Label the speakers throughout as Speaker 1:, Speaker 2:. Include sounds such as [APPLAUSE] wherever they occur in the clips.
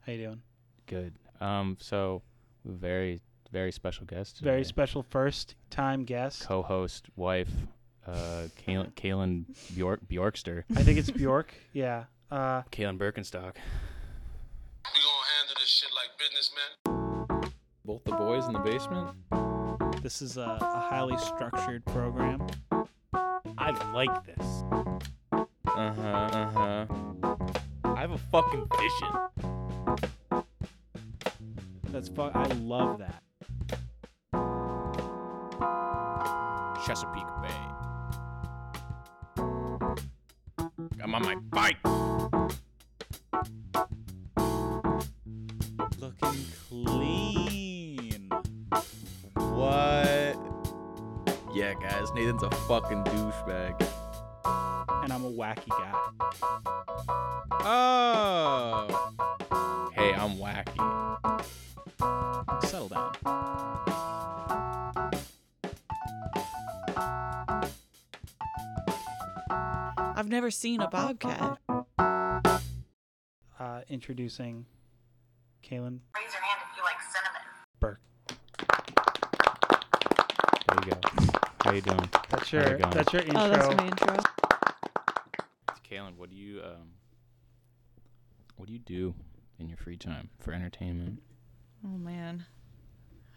Speaker 1: How you doing?
Speaker 2: Good. Um, so very very special guest.
Speaker 1: Very
Speaker 2: today.
Speaker 1: special first time guest.
Speaker 2: co-host, wife,
Speaker 3: [LAUGHS]
Speaker 2: uh, Kayl- Kaylin Bjork Bjorkster,
Speaker 1: I think it's Bjork. [LAUGHS] Yeah. Uh,
Speaker 2: Kaylin Birkenstock.
Speaker 4: We gonna handle this shit like businessmen.
Speaker 5: Both the boys in the basement?
Speaker 6: This is a, a highly structured program.
Speaker 3: I like this.
Speaker 5: Uh huh, uh huh.
Speaker 3: Uh-huh, I have a fucking vision.
Speaker 6: That's fu- I love that.
Speaker 3: Chesapeake Bay. I'm on my bike.
Speaker 6: Looking clean.
Speaker 5: What? Yeah, guys, Nathan's a fucking douchebag.
Speaker 6: And I'm a wacky guy.
Speaker 5: Oh! Hey, I'm wacky.
Speaker 6: Settle down.
Speaker 7: I've never seen a bobcat.
Speaker 1: uh, introducing Kaylin
Speaker 8: Raise your hand if you like cinnamon.
Speaker 1: Burke.
Speaker 2: There you go. How you doing?
Speaker 1: That's
Speaker 2: How's it
Speaker 1: your
Speaker 2: going?
Speaker 1: that's your intro.
Speaker 7: Oh, that's my intro.
Speaker 2: Kaylin, what do you um, what do you do in your free time for entertainment?
Speaker 7: Oh man,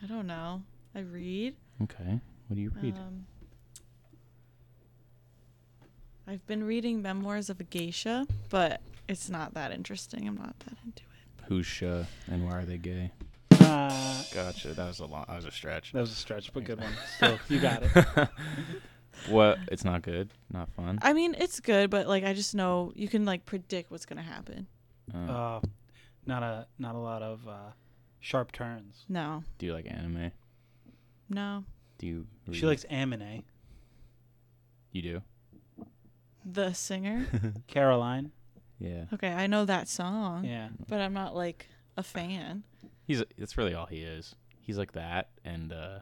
Speaker 7: I don't know. I read.
Speaker 2: Okay. What do you read?
Speaker 7: Um, I've been reading Memoirs of a Geisha, but it's not that interesting. I'm not that into it.
Speaker 2: Who's Sha and why are they gay?
Speaker 1: uh,
Speaker 2: Gotcha. That was a long. That was a stretch.
Speaker 1: that was a stretch, but good one. Still, you got it.
Speaker 2: [LAUGHS] what? It's not good. Not fun.
Speaker 7: I mean, it's good, but like I just know you can like predict what's gonna happen.
Speaker 2: Uh,
Speaker 1: Uh, not a not a lot of uh, sharp turns.
Speaker 7: No,
Speaker 2: do you like anime?
Speaker 7: no,
Speaker 2: Do you?
Speaker 1: She
Speaker 2: read-
Speaker 1: likes anime.
Speaker 2: You do.
Speaker 7: the singer.
Speaker 1: [LAUGHS] Caroline.
Speaker 2: Yeah.
Speaker 7: Okay, I know that song,
Speaker 1: Yeah.
Speaker 7: but I'm not like a fan.
Speaker 2: He's that's really all he is. He's like that and uh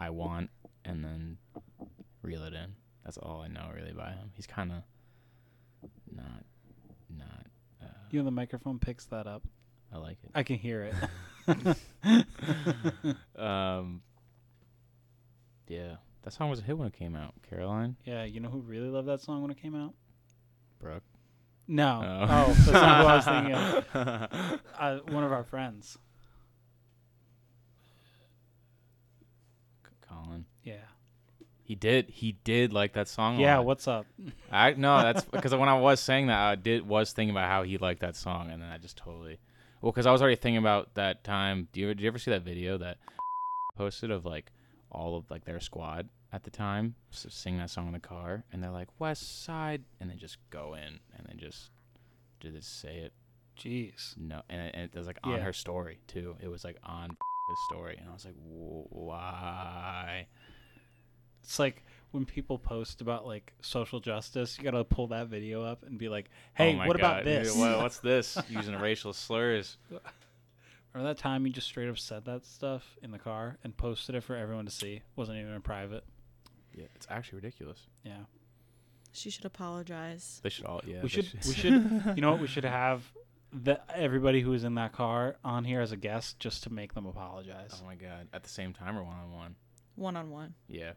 Speaker 2: I want and then reel it in. That's all I know really by him. He's kind of not not uh,
Speaker 1: You know the microphone picks that up.
Speaker 2: I like it.
Speaker 1: I can hear
Speaker 2: [LAUGHS]
Speaker 1: it.
Speaker 2: Um Yeah. That song was a hit when it came out. Caroline,
Speaker 1: yeah, you know who really loved that song when it came out?
Speaker 2: Brooke.
Speaker 1: No.
Speaker 2: Oh.
Speaker 1: Oh, that's not who I was
Speaker 2: [LAUGHS]
Speaker 1: thinking of. Uh, one of our friends.
Speaker 2: C- Colin.
Speaker 1: Yeah.
Speaker 2: He did he did like that song. a
Speaker 1: Yeah,
Speaker 2: lot.
Speaker 1: what's up?
Speaker 2: I no, that's because when I was saying that, I did was thinking about how he liked that song, and then I just totally, well, because I was already thinking about that time. Do you, did you ever see that video that [LAUGHS] posted of like all of like their squad at the time s sing that song in the car, and they're like West Side, and they just go in and they just did they say it
Speaker 1: Jeez.
Speaker 2: no, and it, and it was like on
Speaker 1: Yeah.
Speaker 2: her story too. It was like on [LAUGHS] his story, and I was like, "Wh- why?
Speaker 1: It's like when people post about like social justice, you gotta pull that video up and be like, "Hey,
Speaker 2: Oh my
Speaker 1: what about
Speaker 2: God. Yeah,
Speaker 1: this?"
Speaker 2: what- what's this? Using racial slurs.
Speaker 1: Remember that time you just straight up said that stuff in the car and posted it for everyone to see? Wasn't even in private.
Speaker 2: [LAUGHS] Yeah, it's actually ridiculous.
Speaker 1: Yeah.
Speaker 7: She should apologize.
Speaker 2: They should all. Yeah.
Speaker 1: we
Speaker 2: they [LAUGHS]
Speaker 1: should we should you know what we should have the everybody who was in that car on here as a guest just to make them apologize.
Speaker 2: oh my god! At the same time or one on one?
Speaker 7: One on one.
Speaker 1: [LAUGHS]
Speaker 2: Yeah.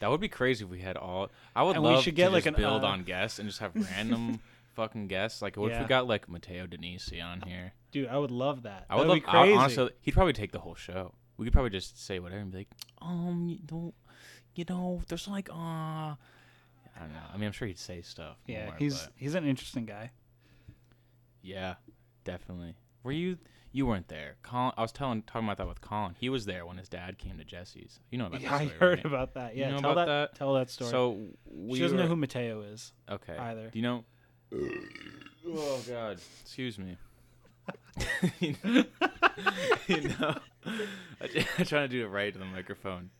Speaker 2: that would be crazy if we had all. I would
Speaker 1: And we
Speaker 2: love
Speaker 1: should
Speaker 2: to
Speaker 1: get, like,
Speaker 2: just
Speaker 1: an,
Speaker 2: build
Speaker 1: uh,
Speaker 2: on guests and just have
Speaker 1: [LAUGHS]
Speaker 2: random fucking guests. Like, what if
Speaker 1: Yeah.
Speaker 2: we got like Matteo Denisi on here?
Speaker 1: Dude, I would love that.
Speaker 2: I would
Speaker 1: That'd
Speaker 2: love.
Speaker 1: be
Speaker 2: I-
Speaker 1: crazy.
Speaker 2: honestly, he'd probably take the whole show. We could probably just say whatever and be like, um, you don't, you know, there's like, uh, I don't know. I mean, I'm sure he'd say stuff.
Speaker 1: yeah,
Speaker 2: more,
Speaker 1: he's
Speaker 2: but-
Speaker 1: he's an interesting guy.
Speaker 2: yeah, definitely. Were you? You weren't there. Colin, I was telling talking about that with Colin. He was there when his dad came to Jesse's. You know about
Speaker 1: [LAUGHS] Yeah,
Speaker 2: that
Speaker 1: I
Speaker 2: story,
Speaker 1: heard
Speaker 2: right?
Speaker 1: about that.
Speaker 2: You
Speaker 1: Yeah,
Speaker 2: know
Speaker 1: tell
Speaker 2: about
Speaker 1: that,
Speaker 2: that?
Speaker 1: tell that story.
Speaker 2: So we
Speaker 1: she doesn't
Speaker 2: were-
Speaker 1: know who Mateo is.
Speaker 2: Okay.
Speaker 1: either.
Speaker 2: Do you know? oh God! Excuse me. [LAUGHS] you [LAUGHS] know, I'm trying to do it right to the microphone.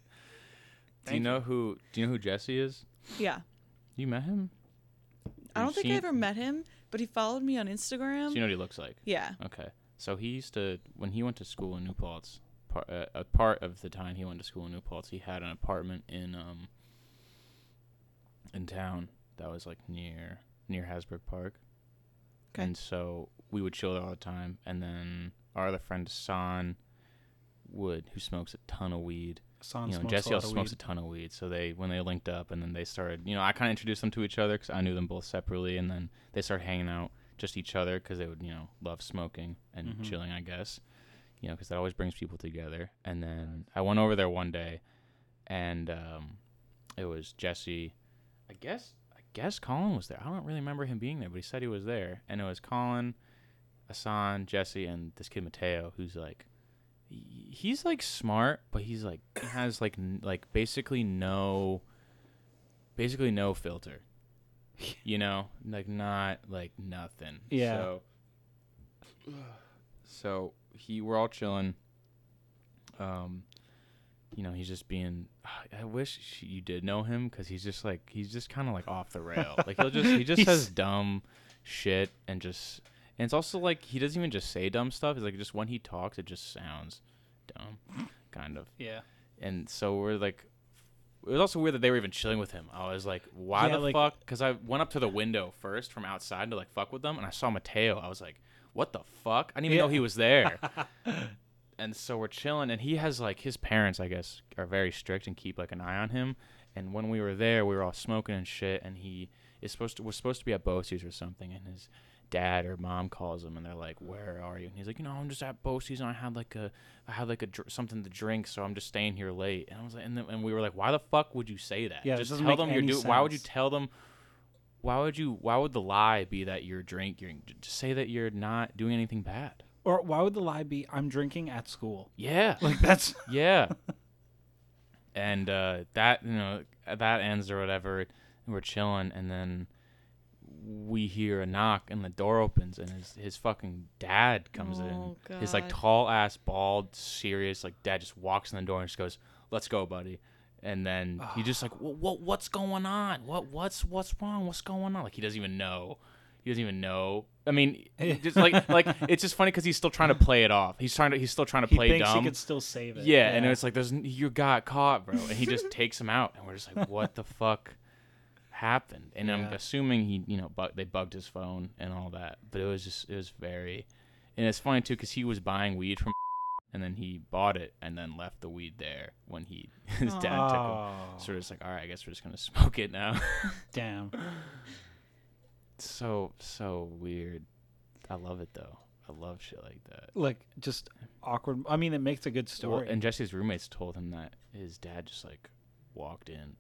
Speaker 2: do you
Speaker 1: Thank
Speaker 2: know who? Do you know who Jesse is?
Speaker 7: Yeah.
Speaker 2: You met him?
Speaker 7: I
Speaker 2: You've
Speaker 7: don't think
Speaker 2: seen-
Speaker 7: I ever met him, but he followed me on Instagram.
Speaker 2: So you know what he looks like.
Speaker 7: yeah.
Speaker 2: Okay. So he used to when he went to school in New Paltz. Part, uh, a part of the time he went to school in New Paltz, he had an apartment in um in town that was like near near Hasbrook Park.
Speaker 7: Okay.
Speaker 2: And so we would chill there all the time. And then our other friend San would, who smokes a ton of weed.
Speaker 1: San
Speaker 2: you know,
Speaker 1: smokes
Speaker 2: Jesse
Speaker 1: a lot
Speaker 2: also
Speaker 1: of
Speaker 2: smokes a
Speaker 1: weed.
Speaker 2: ton of weed. So they, when they linked up, and then they started, you know, I kind of introduced them to each other because I knew them both separately, and then they started hanging out just each other because they would, you know, love smoking and
Speaker 1: Mhm.
Speaker 2: chilling, I guess, you know, because that always brings people together. And then I went over there one day, and um, it was Jesse. I guess, I guess Colin was there. I don't really remember him being there, but he said he was there, and it was Colin, Asan, Jesse, and this kid Mateo, who's like he's like smart, but he's like he has like n- like basically no basically no filter. You know, like not like nothing.
Speaker 1: Yeah.
Speaker 2: So, so he we're all chilling. Um you know, he's just being I wish sh- you did know him cuz he's just like he's just kind of like off
Speaker 1: [LAUGHS]
Speaker 2: the rail. Like he'll just he just
Speaker 1: He's-
Speaker 2: says dumb shit and just and it's also like he doesn't even just say dumb stuff. It's like just when he talks, it just sounds dumb, kind of.
Speaker 1: Yeah.
Speaker 2: And so we're like, it was also weird that they were even chilling with him. I was like, why
Speaker 1: Yeah,
Speaker 2: the
Speaker 1: like-
Speaker 2: fuck? Because I went up to the window first from outside to like fuck with them, and I saw Mateo. I was like, what the fuck? I didn't even know
Speaker 1: Yeah.
Speaker 2: he was there. and so we're chilling, and he has like his parents, I guess, are very strict and keep like an eye on him. And when we were there, we were all smoking and shit, and he is supposed to was supposed to be at Bosie's or something, and his dad or mom calls him and they're like, "Where are you?" And he's like, "You know, I'm just at Bosie's and I had like a, I had like a dr- something to drink, so I'm just staying here late." And I was like, and, then, and we were like, "Why the fuck would you say that?
Speaker 1: Yeah, this
Speaker 2: just
Speaker 1: doesn't
Speaker 2: tell
Speaker 1: make
Speaker 2: them you're
Speaker 1: any
Speaker 2: doing. Why would you
Speaker 1: sense.
Speaker 2: tell them? Why would you? Why would the lie be that you're drinking? J- Just say that you're not doing anything bad.
Speaker 1: Or why would the lie be? I'm drinking at school. [LAUGHS]
Speaker 2: Yeah,
Speaker 1: Like
Speaker 2: [LAUGHS]
Speaker 1: that's
Speaker 2: yeah. And uh, that you know that ends or whatever. and We're chilling, and then we hear a knock, and the door opens, and his his fucking dad comes
Speaker 7: Oh,
Speaker 2: in. His like
Speaker 7: God.
Speaker 2: tall ass, bald, serious like dad just walks in the door and just goes, "Let's go, buddy." And then he just like, what, what what's going on? What what's what's wrong? What's going on? Like he doesn't even know. He doesn't even know.
Speaker 1: [LAUGHS]
Speaker 2: I mean, just like like it's just funny because he's still trying to play it off. He's trying to he's still trying to
Speaker 1: he
Speaker 2: play
Speaker 1: thinks
Speaker 2: dumb.
Speaker 1: he could still save it.
Speaker 2: Yeah, and it's like there's n- you got caught, bro, and he
Speaker 1: [LAUGHS]
Speaker 2: just takes him out, and we're just like, what the fuck happened? And I'm
Speaker 1: Yeah.
Speaker 2: assuming he, you know, bug, they bugged his phone and all that, but it was just it was very, and it's funny too because he was buying weed from, [LAUGHS] and then he bought it and then left the weed there when he [LAUGHS] his dad took
Speaker 1: oh,
Speaker 2: him. So it's like, all right, I guess we're just gonna [LAUGHS] smoke it now.
Speaker 1: damn.
Speaker 2: so so weird. I love it though. I love shit like that.
Speaker 1: Like just awkward. I mean, it makes a good
Speaker 2: Well,
Speaker 1: story.
Speaker 2: and Jesse's roommates told him that his dad just like walked in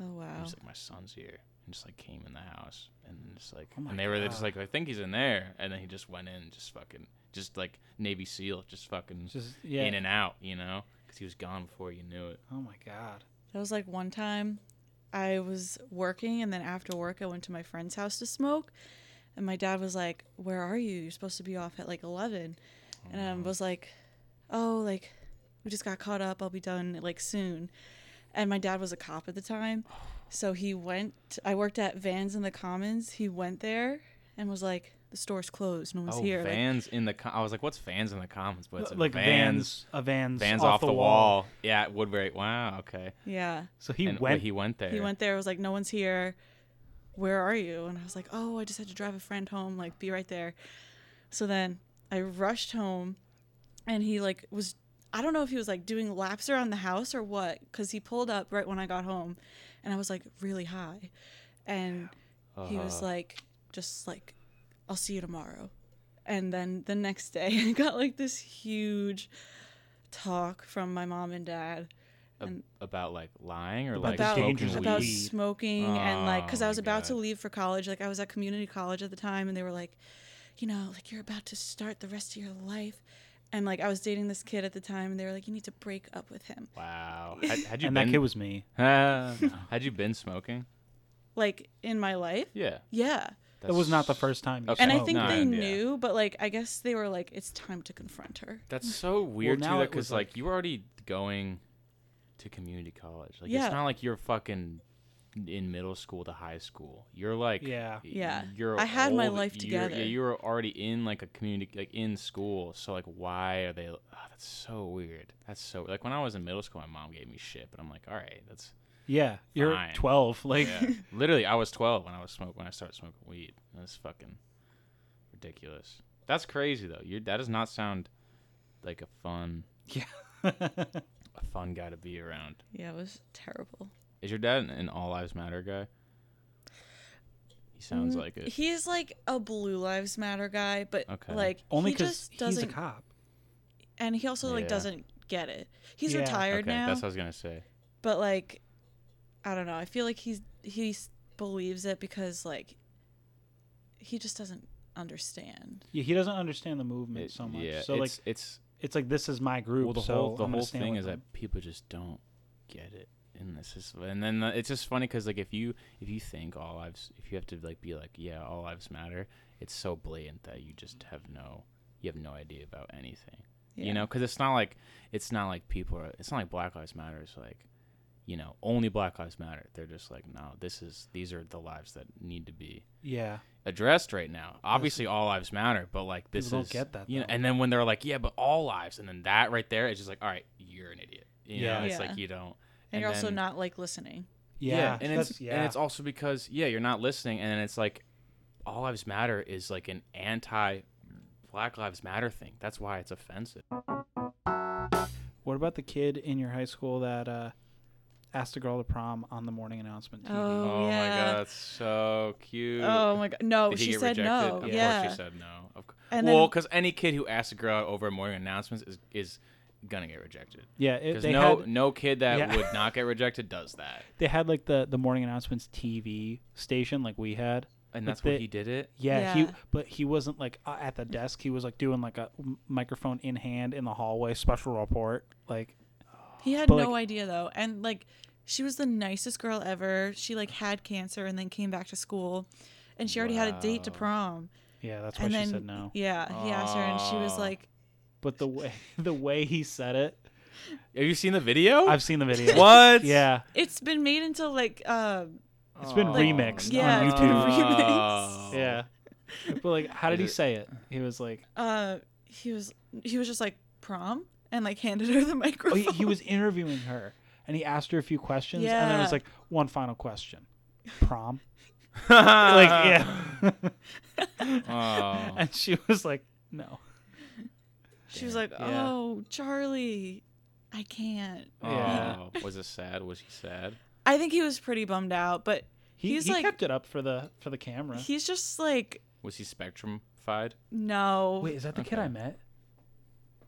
Speaker 7: Oh
Speaker 2: He
Speaker 7: wow.
Speaker 2: was like, my son's here. And just like came in the house and then just like,
Speaker 1: Oh my
Speaker 2: and they were just
Speaker 1: God.
Speaker 2: like, I think he's in there. And then he just went in and just fucking, just like Navy SEAL, just fucking
Speaker 1: just yeah.
Speaker 2: in and out, you know? Because he was gone before you knew it.
Speaker 1: oh my god.
Speaker 7: That was like one time I was working and then after work I went to my friend's house to smoke and my dad was like, "Where are you? You're supposed to be off at like 11." And I was like, "Oh, like we just got caught up. I'll be done like soon." And my dad was a cop at the time. So he went I worked at Vans in the Commons. He went there and was like, "The store's closed. No one's
Speaker 2: oh,
Speaker 7: here." Like,
Speaker 2: Vans in the, com- I was like, what's Vans in the Commons? But it's
Speaker 1: L- like vans,
Speaker 2: Vans.
Speaker 1: a vans,
Speaker 2: Vans off, the, wall. Yeah, at Woodbury. Wow, okay.
Speaker 7: yeah.
Speaker 1: So he
Speaker 2: and wait,
Speaker 1: went.
Speaker 2: he went there.
Speaker 7: He went there. Was like, no one's here. Where are you? And I was like, oh, I just had to drive a friend home. Like, be right there. So then I rushed home, and he like was. I don't know if he was like doing laps around the house or what, because he pulled up right when I got home, and I was like really high, and he was like, just like, I'll see you tomorrow, and then the next day [LAUGHS] I got like this huge talk from my mom and dad
Speaker 2: Ab- about like lying or
Speaker 1: About
Speaker 2: like
Speaker 1: the
Speaker 7: about,
Speaker 2: smoking
Speaker 1: dangers of
Speaker 7: about
Speaker 2: weed.
Speaker 1: weed.
Speaker 7: smoking and like because
Speaker 2: Oh
Speaker 7: i was
Speaker 2: my
Speaker 7: about to
Speaker 2: God.
Speaker 7: leave for college like i was at community college at the time and they were like you know like you're about to start the rest of your life and like i was dating this kid at the time and they were like you need to break up with him
Speaker 1: [LAUGHS]
Speaker 2: Wow. Had, had you
Speaker 1: and
Speaker 2: been,
Speaker 1: that kid was me.
Speaker 2: [LAUGHS] had you been smoking?
Speaker 7: like in my life
Speaker 2: Yeah.
Speaker 7: yeah
Speaker 1: That was not the first time. he
Speaker 2: Okay.
Speaker 7: and i
Speaker 1: smoked.
Speaker 7: think
Speaker 2: no,
Speaker 7: they
Speaker 2: Oh, yeah.
Speaker 7: knew but like i guess they were like it's time to confront her
Speaker 2: That's so weird
Speaker 1: Mm. now
Speaker 2: too,
Speaker 1: it was,
Speaker 2: because like,
Speaker 1: like-
Speaker 2: you were already going to community college. Like
Speaker 7: Yeah.
Speaker 2: it's not like you're fucking in middle school to high school. You're like
Speaker 1: Yeah.
Speaker 2: y-
Speaker 7: Yeah.
Speaker 2: You're
Speaker 7: I had my
Speaker 2: old,
Speaker 7: life
Speaker 2: you're-
Speaker 7: together.
Speaker 2: yeah, you were already in like a community, like in school. So like, why are they? ah, that's so weird. That's so like when I was in middle school, my mom gave me shit, but I'm like, all right,
Speaker 1: [LAUGHS]
Speaker 2: that's
Speaker 1: Yeah, you're
Speaker 2: Fine.
Speaker 1: 12. Like
Speaker 2: [LAUGHS] yeah. literally I was 12 when I was smoke when I started smoking weed. That's fucking ridiculous. That's crazy though. You that does not sound like a fun
Speaker 1: Yeah.
Speaker 2: a fun guy to be around.
Speaker 7: Yeah, it was terrible.
Speaker 2: Is your dad an All Lives Matter guy? He sounds
Speaker 7: Mm,
Speaker 2: like it.
Speaker 7: He's like a Blue Lives Matter guy, but
Speaker 2: Okay.
Speaker 7: like
Speaker 1: Only
Speaker 7: he
Speaker 1: because
Speaker 7: just
Speaker 1: he's a
Speaker 7: doesn't,
Speaker 1: cop.
Speaker 7: and he also like
Speaker 2: Yeah.
Speaker 7: doesn't get it. He's
Speaker 1: Yeah.
Speaker 7: retired
Speaker 2: okay,
Speaker 7: now,
Speaker 2: that's what I was gonna say.
Speaker 7: but like, I don't know. I feel like he's he s- believes it because like he just doesn't understand.
Speaker 1: Yeah, he doesn't understand the movement
Speaker 2: It-
Speaker 1: so much.
Speaker 2: Yeah,
Speaker 1: so
Speaker 2: it's,
Speaker 1: like,
Speaker 2: it's
Speaker 1: it's like this is my group.
Speaker 2: well the
Speaker 1: so
Speaker 2: whole the
Speaker 1: I'm gonna
Speaker 2: whole
Speaker 1: stand
Speaker 2: thing
Speaker 1: with
Speaker 2: is
Speaker 1: them.
Speaker 2: that people just don't get it, and this is and then the, it's just funny because like if you if you think all lives if you have to like be like yeah all lives matter, it's so blatant that you just have no you have no idea about anything.
Speaker 7: Yeah.
Speaker 2: you know because it's not like it's not like people are it's not like black lives matter is like you know only black lives matter they're just like no this is these are the lives that need to be
Speaker 1: yeah,
Speaker 2: addressed right now obviously all lives matter but like this
Speaker 1: People don't
Speaker 2: is
Speaker 1: get that,
Speaker 2: you know
Speaker 1: though.
Speaker 2: and then when they're like yeah but all lives and then that right there it's just like all right you're an idiot you yeah
Speaker 1: Yeah.
Speaker 2: know, it's
Speaker 7: Yeah.
Speaker 2: like you don't
Speaker 7: and, you're also
Speaker 2: then-
Speaker 7: not like listening.
Speaker 1: yeah,
Speaker 2: and
Speaker 1: that's-
Speaker 2: it's
Speaker 1: yeah.
Speaker 2: and it's also because yeah you're not listening and it's like all lives matter is like an anti black lives matter thing that's why it's offensive
Speaker 1: What about the kid in your high school that uh, asked a girl to prom on the morning announcement? TV?
Speaker 7: Oh, yeah.
Speaker 2: my god that's so cute
Speaker 7: Oh my god. No,
Speaker 2: Did he
Speaker 7: she
Speaker 2: get
Speaker 7: said
Speaker 2: rejected?
Speaker 7: no.
Speaker 2: Of
Speaker 7: yeah.
Speaker 2: course she said no. Of cou-
Speaker 7: And
Speaker 2: well,
Speaker 7: then-
Speaker 2: because any kid who asks a girl out over morning announcements is is gonna get rejected.
Speaker 1: yeah. It,
Speaker 2: Because
Speaker 1: they
Speaker 2: no
Speaker 1: had
Speaker 2: no kid that
Speaker 1: Yeah.
Speaker 2: would not get rejected does that,
Speaker 1: they had like the the morning announcements TV station like we had.
Speaker 2: and
Speaker 1: But
Speaker 2: that's why
Speaker 1: they-
Speaker 2: he did it.
Speaker 1: Yeah, he
Speaker 7: Yeah.
Speaker 1: but he wasn't like uh, at the desk. He was like doing like a m- microphone in hand in the hallway, special report. Like
Speaker 7: He had
Speaker 1: But,
Speaker 7: no
Speaker 1: like-
Speaker 7: idea though, and like she was the nicest girl ever. She like had cancer and then came back to school, and she already had a date to
Speaker 2: Wow.
Speaker 7: prom.
Speaker 1: yeah, that's why
Speaker 7: and
Speaker 1: she
Speaker 7: then
Speaker 1: said no.
Speaker 7: yeah, he asked her, and she was
Speaker 2: Oh.
Speaker 7: like,
Speaker 1: But the way [LAUGHS] the way he said it,
Speaker 2: Have you seen the video?
Speaker 1: I've
Speaker 7: [LAUGHS]
Speaker 1: seen the video.
Speaker 2: what?
Speaker 1: Yeah,
Speaker 7: "It's been made into like uh,
Speaker 1: it's been
Speaker 2: Oh,
Speaker 1: remixed
Speaker 7: yeah,
Speaker 1: on
Speaker 7: it's been
Speaker 1: YouTube.
Speaker 7: [LAUGHS]
Speaker 2: Oh.
Speaker 7: remixed.
Speaker 1: Yeah, but like, how did he
Speaker 2: Is it-
Speaker 1: say it? He was like,
Speaker 7: uh." He was he was just like prom and like handed her the [LAUGHS]
Speaker 1: oh,
Speaker 7: microphone.
Speaker 1: he, he was interviewing her, and he asked her a few questions, and then it was
Speaker 7: Yeah.
Speaker 1: like one final question,
Speaker 2: [LAUGHS]
Speaker 1: prom. [LAUGHS] like yeah,
Speaker 2: Uh. Oh.
Speaker 1: [LAUGHS] and she was like, no.
Speaker 7: she was like,
Speaker 1: Yeah.
Speaker 7: "Oh, Charlie, I can't."
Speaker 1: Yeah.
Speaker 2: Oh. Was it sad? Was he sad?
Speaker 7: I think he was pretty bummed out, but
Speaker 1: He,
Speaker 7: He's
Speaker 1: he
Speaker 7: like-
Speaker 1: kept it up for the for the camera.
Speaker 7: he's just like,
Speaker 2: Was he spectrumified?
Speaker 7: "No,
Speaker 1: Wait, is that the kid
Speaker 2: Okay.
Speaker 1: I met?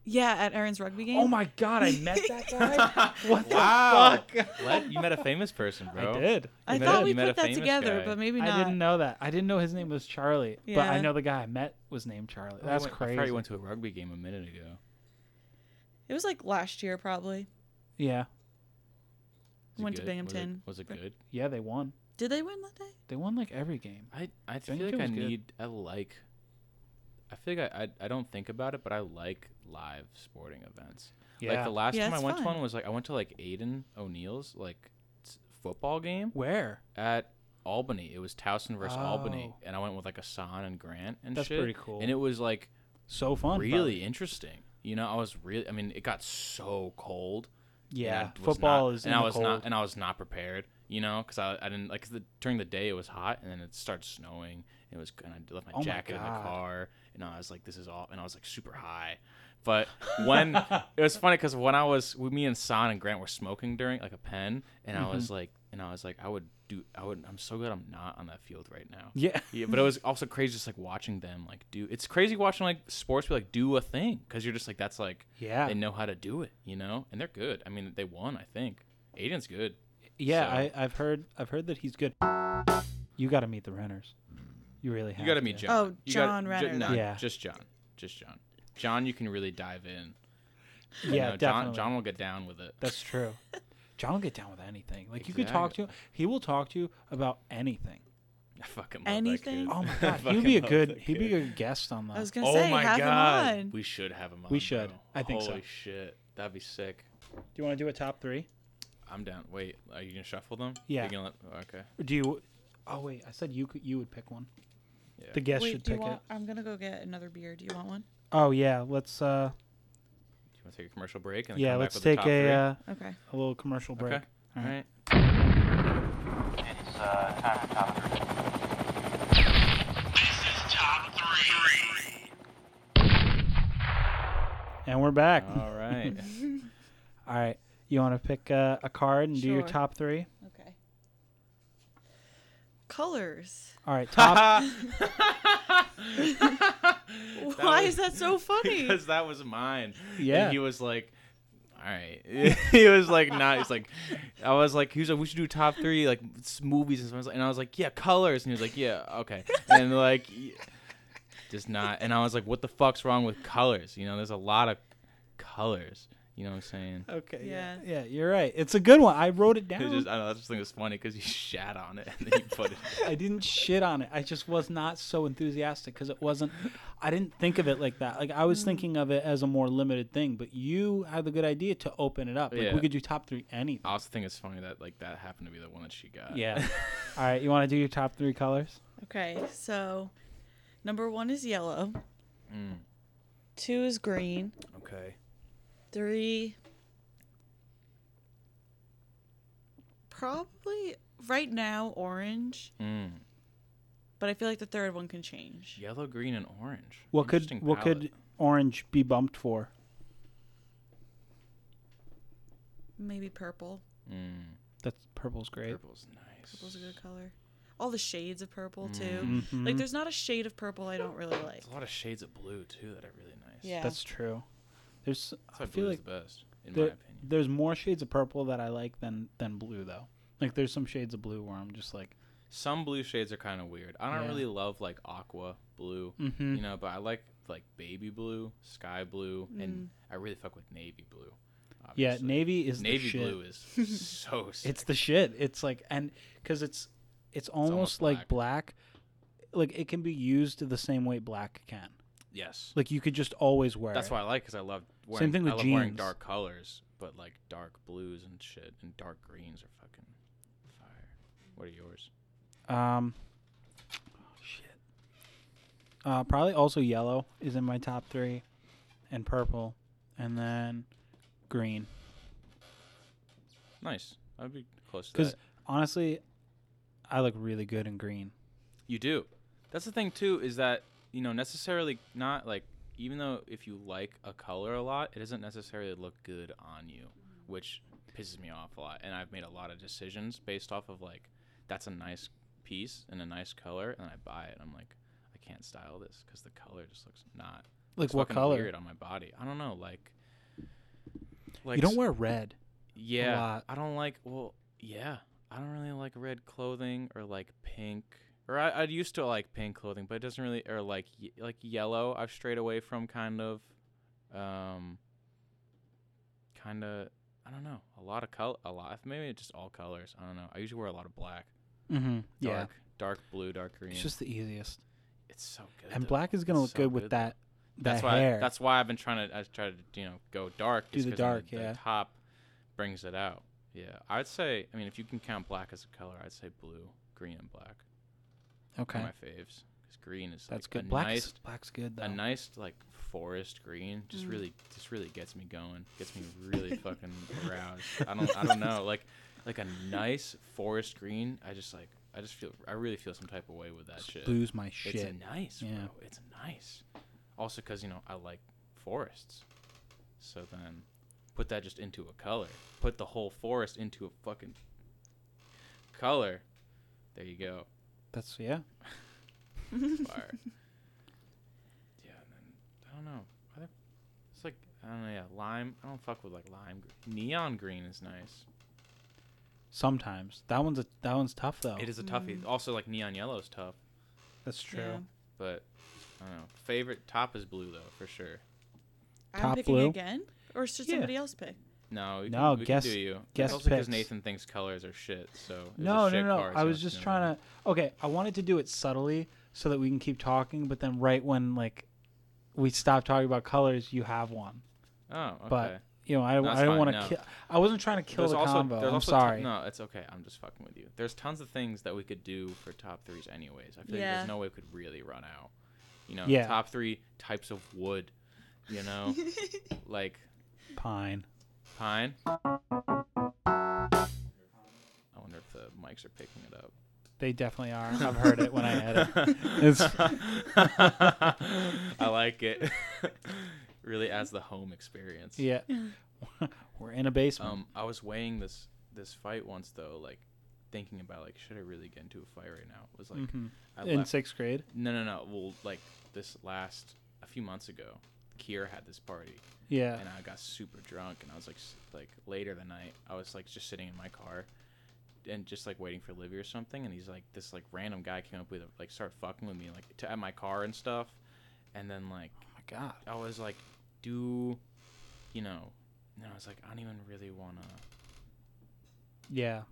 Speaker 7: yeah." At Aaron's rugby game.
Speaker 1: Oh my god, I met that guy. [LAUGHS] What the
Speaker 2: Wow.
Speaker 1: fuck?
Speaker 2: What? You met a famous person, bro.
Speaker 1: I did.
Speaker 7: I
Speaker 2: You met
Speaker 7: thought
Speaker 2: a-
Speaker 7: we
Speaker 2: you met
Speaker 7: put
Speaker 2: a
Speaker 7: that
Speaker 2: famous
Speaker 7: together,
Speaker 2: guy.
Speaker 7: but maybe not.
Speaker 1: I didn't know that. I didn't know his name was Charlie, but I
Speaker 7: Yeah.
Speaker 1: know the guy I met was named Charlie.
Speaker 2: Oh, I
Speaker 1: That's
Speaker 2: went- I
Speaker 1: crazy.
Speaker 2: probably went to a rugby game a minute ago.
Speaker 7: It was like last year, probably.
Speaker 1: yeah,
Speaker 2: Was it
Speaker 7: Went to
Speaker 2: good? Was it-
Speaker 7: Binghamton.
Speaker 2: Was it, good?
Speaker 1: yeah, they won.
Speaker 7: Did they win that day?
Speaker 1: They won like every game.
Speaker 2: I I
Speaker 1: think
Speaker 2: feel
Speaker 1: it
Speaker 2: like I
Speaker 1: was good.
Speaker 2: need I like. I feel like I, I I don't think about it, but I like live sporting events. Like
Speaker 1: Yeah.
Speaker 2: the last
Speaker 7: Yeah,
Speaker 2: time I
Speaker 7: it's
Speaker 2: went to
Speaker 7: fun.
Speaker 2: one was like I went to like Aiden O'Neill's like s- football game
Speaker 1: Where?
Speaker 2: at Albany. It was Towson versus Albany,
Speaker 1: Oh.
Speaker 2: and I went with like Asan and Grant and
Speaker 1: That's
Speaker 2: shit.
Speaker 1: pretty cool.
Speaker 2: And it was like
Speaker 1: So fun.
Speaker 2: really
Speaker 1: probably.
Speaker 2: interesting. You know, I was really I mean, it got so cold. and I
Speaker 1: Yeah,
Speaker 2: was
Speaker 1: football
Speaker 2: not-
Speaker 1: is in
Speaker 2: and I
Speaker 1: the
Speaker 2: was
Speaker 1: cold. [LAUGHS]
Speaker 2: not and I was not prepared, you know, because I, I didn't like 'cause the, during the day it was hot and then it started snowing. And it was and I left my
Speaker 1: Oh my
Speaker 2: jacket in the
Speaker 1: God.
Speaker 2: car and I was like, this is all and I was like super high. But
Speaker 1: [LAUGHS]
Speaker 2: when it was funny because when I was with me and San and Grant were smoking during like a pen and I
Speaker 1: Mm-hmm.
Speaker 2: was like and I was like I would do I would I'm so glad I'm not on that field right now.
Speaker 1: yeah,
Speaker 2: Yeah, but it was also crazy just like watching them like do. It's crazy watching like sports be like do a thing because you're just like that's like
Speaker 1: Yeah.
Speaker 2: they know how to do it you know and they're good. I mean they won I think. Aiden's good.
Speaker 1: yeah.
Speaker 2: So-
Speaker 1: I, I've heard. I've heard that he's good. You got to meet the Renners. You really have.
Speaker 2: You got to meet John.
Speaker 7: Oh,
Speaker 2: You gotta-
Speaker 7: John
Speaker 2: ju-
Speaker 7: Renner,
Speaker 2: no,
Speaker 1: though. Yeah.
Speaker 2: just John, just John. John, you can really dive in.
Speaker 1: Yeah,
Speaker 2: You know,
Speaker 1: definitely.
Speaker 2: John, John will get down with it. [LAUGHS]
Speaker 1: That's true. John will get down with anything. Like you could talk to him. He will talk to you about anything.
Speaker 2: I fucking love
Speaker 7: Anything?
Speaker 2: That kid. [LAUGHS]
Speaker 1: Oh my
Speaker 2: I
Speaker 1: god,
Speaker 2: fucking
Speaker 1: he'd be a
Speaker 2: love
Speaker 1: good
Speaker 2: that
Speaker 1: he'd be a
Speaker 2: kid.
Speaker 1: good guest on that.
Speaker 7: I was gonna
Speaker 2: Oh
Speaker 7: say,
Speaker 2: my
Speaker 7: have
Speaker 2: god,
Speaker 7: him on.
Speaker 2: we should have him on.
Speaker 1: We should.
Speaker 2: bro.
Speaker 1: I think so.
Speaker 2: Holy shit, that'd be sick.
Speaker 1: do you want to do a top three?
Speaker 2: I'm down. Wait, are you gonna shuffle them?
Speaker 1: Yeah.
Speaker 2: You gonna let, okay.
Speaker 1: Do you? Oh wait, I said you could you would pick one.
Speaker 2: Yeah.
Speaker 1: The guest
Speaker 7: Wait,
Speaker 1: should
Speaker 7: do you
Speaker 1: pick
Speaker 7: want?
Speaker 1: it.
Speaker 7: I'm gonna go get another beer. Do you want one?
Speaker 1: Oh yeah, let's uh
Speaker 2: Do you want to take a commercial break? And then
Speaker 1: yeah
Speaker 2: come back
Speaker 1: let's
Speaker 2: with the
Speaker 1: take
Speaker 2: top
Speaker 1: a
Speaker 2: three?
Speaker 1: uh,
Speaker 7: Okay.
Speaker 1: a little commercial break.
Speaker 2: Okay. All right.
Speaker 4: This is top three.
Speaker 1: And we're back. [LAUGHS]
Speaker 2: All right. [LAUGHS]
Speaker 1: All right. You want to pick uh, a card and do your
Speaker 7: Sure.
Speaker 1: top three?
Speaker 7: Okay. Colors.
Speaker 1: All
Speaker 2: [LAUGHS]
Speaker 1: right. Top.
Speaker 7: Why
Speaker 2: was-
Speaker 7: is
Speaker 1: [LAUGHS]
Speaker 7: that so funny?
Speaker 2: because that was mine.
Speaker 1: Yeah.
Speaker 2: And he was like, all right. [LAUGHS] he was like, not. He's like, I was like, he was like, we should do top three like s- movies and stuff. And I was like, yeah, colors. And he was like, yeah, okay. And like, y- just not. And I was like, what the fuck's wrong with colors? You know, there's a lot of colors. You know what I'm saying?
Speaker 1: okay.
Speaker 7: yeah.
Speaker 1: Yeah, you're right. It's a good one. I wrote it
Speaker 2: It's
Speaker 1: down.
Speaker 2: just, I know that's just thing was funny because you [LAUGHS] shat on it and then you put it.
Speaker 1: I didn't shit on it. I just was not so enthusiastic because it wasn't. I didn't think of it like that. Like I was
Speaker 2: Mm.
Speaker 1: thinking of it as a more limited thing. But you had the good idea to open it up. Like
Speaker 2: Yeah. Uh,
Speaker 1: we could do top three anything.
Speaker 2: I also think it's funny that like that happened to be the one that she
Speaker 1: [LAUGHS]
Speaker 2: got. [LAUGHS]
Speaker 1: Yeah. All right. You want to do your top three colors?
Speaker 7: Okay, so number one is yellow.
Speaker 2: Mm.
Speaker 7: Two is green.
Speaker 2: Okay.
Speaker 7: Three. Probably right now orange,
Speaker 2: Mm.
Speaker 7: but I feel like the third one can change.
Speaker 2: Yellow, green, and orange.
Speaker 1: What could
Speaker 2: Interesting
Speaker 1: what could
Speaker 2: palette.
Speaker 1: orange be bumped for?
Speaker 7: Maybe purple.
Speaker 2: Mm.
Speaker 1: That's purple's great.
Speaker 2: Purple's nice.
Speaker 7: Purple's a good color. All the shades of purple too.
Speaker 2: Mm.
Speaker 1: Mhm.
Speaker 7: Like there's not a shade of purple I don't really like.
Speaker 2: There's a lot of shades of blue too that are really nice.
Speaker 7: Yeah.
Speaker 1: That's true. There's
Speaker 2: That's
Speaker 1: I
Speaker 2: why
Speaker 1: feel
Speaker 2: blue
Speaker 1: like
Speaker 2: is the best, in
Speaker 1: there-
Speaker 2: my opinion.
Speaker 1: there's more shades of purple that I like than than blue though. Like there's some shades of blue where I'm just like
Speaker 2: Some blue shades are kind of weird. I don't
Speaker 1: Yeah.
Speaker 2: really love like aqua blue,
Speaker 1: Mhm.
Speaker 2: you know, but I like like baby blue, sky blue,
Speaker 7: Mm.
Speaker 2: and I really fuck with navy blue.
Speaker 1: yeah,
Speaker 2: obviously.
Speaker 1: navy is
Speaker 2: navy
Speaker 1: the shit.
Speaker 2: blue is
Speaker 1: [LAUGHS]
Speaker 2: so sick.
Speaker 1: It's the shit. It's like and because it's it's almost,
Speaker 2: almost
Speaker 1: like black. Like it can be used the same way black can.
Speaker 2: yes.
Speaker 1: Like you could just always wear.
Speaker 2: That's
Speaker 1: it.
Speaker 2: why I like because I love wearing,
Speaker 1: thing with
Speaker 2: I love wearing
Speaker 1: jeans.
Speaker 2: dark colors, but like dark blues and shit and dark greens are fucking fire. What are yours?
Speaker 1: Um, shit. Uh, probably also yellow is in my top three, and purple, and then green.
Speaker 2: Nice. I'd be close to
Speaker 1: Because
Speaker 2: that.
Speaker 1: honestly, I look really good in green.
Speaker 2: You do. That's the thing too is that you know necessarily not like even though if you like a color a lot, it doesn't necessarily look good on you, which pisses me off a lot. And I've made a lot of decisions based off of like that's a nice piece and a nice color, and I buy it. I'm like I can't style this because the color just looks not
Speaker 1: Like
Speaker 2: looks
Speaker 1: what
Speaker 2: fucking
Speaker 1: color?
Speaker 2: weird on my body. I don't know like like
Speaker 1: you don't
Speaker 2: s-
Speaker 1: wear red.
Speaker 2: yeah,
Speaker 1: lot.
Speaker 2: I don't like. Well, yeah, I don't really like red clothing or like pink. Or I, I used to like pink clothing, but it doesn't really. Or like ye- like yellow, I've strayed away from kind of, um, kind of. I don't know. A lot of color. A lot. Maybe it's just all colors. I don't know. I usually wear a lot of black,
Speaker 1: Mm-hmm. Yeah,
Speaker 2: dark, dark blue, dark green.
Speaker 1: it's just the easiest.
Speaker 2: it's so good.
Speaker 1: And
Speaker 2: though.
Speaker 1: black is gonna
Speaker 2: It's
Speaker 1: look
Speaker 2: so
Speaker 1: good with
Speaker 2: though.
Speaker 1: that.
Speaker 2: That's
Speaker 1: that
Speaker 2: why.
Speaker 1: hair.
Speaker 2: That's why I've been trying to. I try to you know go dark.
Speaker 1: Do
Speaker 2: is
Speaker 1: the
Speaker 2: 'cause
Speaker 1: dark,
Speaker 2: The,
Speaker 1: yeah.
Speaker 2: top brings it out. Yeah, I'd say. I mean, if you can count black as a color, I'd say blue, green, and black
Speaker 1: okay.
Speaker 2: are my faves. Because green is
Speaker 1: That's
Speaker 2: like,
Speaker 1: good.
Speaker 2: A
Speaker 1: Black
Speaker 2: nice,
Speaker 1: is, black's good though.
Speaker 2: a nice like forest green. Just really, just really gets me going. Gets me really fucking aroused. I don't. I don't know. Like, like a nice forest green. I just like. I just feel. I really feel some type of way with that shit.
Speaker 1: Blue's my shit.
Speaker 2: It's nice,
Speaker 1: Yeah.
Speaker 2: bro. It's nice. Also, because you know I like forests, so then put that just into a color. Put the whole forest into a fucking color. There you go. [LAUGHS]
Speaker 1: That's yeah.
Speaker 2: Fire. yeah, and then I don't know. I think- It's like I don't know. Yeah, lime. I don't fuck with like lime. gr- Neon green is nice.
Speaker 1: Sometimes that one's a that one's tough though.
Speaker 2: It is a toughie.
Speaker 1: Mm.
Speaker 2: Also, like neon yellow is tough,
Speaker 1: That's true.
Speaker 7: Yeah.
Speaker 2: but I don't know. Favorite top is blue though, for sure.
Speaker 1: Top
Speaker 7: I'm picking
Speaker 1: blue?
Speaker 7: again, or should
Speaker 1: Yeah.
Speaker 7: somebody else pick?
Speaker 2: No, we
Speaker 1: No,
Speaker 2: can, we
Speaker 1: guess-
Speaker 2: can do you.
Speaker 1: guess
Speaker 2: also because
Speaker 1: picks.
Speaker 2: Nathan thinks colors are shit, so it was a
Speaker 1: No, no,
Speaker 2: shit
Speaker 1: no.
Speaker 2: card,
Speaker 1: I
Speaker 2: so
Speaker 1: was
Speaker 2: it's
Speaker 1: just
Speaker 2: no
Speaker 1: trying to. Okay, I wanted to do it subtly so that we can keep talking, but then right when like we stop talking about colors, you have one.
Speaker 2: win. Oh, okay.
Speaker 1: But you know, I,
Speaker 2: That's
Speaker 1: I didn't
Speaker 2: fine,
Speaker 1: want to
Speaker 2: no.
Speaker 1: kill. I wasn't trying to kill
Speaker 2: there's
Speaker 1: the
Speaker 2: also
Speaker 1: combo.
Speaker 2: there's
Speaker 1: I'm
Speaker 2: also
Speaker 1: sorry.
Speaker 2: no, it's okay. I'm just fucking with you. There's tons of things that we could do for top threes, anyways. I feel like
Speaker 7: Yeah.
Speaker 2: there's no way we could really run out. You know,
Speaker 1: Yeah.
Speaker 2: top three types of wood. You know, like
Speaker 1: Pine.
Speaker 2: pine. I wonder if the mics are picking it up.
Speaker 1: They definitely are. I've heard it
Speaker 2: [LAUGHS]
Speaker 1: when I edit. It's
Speaker 2: I like it. [LAUGHS] really as the home experience.
Speaker 1: Yeah. [LAUGHS] We're in a basement.
Speaker 2: Um, I was weighing this this fight once though, like thinking about like should I really get into a fight right now? It was like I
Speaker 1: in
Speaker 2: left-
Speaker 1: sixth grade.
Speaker 2: no no no. Well, like this last a few months ago, Kier had this party
Speaker 1: Yeah.
Speaker 2: and I got super drunk and I was like s- like later the night I was like just sitting in my car and just like waiting for Livy or something and he's like this like random guy came up with like started fucking with me like to, at my car and stuff and then like
Speaker 1: Oh my God.
Speaker 2: I was like do you know and I was like I don't even really want to
Speaker 1: Yeah.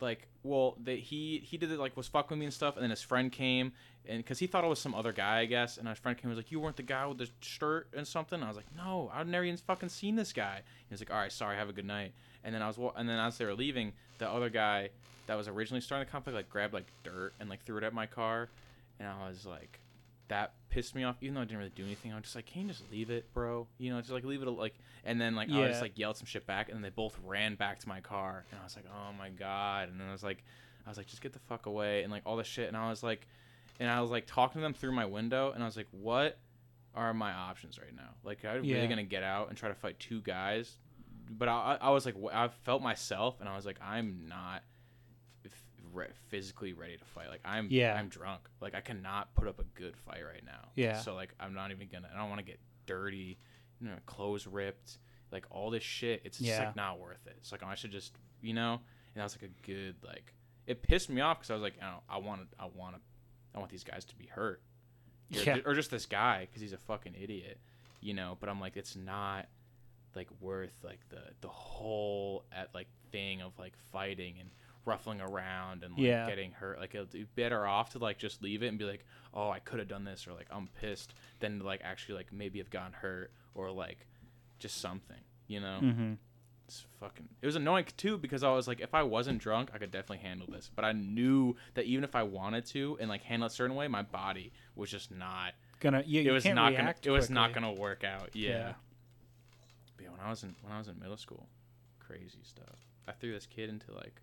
Speaker 2: like well they, he he did it like was fucking with me and stuff and then his friend came and because he thought it was some other guy i guess and his friend came and was like you weren't the guy with the shirt and something i was like no i've never even fucking seen this guy he was like all right sorry have a good night and then i was wa- and then as they were leaving the other guy that was originally starting the conflict like grabbed like dirt and like threw it at my car and i was like that pissed me off even though i didn't really do anything i was just like can you just leave it bro you know just like leave it al- like and then like i
Speaker 1: Yeah.
Speaker 2: was like yelled some shit back and they both ran back to my car and i was like oh my god and then i was like i was like just get the fuck away and like all this shit and i was like and i was like talking to them through my window and i was like what are my options right now like i'm
Speaker 1: Yeah.
Speaker 2: really gonna get out and try to fight two guys but i, I I was like wh- i felt myself and i was like i'm not f- re- physically ready to fight like i'm
Speaker 1: Yeah.
Speaker 2: i'm drunk like i cannot put up a good fight right now
Speaker 1: Yeah.
Speaker 2: so like i'm not even gonna i don't want to get dirty you know clothes ripped like all this shit it's just
Speaker 1: Yeah.
Speaker 2: like not worth it it's like i should just you know and that was like a good like it pissed me off because i was like oh, i want to i want to i want these guys to be hurt or,
Speaker 1: Yeah.
Speaker 2: or just this guy because he's a fucking idiot you know but i'm like it's not like worth like the the whole at like thing of like fighting and ruffling around and like
Speaker 1: Yeah.
Speaker 2: getting hurt like it'll be better off to like just leave it and be like oh i could have done this or like i'm pissed than to, like actually like maybe have gotten hurt or like just something you know
Speaker 1: Mm-hmm.
Speaker 2: it's fucking it was annoying too because i was like if i wasn't drunk i could definitely handle this but i knew that even if i wanted to and like handle it a certain way my body was just not
Speaker 1: Gonna. You,
Speaker 2: it
Speaker 1: you
Speaker 2: was
Speaker 1: can't
Speaker 2: not gonna,
Speaker 1: react
Speaker 2: it was not
Speaker 1: quickly.
Speaker 2: gonna work out yeah.
Speaker 1: Yeah.
Speaker 2: but yeah when i was in when i was in middle school crazy stuff i threw this kid into like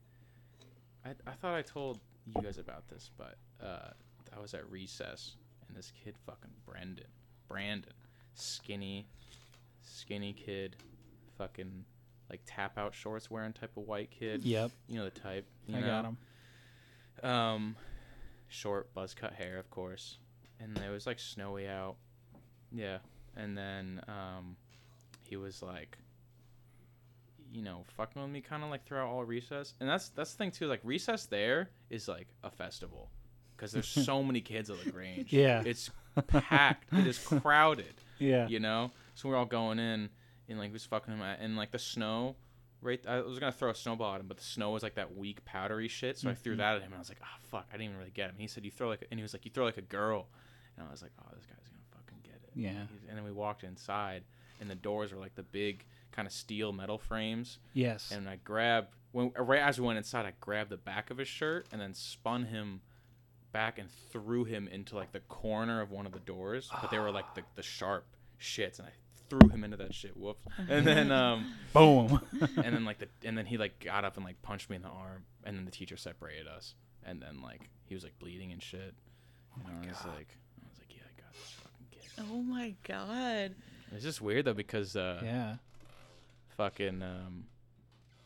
Speaker 2: i, I thought i told you guys about this but uh i was at recess and this kid fucking brendan brandon skinny skinny kid fucking like tap out shorts wearing type of white kid
Speaker 1: Yep.
Speaker 2: you know the type you
Speaker 1: I
Speaker 2: know?
Speaker 1: got him.
Speaker 2: Um, short buzz cut hair, of course, and it was like snowy out. Yeah, and then um, he was like, you know, fucking with me kind of like throughout all recess, and that's that's the thing too. Like recess there is like a festival, because there's so many kids at Lagrange.
Speaker 1: Yeah.
Speaker 2: it's packed. it is crowded
Speaker 1: Yeah.
Speaker 2: you know so we're all going in and like who's fucking him at, and like the snow right i was gonna throw a snowball at him but the snow was like that weak powdery shit so i
Speaker 1: Mm-hmm.
Speaker 2: threw that at him and i was like oh fuck i didn't even really get him and he said you throw like and he was like you throw like a girl and i was like oh this guy's gonna fucking get it
Speaker 1: Yeah.
Speaker 2: He's- and then we walked inside and the doors were like the big kind of steel metal frames
Speaker 1: Yes. [LAUGHS]
Speaker 2: and I grabbed when right as we went inside, I grabbed the back of his shirt and then spun him back and threw him into like the corner of one of the doors. But they were like the, the sharp shits, and I threw him into that shit. Whoops! And then um
Speaker 1: Boom.
Speaker 2: and then like the and then he like got up and like punched me in the arm, and then the teacher separated us, and then like he was like bleeding and shit. and I was like, I was like, yeah, I got this fucking kid.
Speaker 7: Oh my god.
Speaker 2: It's just weird though because uh, [LAUGHS]
Speaker 1: yeah.
Speaker 2: fucking um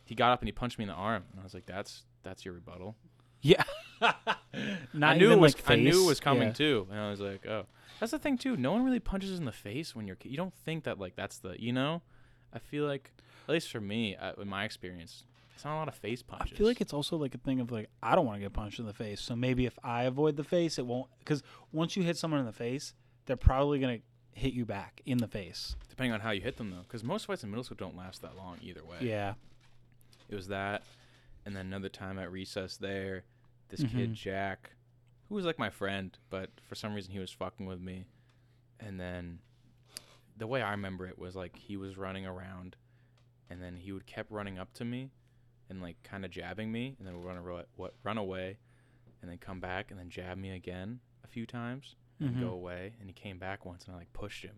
Speaker 2: he got up and he punched me in the arm and i was like that's that's your rebuttal
Speaker 1: Yeah. [LAUGHS] not
Speaker 2: i knew
Speaker 1: even
Speaker 2: it was
Speaker 1: like
Speaker 2: i knew
Speaker 1: face.
Speaker 2: it was coming
Speaker 1: Yeah.
Speaker 2: too and i was like oh that's the thing too no one really punches in the face when you're a kid. you don't think that like that's the you know i feel like at least for me I, in my experience it's not a lot of face
Speaker 1: I
Speaker 2: punches
Speaker 1: feel like it's also like a thing of like I don't want to get punched in the face, so maybe if I avoid the face, it won't. Because once you hit someone in the face, they're probably gonna hit you back in the face.
Speaker 2: depending on how you hit them though because most fights in middle school don't last that long either way
Speaker 1: Yeah,
Speaker 2: it was that and then another time at recess there this kid jack who was like my friend but for some reason he was fucking with me and then the way i remember it was like he was running around and then he would kept running up to me and like kind of jabbing me and then would run, away, what, run away and then come back and then jab me again a few times and go away and he came back once and i like pushed him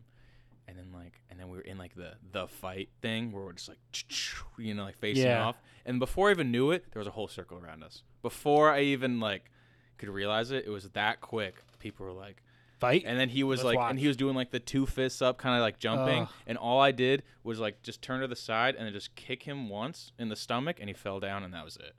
Speaker 2: and then like and then we were in like the the fight thing where we're just like you know like facing
Speaker 1: Yeah.
Speaker 2: off and before i even knew it there was a whole circle around us before i even like could realize it it was that quick people were like
Speaker 1: Fight?
Speaker 2: And then he was
Speaker 1: Let's
Speaker 2: like,
Speaker 1: watch.
Speaker 2: and he was doing like the two fists up, kind of like jumping.
Speaker 1: Ugh.
Speaker 2: And all I did was like just turn to the side and then just kick him once in the stomach, and he fell down, and that was it.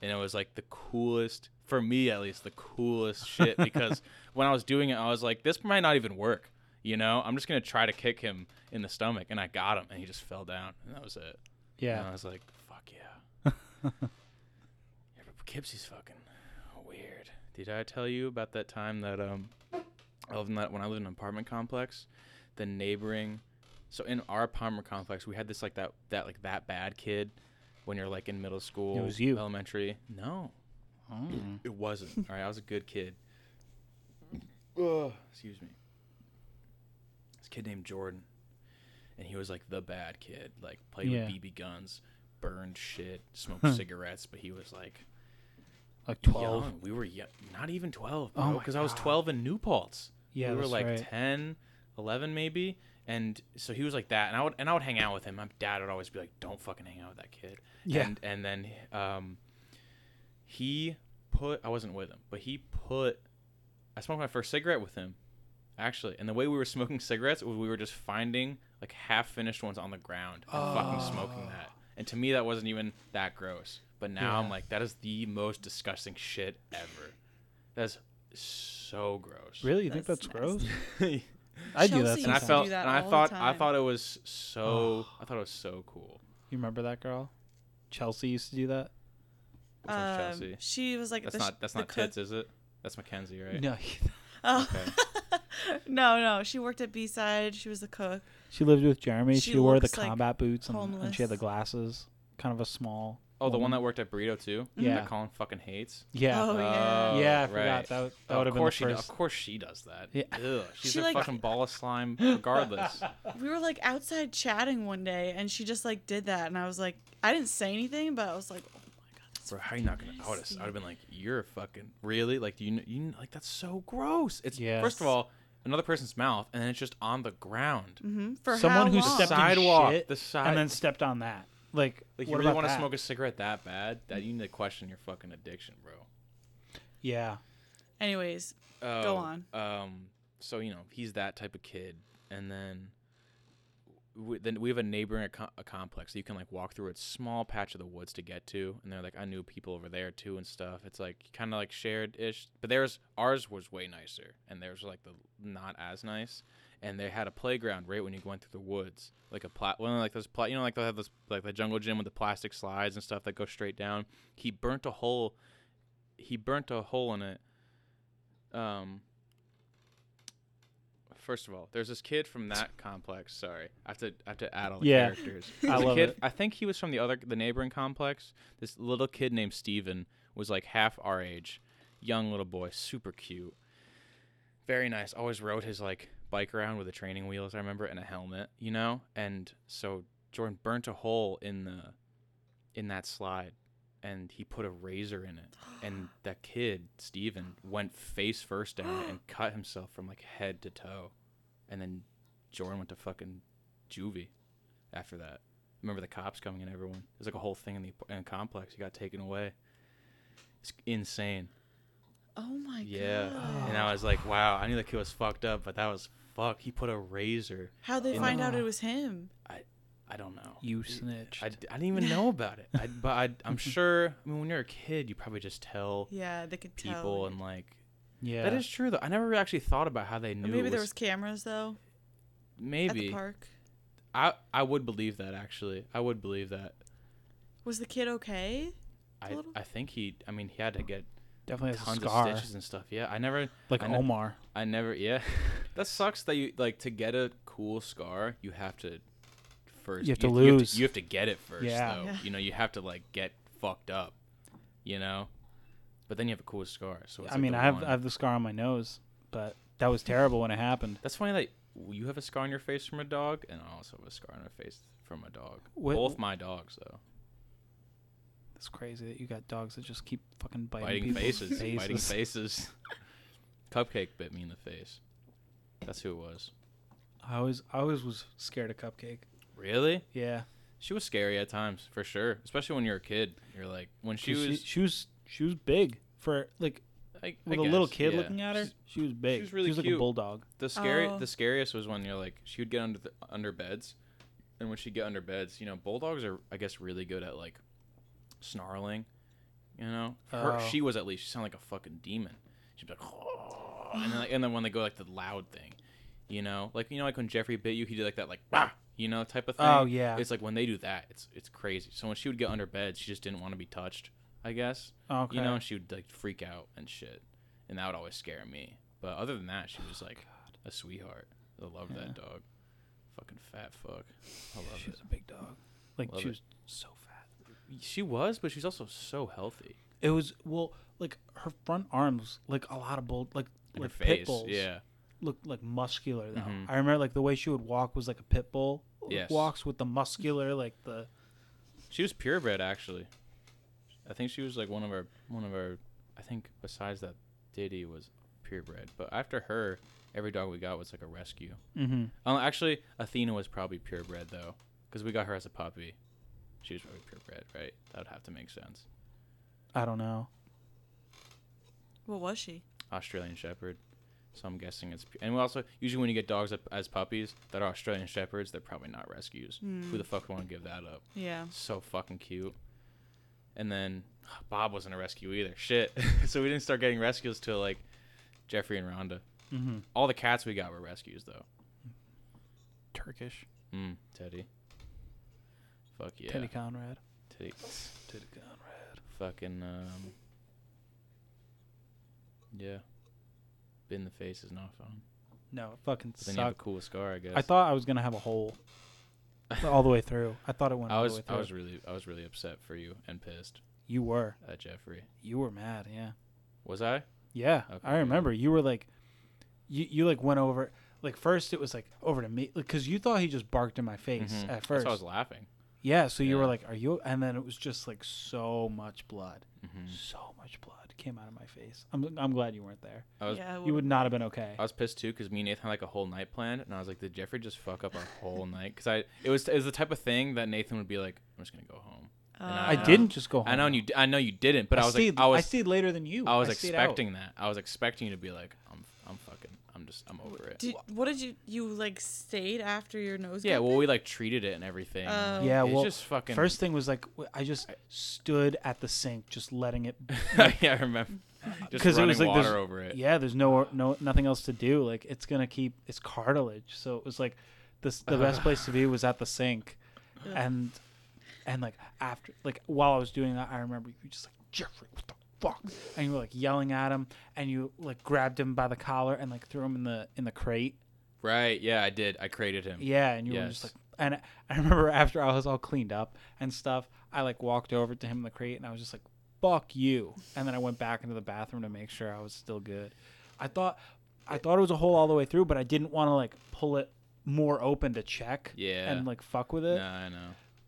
Speaker 2: And it was like the coolest, for me at least,
Speaker 1: [LAUGHS]
Speaker 2: the coolest shit because when I was doing it, I was like, this might not even work. You know, I'm just gonna try to kick him in the stomach, and I got him, and he just fell down, and that was it. And I
Speaker 1: yeah.
Speaker 2: was like, fuck yeah. [LAUGHS] yeah but Poughkeepsie's fucking weird. Did I tell you about that time that um I lived in that when I lived in an apartment complex, the neighboring so in our apartment complex we had this like that that like that bad kid when you're like in middle school
Speaker 1: was you.
Speaker 2: elementary. No. It wasn't. All right, I was a good kid. Ugh, excuse me. This kid named Jordan. And he was like the bad kid, like played
Speaker 1: Yeah.
Speaker 2: with BB guns, burned shit, smoked cigarettes, but he was like
Speaker 1: Like 12.
Speaker 2: young. We were yo- not even 12,
Speaker 1: Oh
Speaker 2: bro,
Speaker 1: my
Speaker 2: because I was 12 in New Paltz.
Speaker 1: Yeah,
Speaker 2: we were
Speaker 1: that's
Speaker 2: like
Speaker 1: right.
Speaker 2: 10, 11 maybe, and so he was like that, and I would and I would hang out with him. My dad would always be like, "Don't fucking hang out with that kid."
Speaker 1: Yeah.
Speaker 2: and, and then um, he put I wasn't with him, but he put I smoked my first cigarette with him, actually. And the way we were smoking cigarettes was we were just finding like half finished ones on the ground and fucking smoking that. And to me, that wasn't even that gross. But now I'm like, that is the most disgusting shit ever. That's so gross.
Speaker 1: Really? You think
Speaker 7: That's
Speaker 1: that's gross?
Speaker 2: [LAUGHS] Really?
Speaker 1: I do that
Speaker 7: Chelsea
Speaker 1: sometimes.
Speaker 2: and
Speaker 7: used
Speaker 2: I
Speaker 7: to
Speaker 2: felt,
Speaker 7: do that
Speaker 2: and I
Speaker 7: all the
Speaker 2: thought, I
Speaker 7: time.
Speaker 2: thought it was so, I thought it was so cool.
Speaker 1: You remember that girl? Chelsea used to do that?
Speaker 2: Which one's
Speaker 7: Um,
Speaker 2: Chelsea?
Speaker 7: she was like
Speaker 2: That's
Speaker 7: the sh-
Speaker 2: not, that's
Speaker 7: the
Speaker 2: not
Speaker 7: cook-
Speaker 2: tits, is it? That's Mackenzie, right?
Speaker 1: No. [LAUGHS]
Speaker 7: Oh.
Speaker 2: Okay.
Speaker 7: no, no. She worked at B side. She was the cook.
Speaker 1: She lived with Jeremy. She,
Speaker 7: She
Speaker 1: wore the
Speaker 7: looks like
Speaker 1: combat boots and, and she had the
Speaker 7: homeless.
Speaker 1: glasses. Kind of a small.
Speaker 2: Oh, the one
Speaker 1: woman.
Speaker 2: that worked at Burrito too.
Speaker 1: Yeah.
Speaker 2: That Colin fucking hates.
Speaker 1: Yeah.
Speaker 7: Oh, yeah.
Speaker 2: Oh,
Speaker 1: yeah, I
Speaker 2: right.
Speaker 1: forgot. That, would- that
Speaker 2: Oh,
Speaker 1: would have been
Speaker 2: of
Speaker 1: the
Speaker 2: course she does.
Speaker 1: first.
Speaker 2: Of course she does that.
Speaker 1: Yeah.
Speaker 2: Ugh, she's
Speaker 7: She,
Speaker 2: a
Speaker 7: like-
Speaker 2: fucking ball
Speaker 1: [LAUGHS]
Speaker 2: of slime, regardless.
Speaker 7: We were like outside chatting one day, and she just like did that, and I was like, I didn't say anything, but I was like, oh my god, that's
Speaker 2: Bro, how you not gonna out us? I'd have been like, you're fucking really like, do you kn- you kn- like that's so gross. It's
Speaker 1: Yes.
Speaker 2: first of all another person's mouth, and then it's just on the ground.
Speaker 7: hmm for
Speaker 1: Someone
Speaker 7: how
Speaker 1: who
Speaker 7: long?
Speaker 1: stepped
Speaker 2: Sidewalk,
Speaker 1: in shit
Speaker 2: the side-
Speaker 1: and then stepped on that. Like,
Speaker 2: Like you
Speaker 1: what
Speaker 2: really
Speaker 1: want to
Speaker 2: smoke a cigarette that bad? That you need to question your fucking addiction, bro.
Speaker 1: Yeah.
Speaker 7: Anyways,
Speaker 2: Oh,
Speaker 7: Go on.
Speaker 2: Um, so you know he's that type of kid, and then we, then we have a neighboring co- a complex that you can like walk through a small patch of the woods to get to, and they're like I knew people over there too and stuff. It's like kind of like shared ish, but theirs ours was way nicer, and theirs was like the not as nice. And they had a playground right when you went through the woods, like a plat, one of like those plat, you know, like they'll have this like the jungle gym with the plastic slides and stuff that go straight down. He burnt a hole, he burnt a hole in it, um first of all there's this kid from that complex sorry i have to i have to add all the
Speaker 1: Yeah.
Speaker 2: characters
Speaker 1: [LAUGHS] I
Speaker 2: There's a
Speaker 1: love
Speaker 2: kid,
Speaker 1: it.
Speaker 2: i think he was from the other the neighboring complex this little kid named steven was like half our age young little boy super cute very nice always rode his like bike around with the training wheels i remember and a helmet you know and so jordan burnt a hole in the in that slide and he put a razor in it
Speaker 1: [GASPS]
Speaker 2: and that kid steven went face first down
Speaker 1: [GASPS]
Speaker 2: it and cut himself from like head to toe and then jordan went to fucking juvie after that remember the cops coming and everyone there's like a whole thing in the, in the complex he got taken away it's insane
Speaker 7: oh my
Speaker 2: yeah
Speaker 7: god,
Speaker 2: and i was like wow i knew the kid was fucked up but that was fuck he put a razor
Speaker 7: how they
Speaker 2: in
Speaker 7: find
Speaker 2: the-
Speaker 7: out it was him?
Speaker 2: i don't know
Speaker 1: You snitched.
Speaker 2: I, d- I didn't even know about it I, but I,
Speaker 1: [LAUGHS]
Speaker 2: i'm sure i mean when you're a kid you probably just tell
Speaker 7: Yeah, they could tell.
Speaker 2: people and like
Speaker 1: yeah.
Speaker 2: that is true though. I never actually thought about how they
Speaker 7: Or
Speaker 2: knew.
Speaker 7: maybe
Speaker 2: it
Speaker 7: there was cameras though at the
Speaker 2: maybe
Speaker 7: park.
Speaker 2: I I would believe that actually. I would believe that.
Speaker 7: Was the kid okay?
Speaker 2: I
Speaker 7: Little-
Speaker 2: I think he. I mean, he had to get
Speaker 1: definitely has a
Speaker 2: tons
Speaker 1: scar.
Speaker 2: of stitches and stuff. Yeah, I never
Speaker 1: Like
Speaker 2: I know-
Speaker 1: Omar.
Speaker 2: I never. Yeah, [LAUGHS] that sucks that you like to get a cool scar. You have to first.
Speaker 1: You have to
Speaker 2: You have
Speaker 1: lose.
Speaker 2: to, get it first.
Speaker 1: Yeah.
Speaker 2: Though.
Speaker 7: Yeah.
Speaker 2: You know, you have to like get fucked up. You know, but then you have a cool scar. So it's
Speaker 1: I
Speaker 2: like,
Speaker 1: mean,
Speaker 2: the
Speaker 1: I have
Speaker 2: one-
Speaker 1: I have the scar on my nose, but that was terrible when it happened.
Speaker 2: That's funny that you have a scar on your face from a dog, and I also have a scar on my face from a dog.
Speaker 1: What-
Speaker 2: Both my dogs, though.
Speaker 1: It's crazy that you got dogs that just keep fucking biting,
Speaker 2: Biting
Speaker 1: people's
Speaker 2: faces, Biting faces. [LAUGHS] Cupcake bit me in the face. That's who it was.
Speaker 1: I always I always was scared of Cupcake.
Speaker 2: Really?
Speaker 1: Yeah.
Speaker 2: She was scary at times, for sure. Especially when you're a kid. You're like, when she
Speaker 1: 'Cause
Speaker 2: was.
Speaker 1: she was she was big for like
Speaker 2: I,
Speaker 1: with
Speaker 2: a
Speaker 1: a little kid looking at her. She was big. She was,
Speaker 2: was really
Speaker 1: like a
Speaker 2: cute.
Speaker 1: bulldog.
Speaker 2: The scary,
Speaker 7: Oh.
Speaker 2: the scariest was when you're like she would get under the, under beds, and when she would get under beds, you know, bulldogs are I guess really good at like snarling. You know, her,
Speaker 1: Oh.
Speaker 2: she was at least she sounded like a fucking demon. She'd be like, "Oh," and then like, and then when they go like the loud thing, you know, like you know like when Jeffrey bit you, he did like that like bah, you know type of thing.
Speaker 1: Oh, yeah.
Speaker 2: it's like when they do that, it's it's crazy. So when she would get under beds, she just didn't want to be touched. I guess.
Speaker 1: Okay.
Speaker 2: You know, she would like freak out and shit, and that would always scare me. But other than that, she was like a sweetheart. I loved that dog. Fucking fat fuck. I love it.
Speaker 1: big dog. Like
Speaker 2: Love
Speaker 1: she
Speaker 2: it.
Speaker 1: was so fat.
Speaker 2: She was, but she's also so healthy.
Speaker 1: It was well, like her front arms, like a lot of bull, like
Speaker 2: And
Speaker 1: like
Speaker 2: her face,
Speaker 1: pit bulls.
Speaker 2: yeah.
Speaker 1: looked like muscular though. I remember like the way she would walk was like a pit bull
Speaker 2: Yes.
Speaker 1: walks with the muscular, like the
Speaker 2: She was purebred, actually. I think she was like one of our one of our. I think besides that, Diddy was purebred. But after her, every dog we got was like a rescue.
Speaker 1: mm-hmm.
Speaker 2: Oh, actually, Athena was probably purebred though, because we got her as a puppy. She was probably purebred, right? That would have to make sense.
Speaker 1: I don't know.
Speaker 7: What was she?
Speaker 2: Australian Shepherd. So I'm guessing it's. pu- And we also usually when you get dogs up- as puppies that are Australian Shepherds, they're probably not rescues. Who the fuck would want to give that up?
Speaker 7: Yeah.
Speaker 2: So fucking cute. And then ah, Bob wasn't a rescue either. Shit. [LAUGHS] so we didn't start getting rescues till like Jeffrey and Rhonda.
Speaker 1: Mhm.
Speaker 2: All the cats we got were rescues though.
Speaker 1: Turkish
Speaker 2: Mm, Teddy. Fuck yeah.
Speaker 1: Teddy Conrad.
Speaker 2: Teddy. Fucking um. Yeah. Been the face is not fun.
Speaker 1: No, it fucking
Speaker 2: But then you have a
Speaker 1: sucked.
Speaker 2: cool scar, I guess.
Speaker 1: I thought I was gonna have a hole all the way through. I thought it went
Speaker 2: I
Speaker 1: all
Speaker 2: was
Speaker 1: the way
Speaker 2: I
Speaker 1: through.
Speaker 2: was really I was really upset for you and pissed
Speaker 1: you were
Speaker 2: at Jeffrey.
Speaker 1: you were mad, yeah.
Speaker 2: Was I?
Speaker 1: Yeah,
Speaker 2: Okay,
Speaker 1: I
Speaker 2: yeah.
Speaker 1: remember. You were like, you you like went over. Like first, it was like over to me because you thought he just barked in my face
Speaker 2: Mhm.
Speaker 1: at
Speaker 2: That's why
Speaker 1: first.
Speaker 2: I was laughing.
Speaker 1: yeah, so you were
Speaker 2: Yeah.
Speaker 1: like, "Are you?" And then it was just like so much blood,
Speaker 2: Mm-hmm. Mm.
Speaker 1: so much blood came out of my face. I'm I'm glad you weren't there.
Speaker 2: I was
Speaker 7: yeah. it
Speaker 1: You would not have been okay.
Speaker 2: I was pissed too because me and Nathan had like a whole night planned, and I was like, did Jeffrey just fuck up our
Speaker 1: [LAUGHS]
Speaker 2: whole night? Because I it was it was the type of thing that Nathan would be like, I'm just gonna go home.
Speaker 7: Oh.
Speaker 2: And
Speaker 1: I didn't just go. Home.
Speaker 2: I know and you. I know you didn't, but I, was
Speaker 1: stayed,
Speaker 2: like, I was
Speaker 1: stayed later than you.
Speaker 2: I was
Speaker 1: stayed out.
Speaker 2: expecting that. I was expecting you to be like, I'm, I'm fucking, I'm just, I'm over it.
Speaker 7: Did, what did you you like stayed after your nose?
Speaker 2: yeah,
Speaker 7: got
Speaker 2: well, we like treated it and everything. and,
Speaker 7: Oh.
Speaker 2: like,
Speaker 1: Yeah,
Speaker 2: it's
Speaker 1: well,
Speaker 2: just fucking.
Speaker 1: First thing was like w- I just stood at the sink, just letting it
Speaker 2: [LAUGHS] yeah, I remember.
Speaker 1: [LAUGHS]
Speaker 2: Just
Speaker 1: 'Cause
Speaker 2: running
Speaker 1: it was like this-
Speaker 2: water over it.
Speaker 1: Yeah, there's no no nothing else to do. Like it's gonna keep it's cartilage. So it was like this the best place to be was at the sink, and and like after like while I was doing that, I remember you were just like Jeffrey, what the fuck? And you were like yelling at him, and you like grabbed him by the collar and like threw him in the in the crate.
Speaker 2: Right. Yeah, I did. I created him.
Speaker 1: Yeah, and you were just like.
Speaker 2: Yes.
Speaker 1: And I [LAUGHS] remember after I was all cleaned up and stuff, I like walked over to him in the crate and I was just like, "Fuck you!" And then I went back into the bathroom to make sure I was still good. I thought, I thought it was a hole all the way through, but I didn't want to like pull it more open to check.
Speaker 2: Yeah.
Speaker 1: And like fuck with
Speaker 2: No,
Speaker 1: it,
Speaker 2: I know.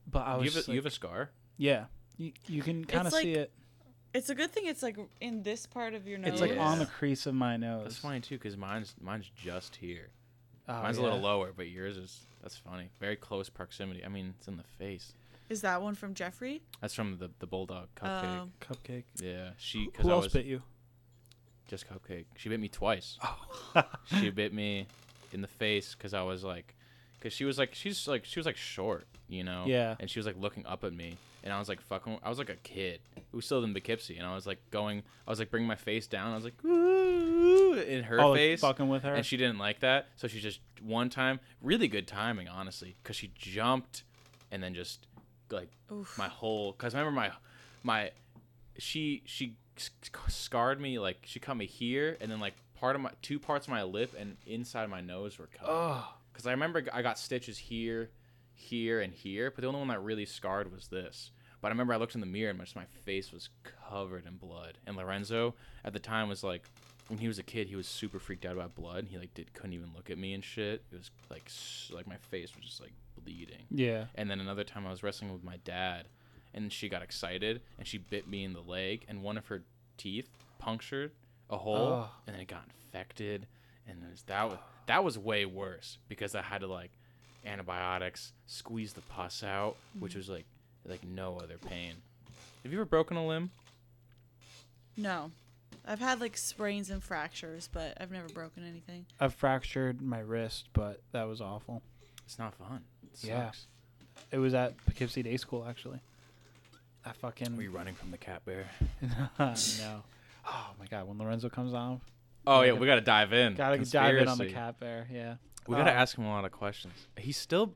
Speaker 1: but I was
Speaker 2: you, have
Speaker 1: just
Speaker 2: a, you
Speaker 1: like-
Speaker 2: have a scar.
Speaker 1: yeah. You, you can kind of
Speaker 7: like
Speaker 1: see it.
Speaker 7: It's a good thing it's like in this part of your nose.
Speaker 1: It's like on
Speaker 2: Yeah.
Speaker 1: the crease of my nose.
Speaker 2: That's funny too, because mine's mine's just here.
Speaker 1: Oh,
Speaker 2: mine's a little
Speaker 1: yeah.
Speaker 2: lower, but yours is. That's funny. Very close proximity. I mean, it's in the face.
Speaker 7: Is that one from Jeffrey?
Speaker 2: That's from the the bulldog cupcake.
Speaker 1: Um,
Speaker 7: Oh.
Speaker 1: Cupcake.
Speaker 2: yeah, she. Cause
Speaker 1: Who
Speaker 2: I
Speaker 1: else
Speaker 2: was,
Speaker 1: bit you?
Speaker 2: Just cupcake. She bit me twice.
Speaker 1: Oh.
Speaker 2: [LAUGHS] she bit me in the face because I was like, because she was like, she's like, she was like short, you know.
Speaker 1: Yeah.
Speaker 2: And she was like looking up at me, and I was like fucking, I was like a kid. We still in Poughkeepsie, and I was like going, I was like bringing my face down. I was like, ooh, in her
Speaker 1: Oh, like,
Speaker 2: face,
Speaker 1: fucking with her.
Speaker 2: and she didn't like that. So she just one time, really good timing, honestly, because she jumped, and then just like my whole. Because remember my, my, she she sc- scarred me like she cut me here, and then like part of my two parts of my lip and inside my nose were cut. Because I remember I got stitches here, here, and here, but the only one that really scarred was this. But I remember I looked in the mirror and my, just my face was covered in blood. And Lorenzo at the time was like, when he was a kid, he was super freaked out about blood. And he like did couldn't even look at me and shit. It was like s- like my face was just like bleeding.
Speaker 1: yeah.
Speaker 2: And then another time I was wrestling with my dad, and she got excited and she bit me in the leg, and one of her teeth punctured a hole,
Speaker 1: Ugh.
Speaker 2: and then it got infected, and it was, that was that was way worse because I had to like antibiotics, squeeze the pus out, which was like like no other pain. Have you ever broken a limb?
Speaker 7: No, I've had like sprains and fractures, but I've never broken anything.
Speaker 1: I've fractured my wrist, but that was awful.
Speaker 2: It's not fun. It
Speaker 1: Yeah.
Speaker 2: sucks.
Speaker 1: It was at Poughkeepsie Day School actually. I fucking
Speaker 2: Were
Speaker 1: [LAUGHS]
Speaker 2: you running from the cat bear?
Speaker 1: no. Oh my god, when Lorenzo comes on,
Speaker 2: Oh yeah, we gotta dive in.
Speaker 1: gotta dive in on the
Speaker 2: Conspiracy.
Speaker 1: cat bear. Yeah.
Speaker 2: We gotta
Speaker 1: Uh,
Speaker 2: ask him a lot of questions. He's still,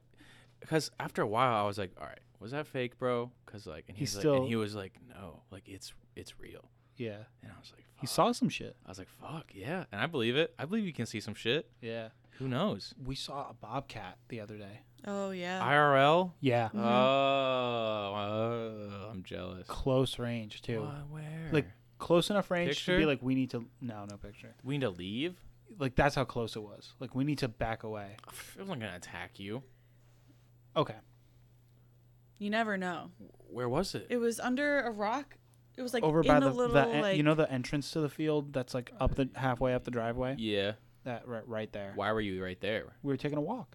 Speaker 2: because after a while I was like, all right, was that fake, bro? Because like, and
Speaker 1: He's
Speaker 2: he's, like,
Speaker 1: still-
Speaker 2: and he was like, no, like it's it's real.
Speaker 1: Yeah.
Speaker 2: And I was like,
Speaker 1: He
Speaker 2: fuck.
Speaker 1: saw some shit.
Speaker 2: I was like, fuck yeah, and I believe it. I believe you can see some shit.
Speaker 1: Yeah.
Speaker 2: Who knows?
Speaker 1: We saw a bobcat the other day. Mm.
Speaker 7: Oh yeah.
Speaker 2: IRL.
Speaker 1: Yeah.
Speaker 2: Oh, oh, I'm jealous.
Speaker 1: Close range too.
Speaker 2: Why, where?
Speaker 1: Like close enough range to be
Speaker 2: Picture?
Speaker 1: like we need to no, no picture.
Speaker 2: we need to leave.
Speaker 1: Like that's how close it was. Like we need to back away.
Speaker 2: I'm not gonna attack you.
Speaker 1: Okay.
Speaker 7: you never know.
Speaker 2: Where was it?
Speaker 7: It was under a rock. It was like
Speaker 1: Over
Speaker 7: in
Speaker 1: by
Speaker 7: a
Speaker 1: the,
Speaker 7: little
Speaker 1: the en-
Speaker 7: like
Speaker 1: you know the entrance to the field that's like up the halfway up the driveway?
Speaker 2: yeah.
Speaker 1: That right, right there.
Speaker 2: Why were you right there?
Speaker 1: We were taking a walk.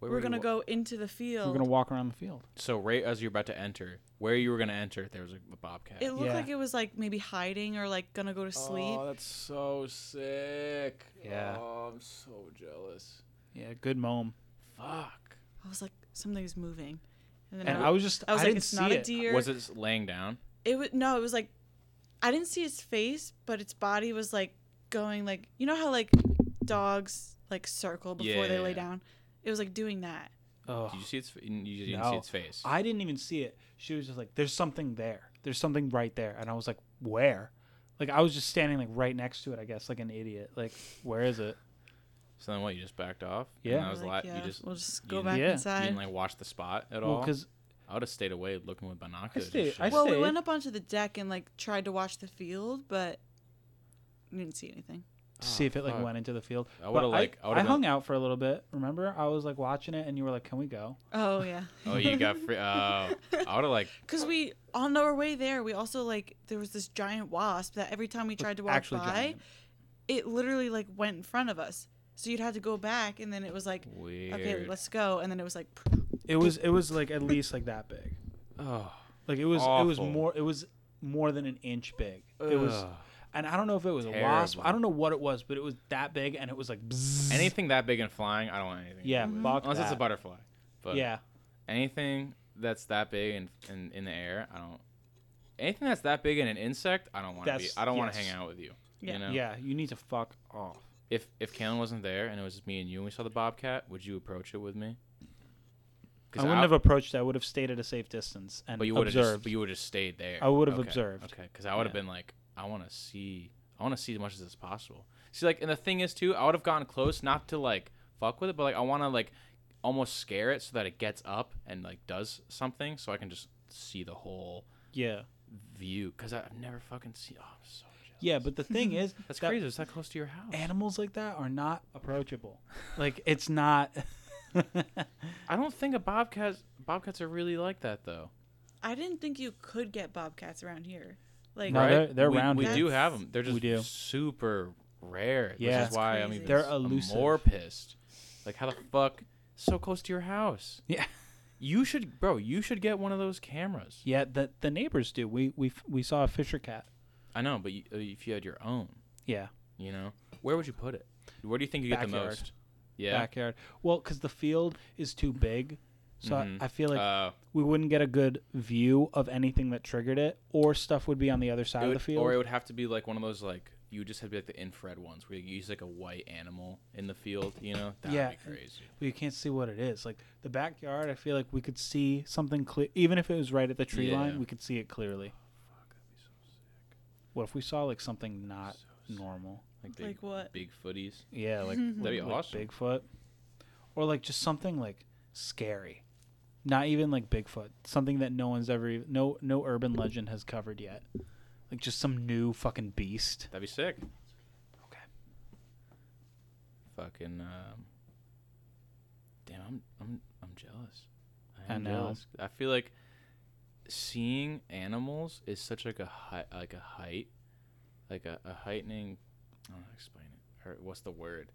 Speaker 2: Where
Speaker 7: we're
Speaker 2: you
Speaker 7: gonna
Speaker 2: wa-
Speaker 7: go into the
Speaker 1: We
Speaker 7: field.
Speaker 1: were gonna walk around the field.
Speaker 2: So right as you're about to enter, where you were gonna enter, there was a, a bobcat.
Speaker 7: It looked
Speaker 1: Yeah.
Speaker 7: like it was like maybe hiding or like gonna go to
Speaker 1: Oh,
Speaker 7: sleep.
Speaker 2: that's so sick.
Speaker 1: Yeah.
Speaker 2: Oh, I'm so jealous.
Speaker 1: Yeah, good mom.
Speaker 2: Fuck.
Speaker 7: I was like, something's moving, and then
Speaker 1: And
Speaker 7: I,
Speaker 1: I was just I,
Speaker 7: I was like,
Speaker 1: didn't
Speaker 7: it's
Speaker 1: see
Speaker 7: not a
Speaker 1: it.
Speaker 7: deer.
Speaker 2: Was it s- laying down?
Speaker 7: It was no, it was like, I didn't see its face, but its body was like going like you know how like dogs like circle before they lay
Speaker 2: Yeah.
Speaker 7: down. It was like doing that.
Speaker 1: Oh,
Speaker 2: Did you see its? f- n- You didn't see
Speaker 1: No.
Speaker 2: its face.
Speaker 1: I didn't even see it. She was just like, "There's something there. There's something right there," and I was like, "Where?" Like I was just standing like right next to it, I guess, like an idiot. Like, where is it?
Speaker 2: so then what? You just backed off.
Speaker 1: Yeah.
Speaker 2: And that
Speaker 1: I
Speaker 7: I
Speaker 2: was
Speaker 7: like,
Speaker 2: like,
Speaker 7: yeah,
Speaker 2: you just
Speaker 7: we'll just go
Speaker 2: you
Speaker 7: back
Speaker 1: didn't- yeah.
Speaker 2: you
Speaker 7: inside.
Speaker 2: didn't like watch the spot at
Speaker 1: Well,
Speaker 2: all.
Speaker 1: because
Speaker 2: I would have stayed away looking with binoculars.
Speaker 1: stayed-
Speaker 2: and shit.
Speaker 1: I
Speaker 7: well, we
Speaker 1: stayed.
Speaker 7: went up onto the deck and like tried to watch the field, but we didn't see anything.
Speaker 1: to see
Speaker 2: Oh,
Speaker 1: if it like
Speaker 2: fuck.
Speaker 1: went into the field.
Speaker 2: I
Speaker 1: But
Speaker 2: would've, like- I
Speaker 1: I,
Speaker 2: would've been-
Speaker 1: hung out for a little bit. Remember, I was like watching it, and you were like, "Can we go?"
Speaker 7: Oh [LAUGHS] yeah,
Speaker 2: oh, you got
Speaker 7: [LAUGHS]
Speaker 2: free. Oh, I would have like.
Speaker 7: because we on our way there, we also like there was this giant wasp that every time we tried to walk
Speaker 1: Actually,
Speaker 7: by,
Speaker 1: giant.
Speaker 7: it literally like went in front of us. So you'd have to go back, and then it was like,
Speaker 2: Weird.
Speaker 7: okay, let's go, and then it was like,
Speaker 1: it was it was like at least like that big.
Speaker 2: Oh.
Speaker 1: Like it was it was
Speaker 2: Awful.
Speaker 1: more it was more than an inch big. It was.
Speaker 2: Ugh.
Speaker 1: And I don't know if it was a wasp. I
Speaker 2: Terrible.
Speaker 1: don't know what it was, but it was that big, and it was like bzzz.
Speaker 2: Anything that big and flying, I don't want anything. [LAUGHS]
Speaker 1: Yeah, fuck
Speaker 2: Unless it's a
Speaker 1: that.
Speaker 2: butterfly. But
Speaker 1: Yeah,
Speaker 2: anything that's that big and in, in the air, I don't. Anything that's that big and an insect, I don't want to be.
Speaker 1: That's-
Speaker 2: I don't want to
Speaker 1: yes.
Speaker 2: hang out with you.
Speaker 7: Yeah.
Speaker 2: You know.
Speaker 1: yeah. You need to fuck off.
Speaker 2: If if Kalen wasn't there and it was just me and you and we saw the bobcat, would you approach it with me? 'Cause
Speaker 1: I wouldn't have approached. I would have stayed at a safe distance and
Speaker 2: But you would have
Speaker 1: observed.
Speaker 2: just. But you would have stayed there.
Speaker 1: I would've
Speaker 2: Okay,
Speaker 1: observed.
Speaker 2: Okay. Because I would have
Speaker 1: Yeah.
Speaker 2: been like, I want to see. I want to see as much as is possible. See, like, and the thing is too, I would have gotten close, not to like fuck with it, but like I want to like almost scare it so that it gets up and like does something, so I can just see the whole
Speaker 1: yeah,
Speaker 2: view because I've never fucking seen. Oh, I'm so jealous.
Speaker 1: yeah. But the
Speaker 2: [LAUGHS]
Speaker 1: thing is,
Speaker 2: That's
Speaker 1: that
Speaker 2: crazy. It's that close to your house.
Speaker 1: Animals like that are not approachable. Like it's not. [LAUGHS]
Speaker 2: I don't think a bobcats bobcats are really like that though.
Speaker 7: I didn't think you could get bobcats around here. Like,
Speaker 1: No, they're- they're
Speaker 2: we,
Speaker 1: round
Speaker 2: We
Speaker 1: here.
Speaker 2: do have them. They're just
Speaker 1: We do.
Speaker 2: super rare.
Speaker 1: Yeah.
Speaker 2: which
Speaker 1: That's
Speaker 2: is why
Speaker 7: crazy.
Speaker 2: I'm even
Speaker 1: They're
Speaker 2: s- I'm
Speaker 1: elusive.
Speaker 2: more pissed. Like how the fuck so close to your house?
Speaker 1: yeah,
Speaker 2: You should, bro. You should get one of those cameras.
Speaker 1: yeah. The the neighbors do. We we f- we saw a fisher cat.
Speaker 2: I know, but you, uh, if you had your own,
Speaker 1: Yeah,
Speaker 2: you know, where would you put it? Where do you think you get the
Speaker 1: Backyard.
Speaker 2: most? Yeah.
Speaker 1: backyard. Well, because the field is too big, so
Speaker 2: Mhm.
Speaker 1: I, I feel like
Speaker 2: uh,
Speaker 1: we wouldn't get a good view of anything that triggered it, or stuff would be on the other side
Speaker 2: It
Speaker 1: of
Speaker 2: would-
Speaker 1: the field.
Speaker 2: Or it would have to be like one of those like you just have to be like the infrared ones where you use like a white animal in the field, you know? That
Speaker 1: Yeah.
Speaker 2: would be crazy.
Speaker 1: but you can't see what it is. Like the backyard, I feel like we could see something clear, even if it was right at the tree
Speaker 2: Yeah. Oh,
Speaker 1: line, we could see it clearly. What if we saw like something not normal?
Speaker 2: Like,
Speaker 7: Like what?
Speaker 2: Big footies.
Speaker 1: Yeah, like
Speaker 2: [LAUGHS] That'd be
Speaker 1: like
Speaker 2: awesome.
Speaker 1: Bigfoot, or like just something like scary, not even like Bigfoot, something that no one's ever ev- no no urban legend has covered yet, like just some new fucking beast. [LAUGHS]
Speaker 2: That'd be sick.
Speaker 1: Okay.
Speaker 2: Fucking um Damn, I'm I'm I'm jealous.
Speaker 1: I
Speaker 2: am
Speaker 1: know.
Speaker 2: jealous. I feel like seeing animals is such like a high like a height like a, a heightening I don't know how to explain it. Or what's the word?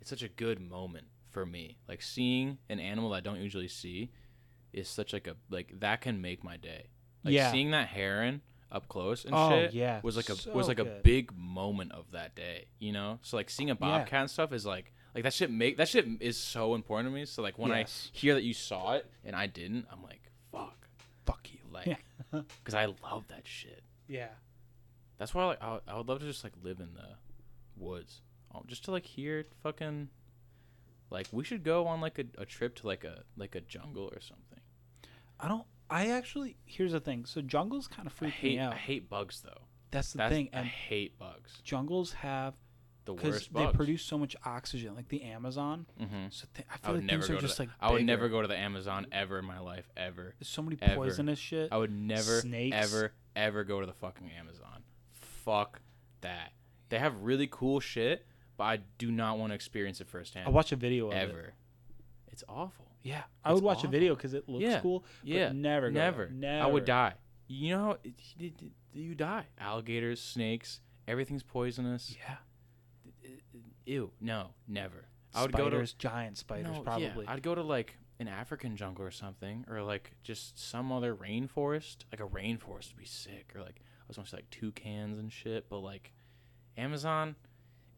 Speaker 2: It's such a good moment for me. Like seeing an animal I don't usually see is such like a like that can make my day. Like
Speaker 1: Yeah.
Speaker 2: seeing that heron up close and
Speaker 1: Oh,
Speaker 2: shit
Speaker 1: yeah,
Speaker 2: was like a
Speaker 1: so
Speaker 2: was like a
Speaker 1: good.
Speaker 2: big moment of that day, you know? So like seeing a bobcat and stuff is like like that shit make that shit is so important to me. So like when
Speaker 1: Yes.
Speaker 2: I hear that you saw it and I didn't, I'm like, fuck. Fuck you like
Speaker 1: Yeah.
Speaker 2: cuz I love that shit.
Speaker 1: Yeah.
Speaker 2: That's why like I, I would love to just like live in the woods, oh, just to like hear fucking. Like we should go on like a, a trip to like a like a jungle or something.
Speaker 1: I don't. I actually here's the thing. So jungles kind of
Speaker 2: I
Speaker 1: freak me
Speaker 2: hate
Speaker 1: out.
Speaker 2: I hate bugs though.
Speaker 1: that's the
Speaker 2: That's
Speaker 1: thing.
Speaker 2: I
Speaker 1: And
Speaker 2: hate bugs.
Speaker 1: jungles have
Speaker 2: The
Speaker 1: because
Speaker 2: worst
Speaker 1: they
Speaker 2: bugs.
Speaker 1: produce so much oxygen, like the Amazon.
Speaker 2: Mhm.
Speaker 1: So th- I
Speaker 2: I
Speaker 1: feel
Speaker 2: would
Speaker 1: like
Speaker 2: never
Speaker 1: things
Speaker 2: go
Speaker 1: are
Speaker 2: to
Speaker 1: just
Speaker 2: the,
Speaker 1: like
Speaker 2: I would
Speaker 1: bigger.
Speaker 2: never go to the Amazon ever in my life ever.
Speaker 1: There's so many
Speaker 2: ever.
Speaker 1: poisonous shit.
Speaker 2: I would never
Speaker 1: Snakes.
Speaker 2: ever ever go to the fucking Amazon. Fuck that. They have really cool shit, but I do not want to experience it firsthand.
Speaker 1: I watch a video of it.
Speaker 2: ever. It's awful.
Speaker 1: Yeah, I
Speaker 2: It's
Speaker 1: would watch
Speaker 2: awful.
Speaker 1: a video because it looks
Speaker 2: Yeah,
Speaker 1: cool. But
Speaker 2: yeah,
Speaker 1: never, go
Speaker 2: never,
Speaker 1: there. never.
Speaker 2: I would die. You know, how it, you, you die. Alligators, snakes, everything's poisonous.
Speaker 1: Yeah,
Speaker 2: Ew, no, never.
Speaker 1: I would spiders, go to giant
Speaker 2: go to
Speaker 1: spiders,
Speaker 2: no,
Speaker 1: probably.
Speaker 2: Yeah, I'd go to like an African jungle or something, or like just some other rainforest. Like a rainforest would be sick, or like I was gonna say like toucans and shit. But like Amazon,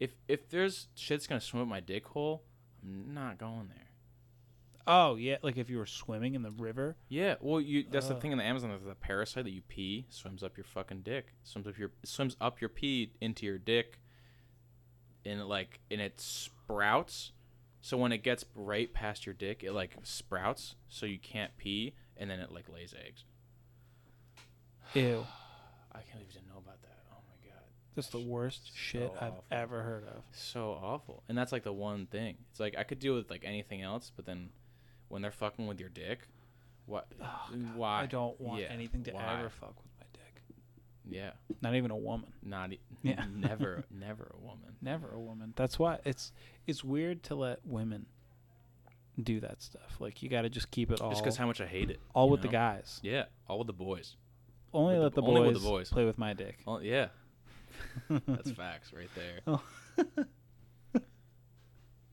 Speaker 2: if if there's shit's gonna swim up my dick hole, I'm not going there.
Speaker 1: oh yeah, like if you were swimming in the river.
Speaker 2: Yeah, well, you that's the
Speaker 1: Ugh.
Speaker 2: thing in the Amazon. There's a parasite that you pee swims up your fucking dick, swims up your swims up your pee into your dick, and it like and it sprouts. So when it gets right past your dick, it like sprouts, so you can't pee, and then it like lays eggs.
Speaker 1: Ew,
Speaker 2: I can't believe you didn't know about that. Oh my god,
Speaker 1: that's the worst shit I've
Speaker 2: awful.
Speaker 1: ever heard of.
Speaker 2: so awful. And that's like the one thing. It's like I could deal with like anything else, but then when they're fucking with your dick, what? why?
Speaker 1: I don't want
Speaker 2: Yeah,
Speaker 1: anything to
Speaker 2: why?
Speaker 1: ever fuck with my dick.
Speaker 2: Yeah,
Speaker 1: Not even a woman.
Speaker 2: not e-
Speaker 1: Yeah.
Speaker 2: never, never a woman.
Speaker 1: Never a woman. That's why it's it's weird to let women do that stuff. Like you got to just keep it all
Speaker 2: Just because how much I hate it.
Speaker 1: all
Speaker 2: you
Speaker 1: with the
Speaker 2: know?
Speaker 1: guys.
Speaker 2: Yeah, all with the boys.
Speaker 1: Only
Speaker 2: With the-
Speaker 1: let the,
Speaker 2: only
Speaker 1: boys
Speaker 2: with the boys.
Speaker 1: play with my dick. [LAUGHS]
Speaker 2: Oh yeah, that's facts right there.
Speaker 1: Oh.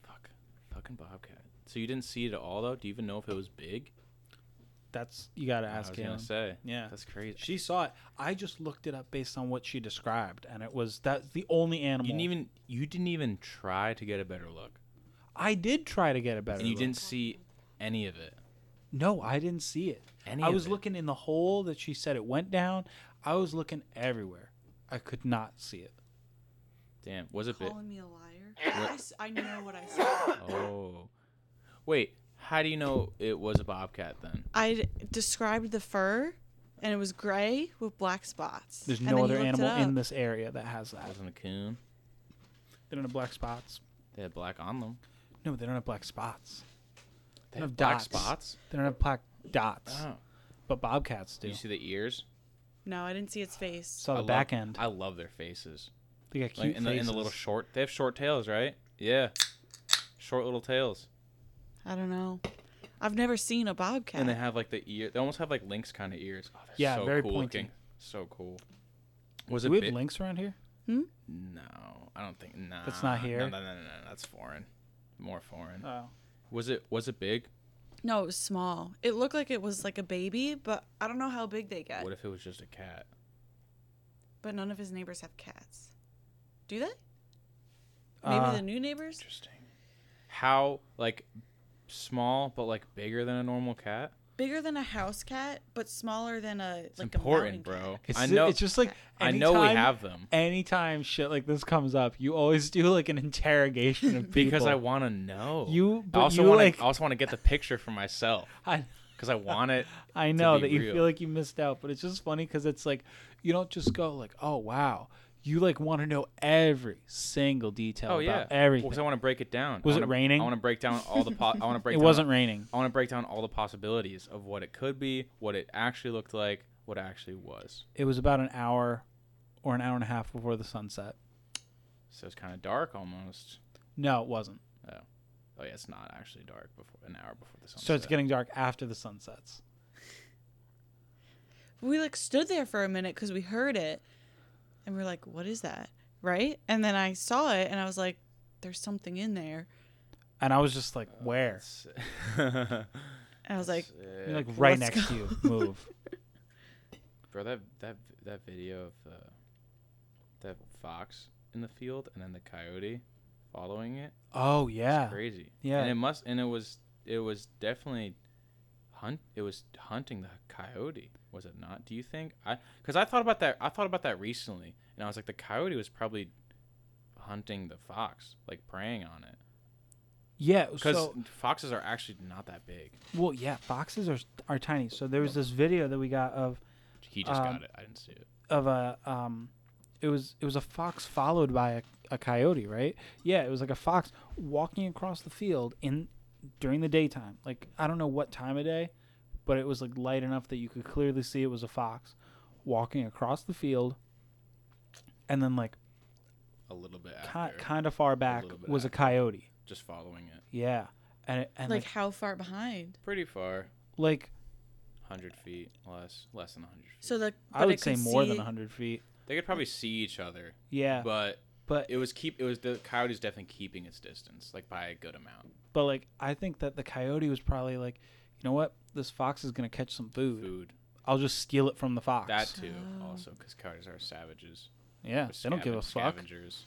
Speaker 2: Fuck, fucking bobcat. So you didn't see it at all though. Do you even know if it was big?
Speaker 1: [LAUGHS] That's you got to
Speaker 2: I
Speaker 1: ask
Speaker 2: was
Speaker 1: him.
Speaker 2: gonna say.
Speaker 1: Yeah.
Speaker 2: that's crazy.
Speaker 1: She saw it. I just looked it up based on what she described, and it was that's the only animal.
Speaker 2: you didn't even you didn't even try to get a better look,
Speaker 1: I did try to get a better.
Speaker 2: and you
Speaker 1: look.
Speaker 2: didn't see any of it.
Speaker 1: No, I didn't see it.
Speaker 2: Any
Speaker 1: I
Speaker 2: of
Speaker 1: was
Speaker 2: it.
Speaker 1: looking in the hole that she said it went down. I was looking everywhere. I could not see it.
Speaker 2: Damn, was it big?
Speaker 7: Calling me a liar? I, s- I know what I saw.
Speaker 2: Oh, wait. How do you know it was a bobcat then?
Speaker 7: I d- described the fur, and it was gray with black spots.
Speaker 1: There's
Speaker 7: And
Speaker 1: no
Speaker 7: then
Speaker 1: other
Speaker 7: he looked it
Speaker 1: animal in
Speaker 7: up.
Speaker 1: this area that has that.
Speaker 2: Wasn't a coon.
Speaker 1: They don't have black spots.
Speaker 2: They had black on them.
Speaker 1: No, they don't have black spots.
Speaker 2: They
Speaker 1: have
Speaker 2: had black
Speaker 1: dots.
Speaker 2: spots.
Speaker 1: They don't have black dots.
Speaker 2: Oh,
Speaker 1: But bobcats do.
Speaker 2: do you see the ears?
Speaker 7: No, I didn't see its face.
Speaker 1: Saw the
Speaker 2: I
Speaker 1: back
Speaker 2: love,
Speaker 1: end.
Speaker 2: I love their faces.
Speaker 1: they got
Speaker 2: Like
Speaker 1: cute
Speaker 2: in the, in the little
Speaker 1: faces.
Speaker 2: short, they have short tails, right? Yeah, short little tails,
Speaker 7: I don't know. I've never seen a bobcat.
Speaker 2: and they have like the ear. They almost have like lynx kind of ears. Oh, they're
Speaker 1: Yeah,
Speaker 2: so
Speaker 1: very
Speaker 2: cool
Speaker 1: pointy.
Speaker 2: looking. So cool. Was
Speaker 1: Do
Speaker 2: it
Speaker 1: we have
Speaker 2: big?
Speaker 1: lynx around here?
Speaker 2: No, I don't think. Nah,
Speaker 1: That's not here?
Speaker 2: No, no, no, no, no, that's foreign. More foreign.
Speaker 1: Oh.
Speaker 2: was it was it big?
Speaker 7: no, it was small. It looked like it was like a baby, but I don't know how big they get.
Speaker 2: What if it was just a cat?
Speaker 7: But none of his neighbors have cats. Do they? Maybe
Speaker 1: Uh,
Speaker 7: the new neighbors?
Speaker 2: Interesting. How like small but like bigger than a normal cat?
Speaker 7: Bigger than a house cat, but smaller than a
Speaker 2: It's
Speaker 7: like
Speaker 2: important,
Speaker 7: a mountain
Speaker 2: bro.
Speaker 7: cat.
Speaker 1: It's
Speaker 2: I
Speaker 1: ju-
Speaker 2: know.
Speaker 1: It's just like
Speaker 2: I know we
Speaker 1: anytime-
Speaker 2: have them.
Speaker 1: Anytime shit like this comes up, you always do like an interrogation of people.
Speaker 2: [LAUGHS] Because I want to know.
Speaker 1: You-
Speaker 2: I
Speaker 1: but
Speaker 2: also
Speaker 1: you,
Speaker 2: want
Speaker 1: like-
Speaker 2: to. also want to get the picture for myself
Speaker 1: I,
Speaker 2: because I want it.
Speaker 1: [LAUGHS] I know
Speaker 2: be
Speaker 1: that you
Speaker 2: real.
Speaker 1: feel like you missed out, but it's just funny because it's like you don't just go like, "Oh wow," you like want to know every single detail
Speaker 2: Oh
Speaker 1: about
Speaker 2: yeah,
Speaker 1: everything.
Speaker 2: Because I want to break it down. I
Speaker 1: Was it
Speaker 2: wanna-
Speaker 1: raining?
Speaker 2: I want to break down all the. Po-
Speaker 1: [LAUGHS]
Speaker 2: I want to break.
Speaker 1: it
Speaker 2: down,
Speaker 1: wasn't raining.
Speaker 2: I want to break down all the possibilities of what it could be, what it actually looked like, what it actually was.
Speaker 1: It was about an hour or an hour and a half before the sunset.
Speaker 2: So it's kind of dark almost.
Speaker 1: No, it wasn't.
Speaker 2: Oh, oh yeah, it's not actually dark before an hour before the sun.
Speaker 1: So it's getting dark after the sun sets.
Speaker 7: We like stood there for a minute because we heard it and we're like, what is that? Right? And then I saw it and I was like, there's something in there.
Speaker 1: And I was just like,
Speaker 2: Oh,
Speaker 1: "Where?"
Speaker 2: [LAUGHS] getting.
Speaker 7: And I was like,
Speaker 1: You're like right
Speaker 2: [LAUGHS]
Speaker 7: Let's
Speaker 1: next to you. Move.
Speaker 2: Bro, that that that video of the that fox in the field and then the coyote following it.
Speaker 1: Oh yeah.
Speaker 2: crazy.
Speaker 1: Yeah.
Speaker 2: and it must, and it was, it was definitely hunt. It was hunting the coyote, was it not? Do you think? I, because I thought about that. I thought about that recently, and I was like, the coyote was probably hunting the fox, like preying on it,
Speaker 1: Yeah.
Speaker 2: because
Speaker 1: So
Speaker 2: foxes are actually not that big.
Speaker 1: well, yeah, foxes are are tiny. So there was this video that we got of
Speaker 9: He just
Speaker 1: Um,
Speaker 9: got it. I didn't see it.
Speaker 1: of a um it was it was a fox followed by a, a coyote right yeah it was like a fox walking across the field in during the daytime like i don't know what time of day but it was like light enough that you could clearly see it was a fox walking across the field and then like
Speaker 2: A little bit
Speaker 1: ki-
Speaker 2: after,
Speaker 1: kind of far back
Speaker 2: little bit
Speaker 1: was a
Speaker 2: after.
Speaker 1: coyote
Speaker 2: just following it,
Speaker 1: yeah and it, and
Speaker 7: like
Speaker 1: like
Speaker 7: how far behind?
Speaker 2: pretty far,
Speaker 1: like,
Speaker 2: hundred feet, less, less than hundred feet.
Speaker 7: So the
Speaker 1: i
Speaker 7: but
Speaker 1: would
Speaker 7: it
Speaker 1: say
Speaker 7: could
Speaker 1: more than
Speaker 7: see-
Speaker 1: 100 feet
Speaker 2: They could probably see each other,
Speaker 1: yeah but,
Speaker 2: but
Speaker 1: but
Speaker 2: it was keep. It was the coyote's definitely keeping its distance, like by a good amount.
Speaker 1: but like i think that the coyote was probably like you know what this fox is gonna catch some food
Speaker 2: Food.
Speaker 1: I'll just steal it from the fox.
Speaker 2: That too,
Speaker 7: Oh.
Speaker 2: also, because coyotes are savages.
Speaker 1: yeah,
Speaker 2: They're
Speaker 1: they don't give a
Speaker 2: scaven-
Speaker 1: fuck.
Speaker 2: Scavengers.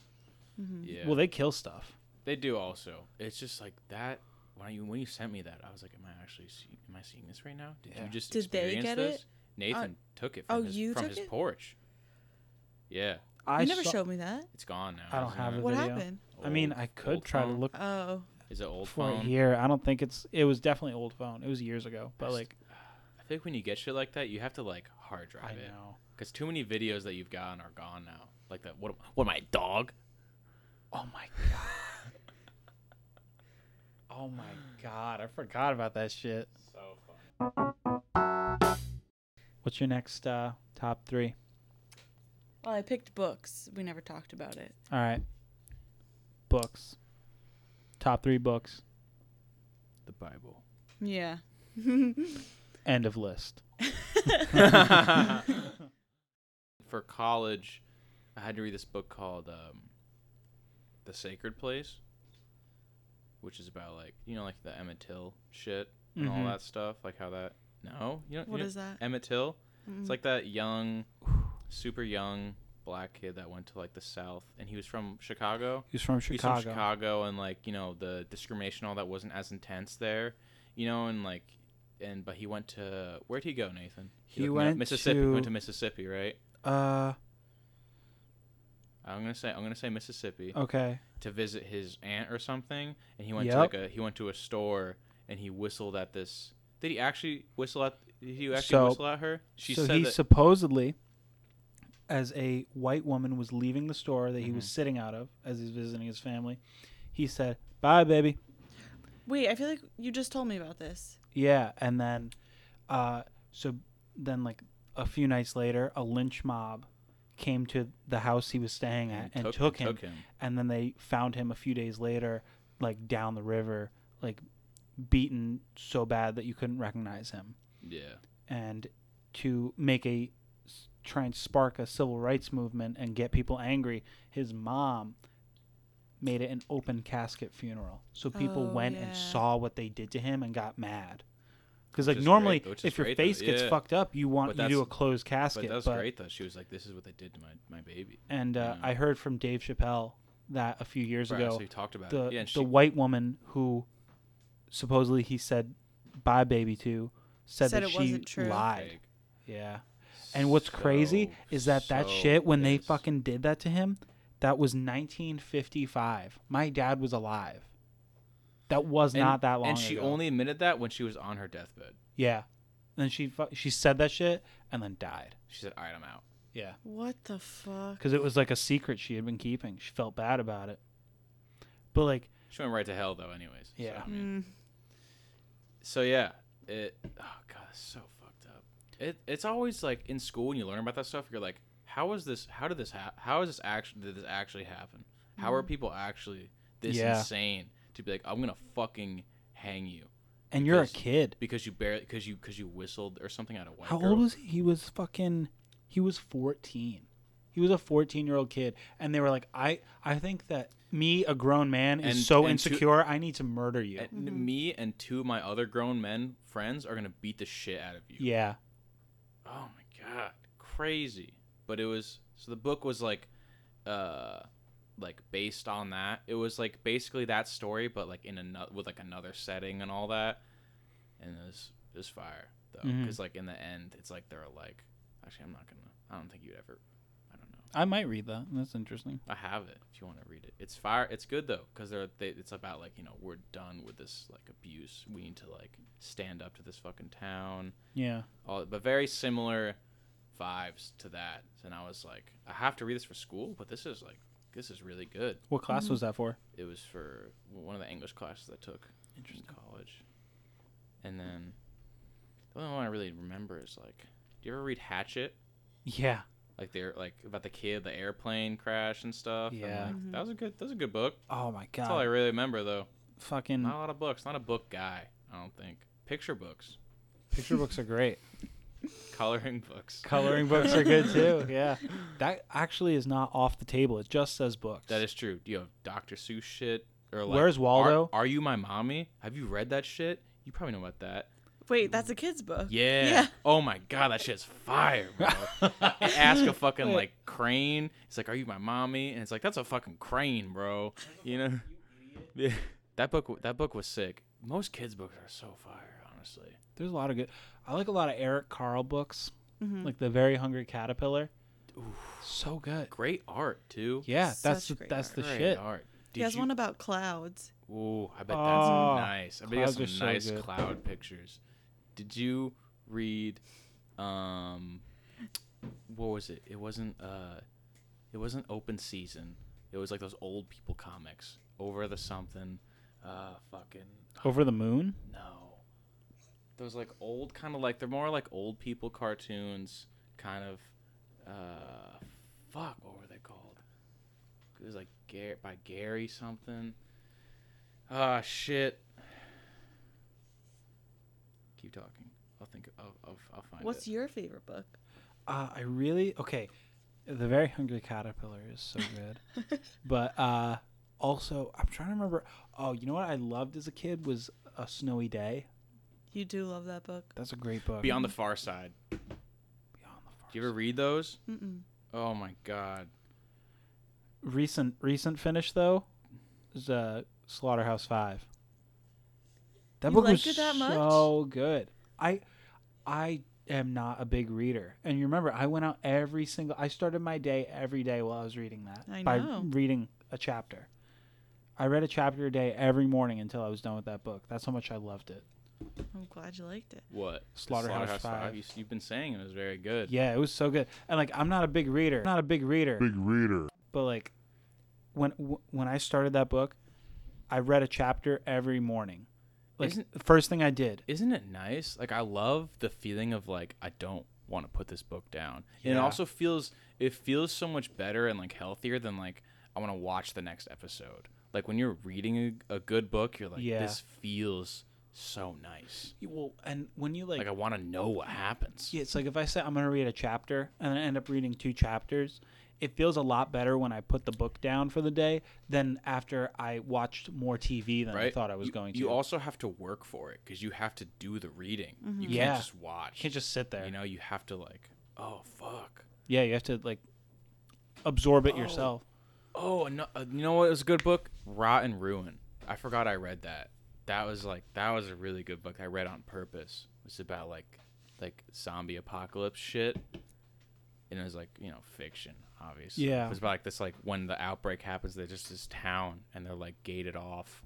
Speaker 2: Yeah.
Speaker 7: Mm-hmm.
Speaker 1: Well, they kill stuff.
Speaker 2: they do also. It's just like that. When you when you sent me that, I was like, "Am I actually see, am I seeing this right now? Did
Speaker 1: Yeah.
Speaker 2: you just
Speaker 7: Did they
Speaker 2: experience
Speaker 7: get
Speaker 2: this?"
Speaker 7: it?
Speaker 2: Nathan took it from
Speaker 7: oh,
Speaker 2: his,
Speaker 7: you
Speaker 2: from
Speaker 7: took
Speaker 2: his
Speaker 7: it?
Speaker 2: porch. Yeah,
Speaker 1: I
Speaker 7: you never
Speaker 1: saw-
Speaker 7: showed me that.
Speaker 2: it's gone now.
Speaker 1: I don't
Speaker 2: isn't
Speaker 1: have
Speaker 2: it?
Speaker 1: The
Speaker 7: What
Speaker 1: video.
Speaker 7: happened?
Speaker 1: I mean,
Speaker 2: Old-
Speaker 1: I could
Speaker 2: old
Speaker 1: try to
Speaker 2: phone?
Speaker 1: look
Speaker 7: Oh,
Speaker 2: Is it old
Speaker 1: for it
Speaker 2: phone?
Speaker 1: here. I don't think it's. It was definitely old phone. It was years ago, but
Speaker 2: Just
Speaker 1: like
Speaker 2: I think when you get shit like that, you have to like hard drive
Speaker 1: I
Speaker 2: it
Speaker 1: know.
Speaker 2: because too many videos that you've gotten are gone now. Like that. What? am- What am I, a dog?
Speaker 1: Oh my god. oh my god! I forgot about that shit.
Speaker 2: So fun.
Speaker 1: What's your next uh, top three?
Speaker 7: well, I picked books. We never talked about it.
Speaker 1: All right. Books. Top three books.
Speaker 2: The Bible.
Speaker 7: Yeah. [LAUGHS]
Speaker 1: End of list.
Speaker 2: [LAUGHS] for college, I had to read this book called um, "The Sacred Place," which is about like you know like the Emmett Till shit and all
Speaker 1: Mhm.
Speaker 2: that stuff, like how that. No, you don't.
Speaker 7: What
Speaker 2: you
Speaker 7: is that?
Speaker 2: don't- Emmett Till? It's like that young, super young black kid that went to like the South, and he was from Chicago.
Speaker 1: He's from
Speaker 2: He's
Speaker 1: Chicago.
Speaker 2: from Chicago, and like you know the discrimination, all that wasn't as intense there, you know, and like, and but he went to where'd he go, Nathan?
Speaker 1: He
Speaker 2: looked me up.
Speaker 1: went
Speaker 2: Mississippi. He Went
Speaker 1: to-
Speaker 2: to Mississippi, right?
Speaker 1: Uh,
Speaker 2: I'm gonna say I'm gonna say Mississippi
Speaker 1: okay.
Speaker 2: to visit his aunt or something, and he went
Speaker 1: Yep.
Speaker 2: to like a he went to a store and he whistled at this. Did he actually whistle at? Did he actually
Speaker 1: So-
Speaker 2: whistle at her? She
Speaker 1: so
Speaker 2: said
Speaker 1: he
Speaker 2: that.
Speaker 1: supposedly, as a white woman was leaving the store that he was sitting out of as he's visiting his family, he said, "Bye, baby."
Speaker 7: Wait, I feel like you just told me about this.
Speaker 1: Yeah, and then, uh, so then like a few nights later, a lynch mob came to the house he was staying at and, took, him,
Speaker 2: Took him.
Speaker 1: and then they found him a few days later, like down the river, like beaten so bad that you couldn't recognize him.
Speaker 2: Yeah.
Speaker 1: and to make a try and spark a civil rights movement and get people angry, his mom made it an open casket funeral. So people
Speaker 7: Oh,
Speaker 1: went
Speaker 7: yeah.
Speaker 1: and saw what they did to him and got mad. Because like
Speaker 2: is
Speaker 1: normally,
Speaker 2: great- which is
Speaker 1: if your
Speaker 2: great, though,
Speaker 1: face gets
Speaker 2: yeah.
Speaker 1: fucked up, you want
Speaker 2: But
Speaker 1: you do
Speaker 2: that's-
Speaker 1: a closed
Speaker 2: But
Speaker 1: casket.
Speaker 2: that was
Speaker 1: but-
Speaker 2: great though. She was like, "This is what they did to my, my baby."
Speaker 1: And uh,
Speaker 2: Yeah.
Speaker 1: I heard from Dave Chappelle that a few years
Speaker 2: Right,
Speaker 1: ago,
Speaker 2: so you talked about
Speaker 1: the
Speaker 2: it. Uh, Yeah, and she,
Speaker 1: the white woman who supposedly he said "bye baby" to said,
Speaker 7: Said
Speaker 1: that
Speaker 7: it
Speaker 1: she
Speaker 7: wasn't true.
Speaker 1: lied.
Speaker 2: Fake.
Speaker 1: Yeah. And what's crazy
Speaker 2: So-
Speaker 1: is that that
Speaker 2: so
Speaker 1: shit when they
Speaker 2: pissed.
Speaker 1: fucking did that to him, that was 1955. My dad was alive. That was
Speaker 2: And-
Speaker 1: not that long.
Speaker 2: And she
Speaker 1: ago.
Speaker 2: only admitted that when she was on her deathbed.
Speaker 1: yeah. Then she fu- she said that shit and then died.
Speaker 2: She said, "All right, I'm out."
Speaker 1: Yeah.
Speaker 7: What the fuck?
Speaker 1: Because it was like a secret she had been keeping. She felt bad about it. But like,
Speaker 2: She went right to hell though, anyways.
Speaker 1: Yeah.
Speaker 2: So, I mean,
Speaker 7: Mm.
Speaker 2: so yeah, it. Oh god, it's so fucked up. It it's always like in school when you learn about that stuff, you're like, how is this? How did this happen? How is this actually? Did this actually happen? How are people actually this
Speaker 1: Mm-hmm. Yeah.
Speaker 2: insane to be like, I'm gonna fucking hang you
Speaker 1: and you're a
Speaker 2: Because-
Speaker 1: kid.
Speaker 2: because you barely because you because you whistled or something at a white
Speaker 1: How
Speaker 2: girl?
Speaker 1: old was he? He was fucking. He was 14. He was a 14 year old kid, and they were like, "I, I think that me, a grown man, is
Speaker 2: And-
Speaker 1: so
Speaker 2: and to-
Speaker 1: insecure. I need to murder you."
Speaker 2: And Me and two of my other grown men friends are gonna beat the shit out of you.
Speaker 1: yeah.
Speaker 2: Oh my god, crazy. But it was so the book was like, uh, like based on that. It was like basically that story, but like in another with like another setting and all that. And it was it was fire though, because
Speaker 1: Mhm.
Speaker 2: like in the end, it's like they're like, actually, I'm not gonna. I don't think you'd ever. I don't know.
Speaker 1: I might read that. That's interesting.
Speaker 2: I have it if you want to read it. It's fire. It's good though because they're they, it's about like you know we're done with this like abuse. We need to like stand up to this fucking town.
Speaker 1: Yeah.
Speaker 2: All but very similar vibes to that. And I was like, I have to read this for school, but this is like this is really good.
Speaker 1: What class was that for?
Speaker 2: It was for one of the English classes I took in college, and then the only one I really remember is like, do you ever read Hatchet?
Speaker 1: Yeah.
Speaker 2: Like they're like about the kid, the airplane crash and stuff. and,
Speaker 1: Yeah.
Speaker 2: like, that was a good that was a good book.
Speaker 1: Oh my god. Mm.
Speaker 2: That's all I really remember, though.
Speaker 1: Fucking
Speaker 2: Not a lot of books. Not a book guy, I don't think. Picture books, [LAUGHS]
Speaker 1: picture books are great.
Speaker 2: coloring books.
Speaker 1: Coloring books are good
Speaker 2: [LAUGHS]
Speaker 1: too. Yeah. That actually is not off the table. It just says books.
Speaker 2: That is true. Do you have Dr. Seuss shit? Or like,
Speaker 1: Where's Waldo?
Speaker 2: Are, Are you my mommy? Have you read that shit? You probably know about that.
Speaker 7: Wait, that's a kid's book.
Speaker 2: Yeah.
Speaker 7: Yeah.
Speaker 2: Oh my god, that shit's fire,
Speaker 1: [LAUGHS]
Speaker 2: bro. Ask a fucking like crane. It's like, are you my mommy? And it's like, that's a fucking crane, bro. You
Speaker 7: [LAUGHS]
Speaker 2: know? Yeah. That book. w- That book was sick. Most kids' books are so fire, honestly.
Speaker 1: There's a lot of good. I like a lot of Eric Carl books, like The Very Hungry Caterpillar. So good.
Speaker 2: Great art too.
Speaker 1: Yeah, that's
Speaker 7: Such
Speaker 1: the,
Speaker 7: great
Speaker 1: that's the
Speaker 2: Great
Speaker 1: shit.
Speaker 2: art.
Speaker 7: He has one about clouds.
Speaker 2: Ooh, I bet
Speaker 1: Oh,
Speaker 2: that's nice. I bet you got
Speaker 1: clouds are
Speaker 2: some
Speaker 1: so
Speaker 2: nice
Speaker 1: good.
Speaker 2: cloud pictures. Did you read um what was it? It wasn't uh it wasn't open season. It was like those old people comics. Over the something. Uh fucking
Speaker 1: Over the Moon.
Speaker 2: no. Those like old kind of like they're more like old people cartoons kind of uh fuck, what were they called? It was like Gary by Gary something. Ah shit. Keep talking. I'll think of I'll, I'll find
Speaker 7: What's
Speaker 2: it.
Speaker 7: your favorite book?
Speaker 1: Uh, I really okay. The Very Hungry Caterpillar is so
Speaker 7: [LAUGHS]
Speaker 1: good, but uh, also I'm trying to remember. Oh, you know what I loved as a kid was A Snowy Day.
Speaker 7: You do love that book.
Speaker 1: That's a great book.
Speaker 2: Beyond the Far Side.
Speaker 1: Beyond the Forest.
Speaker 2: Do you ever read those?
Speaker 7: Mm-mm.
Speaker 2: Oh my god.
Speaker 1: recent recent finish though is uh, Slaughterhouse Five. That
Speaker 7: You
Speaker 1: book
Speaker 7: liked
Speaker 1: was
Speaker 7: it that much?
Speaker 1: so good. I I am not a big reader, and you remember I went out every single. I started my day every day while I was reading that
Speaker 7: I
Speaker 1: by
Speaker 7: know.
Speaker 1: reading a chapter. I read a chapter a day every morning until I was done with that book. That's how much I loved it.
Speaker 7: I'm glad you liked it.
Speaker 2: What?
Speaker 1: Slaughterhouse Five.
Speaker 2: You, have been saying it was very good.
Speaker 1: Yeah, it was so good. And like, I'm not a big reader. not a big reader. Big reader. But like, when w- when I started that book, I read a chapter every morning. Like
Speaker 2: Isn't-
Speaker 1: the first thing I did.
Speaker 2: isn't it nice? Like I love the feeling of like I don't want to put this book down. And it
Speaker 1: Yeah.
Speaker 2: also feels it feels so much better and like healthier than like I want to watch the next episode. Like when you're reading a, a good book, you're like
Speaker 1: Yeah.
Speaker 2: this feels so nice.
Speaker 1: Well, and when you
Speaker 2: Like I want to know what happens.
Speaker 1: Yeah, it's like if I say I'm going to read a chapter and I end up reading two chapters, it feels a lot better when I put the book down for the day than after I watched more TV than I
Speaker 2: Right?
Speaker 1: thought I was
Speaker 2: You-
Speaker 1: going to.
Speaker 2: You also have to work for it cuz you have to do the reading. You can't
Speaker 1: Mm-hmm. Yeah.
Speaker 2: just watch.
Speaker 1: You can't just sit there.
Speaker 2: You know, you have to like, oh fuck.
Speaker 1: Yeah, you have to like absorb it yourself.
Speaker 2: Oh, ano- uh, you know what? It was a good book. Rot and Ruin. I forgot I read that. That was like that was a really good book. I read on purpose. It's about like like zombie apocalypse shit, and it was like you know fiction, obviously.
Speaker 1: Yeah.
Speaker 2: It's about like this like when the outbreak happens, there's just this town and they're like gated off,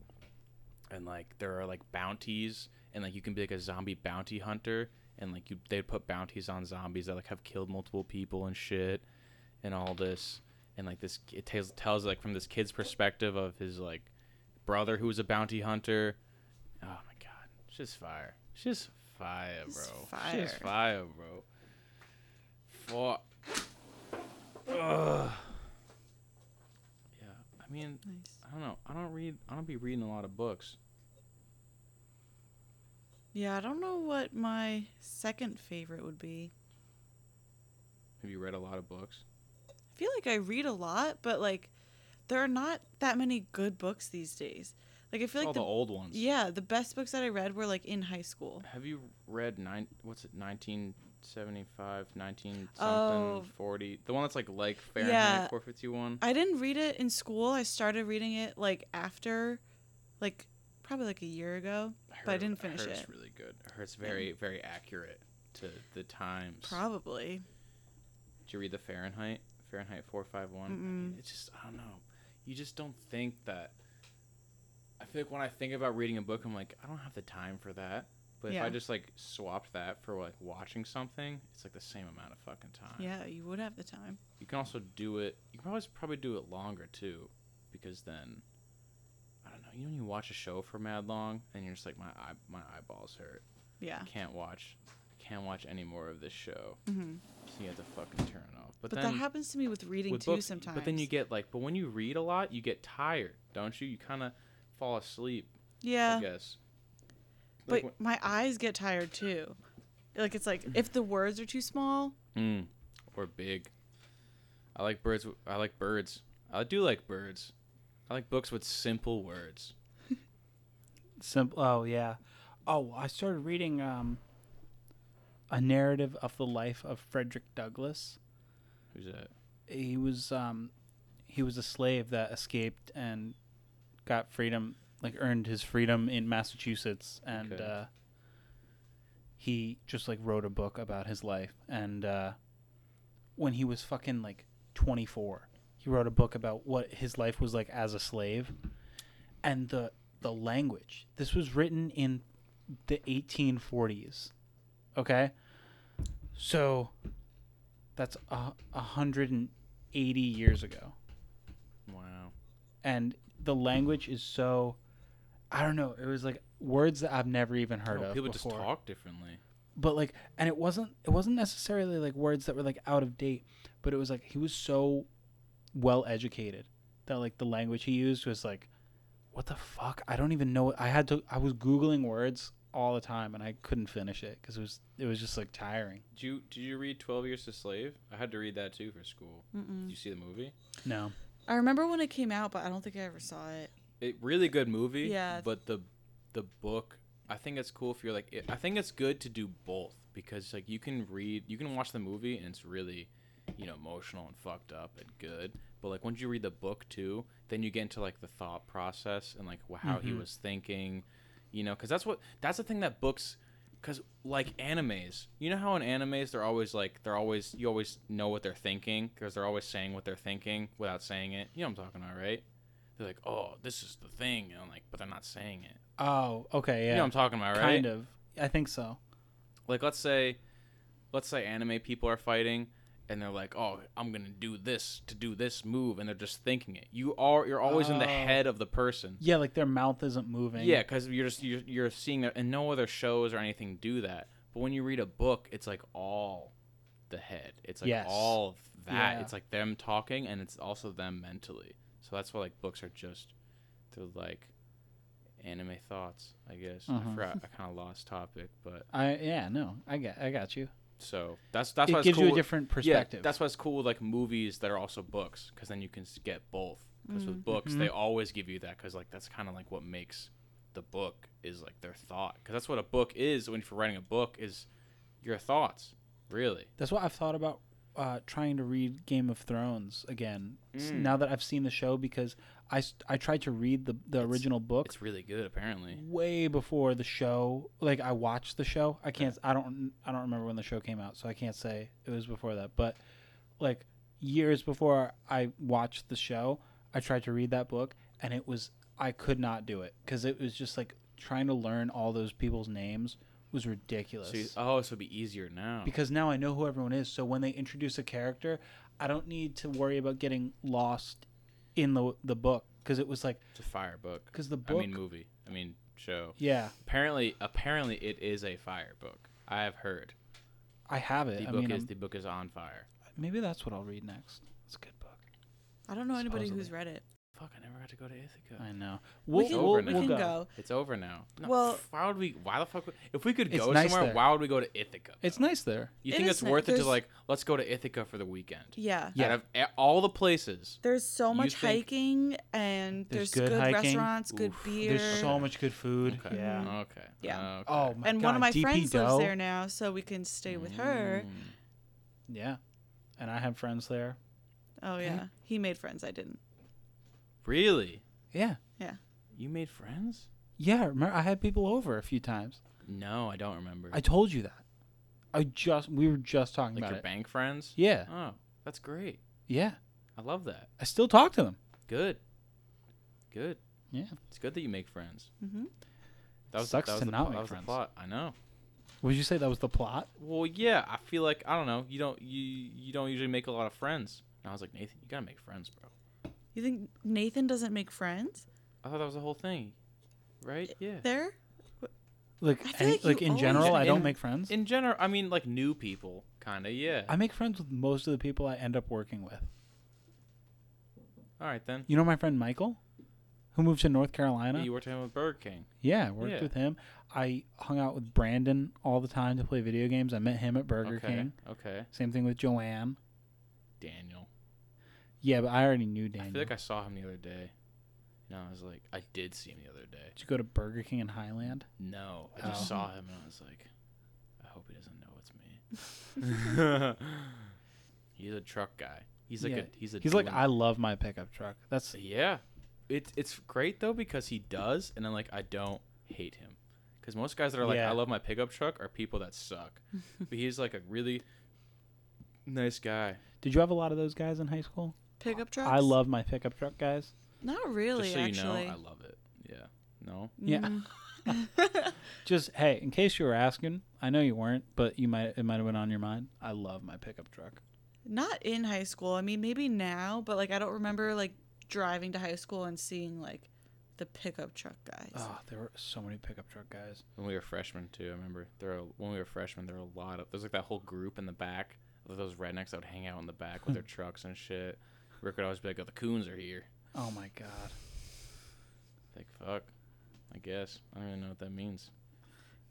Speaker 2: and like there are like bounties, and like you can be like a zombie bounty hunter, and like you they put bounties on zombies that like have killed multiple people and shit and all this and like this it tells, tells like from this kid's perspective of his like brother who was a bounty hunter oh my god she's fire she's fire
Speaker 7: It's
Speaker 2: bro
Speaker 7: fire.
Speaker 2: she's fire bro for yeah i mean
Speaker 7: Nice.
Speaker 2: i don't know i don't read i don't be reading a lot of books
Speaker 7: Yeah, I don't know what my second favorite would be.
Speaker 2: have you read a lot of books
Speaker 7: I feel like I read a lot, but like there are not that many good books these days. Like I feel
Speaker 2: all
Speaker 7: like
Speaker 2: Oh, the,
Speaker 7: the,
Speaker 2: old ones.
Speaker 7: yeah, the best books that I read were like in high school.
Speaker 2: Have you read nine? What's it? 1975, 19 something,
Speaker 7: Oh.
Speaker 2: 40. The one that's like like Fahrenheit
Speaker 7: Yeah.
Speaker 2: 451.
Speaker 7: I didn't read it in school. I started reading it like after like probably like a year ago, but I
Speaker 2: heard-
Speaker 7: didn't finish
Speaker 2: heard
Speaker 7: it.
Speaker 2: It's really good. I heard it's very very accurate to the times.
Speaker 7: Probably.
Speaker 2: Did you read the Fahrenheit? Fahrenheit 451. I mean, it's just I don't know. You just don't think that. I feel like when I think about reading a book, I'm like, I don't have the time for that. But if
Speaker 7: Yeah.
Speaker 2: I just like swapped that for like watching something, it's like the same amount of fucking time.
Speaker 7: Yeah, you would have the time.
Speaker 2: You can also do it. You can always probably do it longer too, because then, I don't know. You know, when you watch a show for mad long, and you're just like, my eye, my eyeballs hurt.
Speaker 7: Yeah.
Speaker 2: I can't watch. I can't watch any more of this show. Mm-hmm. So you have to fucking turn it off. But,
Speaker 7: But
Speaker 2: then
Speaker 7: that happens to me with reading
Speaker 2: with
Speaker 7: too
Speaker 2: books,
Speaker 7: sometimes.
Speaker 2: But then you get like, but when you read a lot, you get tired, don't you? You kind of fall asleep. I
Speaker 7: Yeah.
Speaker 2: guess.
Speaker 7: But
Speaker 2: Like when-
Speaker 7: my eyes get tired too. Like it's like if the words are too small,
Speaker 2: Mm. Or big. I like birds. w- I like birds. I do like birds. I like books with simple words.
Speaker 1: Simple. Oh yeah. Oh, I started reading um, a narrative of the life of Frederick Douglass.
Speaker 2: Who's that?
Speaker 1: He was um, he was a slave that escaped and got freedom, like earned his freedom in Massachusetts, and
Speaker 2: Okay.
Speaker 1: uh, he just like wrote a book about his life. And uh, when he was fucking like twenty four, he wrote a book about what his life was like as a slave, and the the language. This was written in the 1840s. Okay? So that's a 180 years ago.
Speaker 2: Wow.
Speaker 1: And the language is so I don't know, it was like words that I've never even heard
Speaker 2: No,
Speaker 1: of
Speaker 2: people
Speaker 1: before.
Speaker 2: just talk differently.
Speaker 1: But like and it wasn't it wasn't necessarily like words that were like out of date, but it was like he was so well educated that like the language he used was like what the fuck? I don't even know. I had to I was googling words all the time and I couldn't finish it cuz it was it was just like tiring.
Speaker 2: Did you did you read Twelve Years a Slave? I had to read that too for school. Did you see the movie?
Speaker 1: No.
Speaker 7: I remember when it came out, but I don't think I ever saw it.
Speaker 2: It really good movie.
Speaker 7: Yeah.
Speaker 2: But the the book, I think it's cool if you're like. It, I think it's good to do both because like you can read, you can watch the movie and it's really, you know, emotional and fucked up and good. But like once you read the book too, then you get into like the thought process and like wh- how he was thinking, you know, because that's what that's the thing that books. Cause like animes, you know how in animes they're always like they're always you always know what they're thinking because they're always saying what they're thinking without saying it. You know what I'm talking about, right? They're like, oh, this is the thing, and I'm like, but they're not saying it.
Speaker 1: Oh, okay, yeah.
Speaker 2: You know what I'm talking about, right?
Speaker 1: Kind of. I think so.
Speaker 2: Like, let's say, let's say anime people are fighting, and they're like, oh, I'm gonna do this to do this move, and they're just thinking it. You are, you're always in the
Speaker 1: Oh.
Speaker 2: head of the person.
Speaker 1: Yeah, like their mouth isn't moving.
Speaker 2: Yeah, because you're just you're, you're seeing that, and no other shows or anything do that. But when you read a book, it's like all the head. It's like
Speaker 1: Yes.
Speaker 2: all of that.
Speaker 1: Yeah.
Speaker 2: It's like them talking, and it's also them mentally. So that's why like books are just they're like anime thoughts, I guess.
Speaker 1: Uh-huh.
Speaker 2: I forgot. I kind of lost topic, but
Speaker 1: I yeah, no. I got I got you.
Speaker 2: so that's that's
Speaker 1: It
Speaker 2: why it's
Speaker 1: gives you
Speaker 2: cool
Speaker 1: a
Speaker 2: with-
Speaker 1: different
Speaker 2: Yeah,
Speaker 1: perspective.
Speaker 2: that's why it's cool with like movies that are also books, because then you can s- get both. Because
Speaker 1: Mm-hmm.
Speaker 2: with books, they always give you that, because like that's kind of like what makes the book is like their thought. Because that's what a book is. When you're writing a book, is your thoughts really?
Speaker 1: That's what I've thought about uh, trying to read Game of Thrones again. s-
Speaker 2: Mm.
Speaker 1: Now that I've seen the show because I, s- I tried to read the the original book
Speaker 2: It's really good, apparently.
Speaker 1: way before the show. Like I watched the show. I can't I don't I don't remember when the show came out, so I can't say it was before that, but like years before I watched the show, I tried to read that book and it was I could not do it cuz it was just like trying to learn all those people's names was ridiculous
Speaker 2: So you, oh, so it'd be easier now.
Speaker 1: because now I know who everyone is. So when they introduce a character, I don't need to worry about getting lost in the the book because it was like,
Speaker 2: it's a fire book.
Speaker 1: 'Cause the
Speaker 2: I mean,
Speaker 1: book-
Speaker 2: movie. I mean, show.
Speaker 1: yeah,
Speaker 2: Apparently, apparently, it is a fire book. I have heard
Speaker 1: I have it.
Speaker 2: the
Speaker 1: I
Speaker 2: book
Speaker 1: mean,
Speaker 2: is
Speaker 1: I'm-
Speaker 2: the book is on fire.
Speaker 1: maybe that's what I'll read next. It's a good book.
Speaker 7: I don't know anybody who's read it.
Speaker 2: fuck, I never got to go to Ithaca.
Speaker 1: I know. We'll,
Speaker 7: we can,
Speaker 1: we'll,
Speaker 7: we
Speaker 2: now.
Speaker 1: we'll
Speaker 7: can go.
Speaker 1: go.
Speaker 2: It's over now. No,
Speaker 7: Well-
Speaker 2: f- why would we? Why the fuck? Would, if we could
Speaker 1: It's
Speaker 2: go
Speaker 1: nice
Speaker 2: somewhere,
Speaker 1: there.
Speaker 2: why would we go to Ithaca?
Speaker 1: It's nice there.
Speaker 2: you
Speaker 7: It
Speaker 2: think
Speaker 7: is
Speaker 2: it's
Speaker 7: ni-
Speaker 2: worth it to
Speaker 7: there's-
Speaker 2: like let's go to Ithaca for the weekend?
Speaker 7: Yeah.
Speaker 1: Yeah.
Speaker 2: Out of a- all the places,
Speaker 7: There's so
Speaker 2: You
Speaker 7: much
Speaker 2: think-
Speaker 7: hiking and
Speaker 1: There's
Speaker 7: there's,
Speaker 1: good
Speaker 7: good,
Speaker 1: hiking.
Speaker 7: restaurants, good beer.
Speaker 1: There's so much good food.
Speaker 2: Okay.
Speaker 1: Yeah.
Speaker 2: okay,
Speaker 7: Yeah.
Speaker 2: okay.
Speaker 1: Oh my
Speaker 7: and
Speaker 1: god.
Speaker 7: one of my
Speaker 1: DP
Speaker 7: friends lives
Speaker 1: Dough.
Speaker 7: there now, so we can stay with
Speaker 2: Hmm.
Speaker 7: her.
Speaker 2: Mm.
Speaker 1: Yeah. And I have friends there.
Speaker 7: Oh yeah. He made friends I didn't.
Speaker 2: really?
Speaker 1: Yeah.
Speaker 2: You made friends?
Speaker 1: Yeah. Remember, I had people over a few times.
Speaker 2: No, I don't remember.
Speaker 1: I told you that. I just we were just talking
Speaker 2: like
Speaker 1: about
Speaker 2: your
Speaker 1: it.
Speaker 2: bank friends?
Speaker 1: Yeah.
Speaker 2: Oh, that's great.
Speaker 1: Yeah.
Speaker 2: I love that.
Speaker 1: I still talk to them.
Speaker 2: Good. Good.
Speaker 1: Yeah.
Speaker 2: It's good that you make friends.
Speaker 7: Mhm.
Speaker 2: That was
Speaker 1: Sucks
Speaker 2: that was
Speaker 1: to
Speaker 2: the
Speaker 1: not
Speaker 2: pl-
Speaker 1: make
Speaker 2: that was the
Speaker 1: friends.
Speaker 2: plot. I know.
Speaker 1: Would you say that was the plot?
Speaker 2: Well, yeah. I feel like I don't know. You don't you you don't usually make a lot of friends. And I was like Nathan, you gotta make friends, bro.
Speaker 7: You think Nathan doesn't make friends
Speaker 2: I thought that was the whole thing, right? Yeah.
Speaker 7: there?
Speaker 1: Like
Speaker 7: I feel
Speaker 1: any,
Speaker 7: like
Speaker 1: like,
Speaker 7: you
Speaker 1: in
Speaker 7: always
Speaker 1: general, I
Speaker 7: do.
Speaker 1: don't make friends.
Speaker 2: In general, I mean, like new people, kind of. Yeah.
Speaker 1: I make friends with most of the people I end up working with.
Speaker 2: All right then.
Speaker 1: You know my friend Michael, who moved to North Carolina.
Speaker 2: Yeah, you were talking with Burger King.
Speaker 1: Yeah, I worked
Speaker 2: Yeah.
Speaker 1: with him. I hung out with Brandon all the time to play video games. I met him at Burger
Speaker 2: okay.
Speaker 1: King.
Speaker 2: Okay.
Speaker 1: Same thing with Joanne.
Speaker 2: Daniel.
Speaker 1: Yeah, but I already knew Daniel.
Speaker 2: I feel like I saw him the other day. No, I was like, I did see him the other day.
Speaker 1: Did you go to Burger King in Highland?
Speaker 2: No, I just
Speaker 1: Oh.
Speaker 2: saw him and I was like, I hope he
Speaker 1: [LAUGHS]
Speaker 2: doesn't know it's me. [LAUGHS] he's a truck guy. He's like
Speaker 1: Yeah.
Speaker 2: a he's a
Speaker 1: He's like,
Speaker 2: dual-
Speaker 1: I love my pickup truck. That's
Speaker 2: yeah. It's it's great though because he does, and then like I don't hate him because most guys that are like
Speaker 1: Yeah.
Speaker 2: I love my pickup truck are people that suck, but he's like a really nice guy.
Speaker 1: Did you have a lot of those guys in high school?
Speaker 7: Pickup trucks?
Speaker 1: I love my pickup truck guys.
Speaker 7: Not really
Speaker 2: Just so
Speaker 7: actually.
Speaker 2: you know, I love it. Yeah. No.
Speaker 1: Yeah. [LAUGHS] Just hey, in case you were asking, I know you weren't, but you might it might have been on your mind. I love my pickup truck.
Speaker 7: Not in high school. I mean maybe now, but like I don't remember like driving to high school and seeing like the pickup truck guys.
Speaker 1: Oh, there were so many pickup truck guys.
Speaker 2: When we were freshmen too, I remember there were, when we were freshmen there were a lot of there's like that whole group in the back of those rednecks that would hang out in the back with their trucks and shit. Rick would always be like, "Oh, the coons are here."
Speaker 1: Oh my god.
Speaker 2: Like fuck, I guess I don't even know what that means.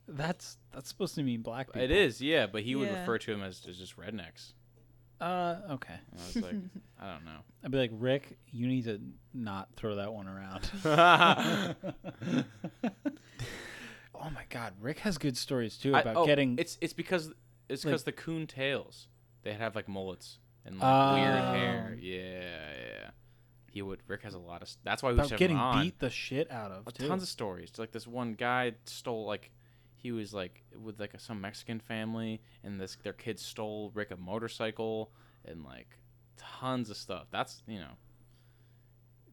Speaker 1: That's that's supposed to mean black people.
Speaker 2: It is, yeah, but he would
Speaker 7: Yeah.
Speaker 2: refer to him as, as just rednecks.
Speaker 1: Uh okay.
Speaker 2: And I was like, I
Speaker 1: [LAUGHS]
Speaker 2: don't know.
Speaker 1: I'd be like, Rick, you need to not throw that one around.
Speaker 2: [LAUGHS]
Speaker 1: oh my God, Rick has good stories too
Speaker 2: I-
Speaker 1: about
Speaker 2: oh,
Speaker 1: getting.
Speaker 2: it's it's because it's
Speaker 1: like-
Speaker 2: because the coon tails they have like mullets and like weird
Speaker 1: Oh.
Speaker 2: hair. Yeah, yeah. He would. Rick has a lot of. s- That's why we should
Speaker 1: about
Speaker 2: have
Speaker 1: getting
Speaker 2: him on.
Speaker 1: beat the shit out of.
Speaker 2: Oh,
Speaker 1: too.
Speaker 2: tons of stories. Like this one guy stole like he was like with like some Mexican family, and this their kids stole Rick a motorcycle, and like tons of stuff. That's you know,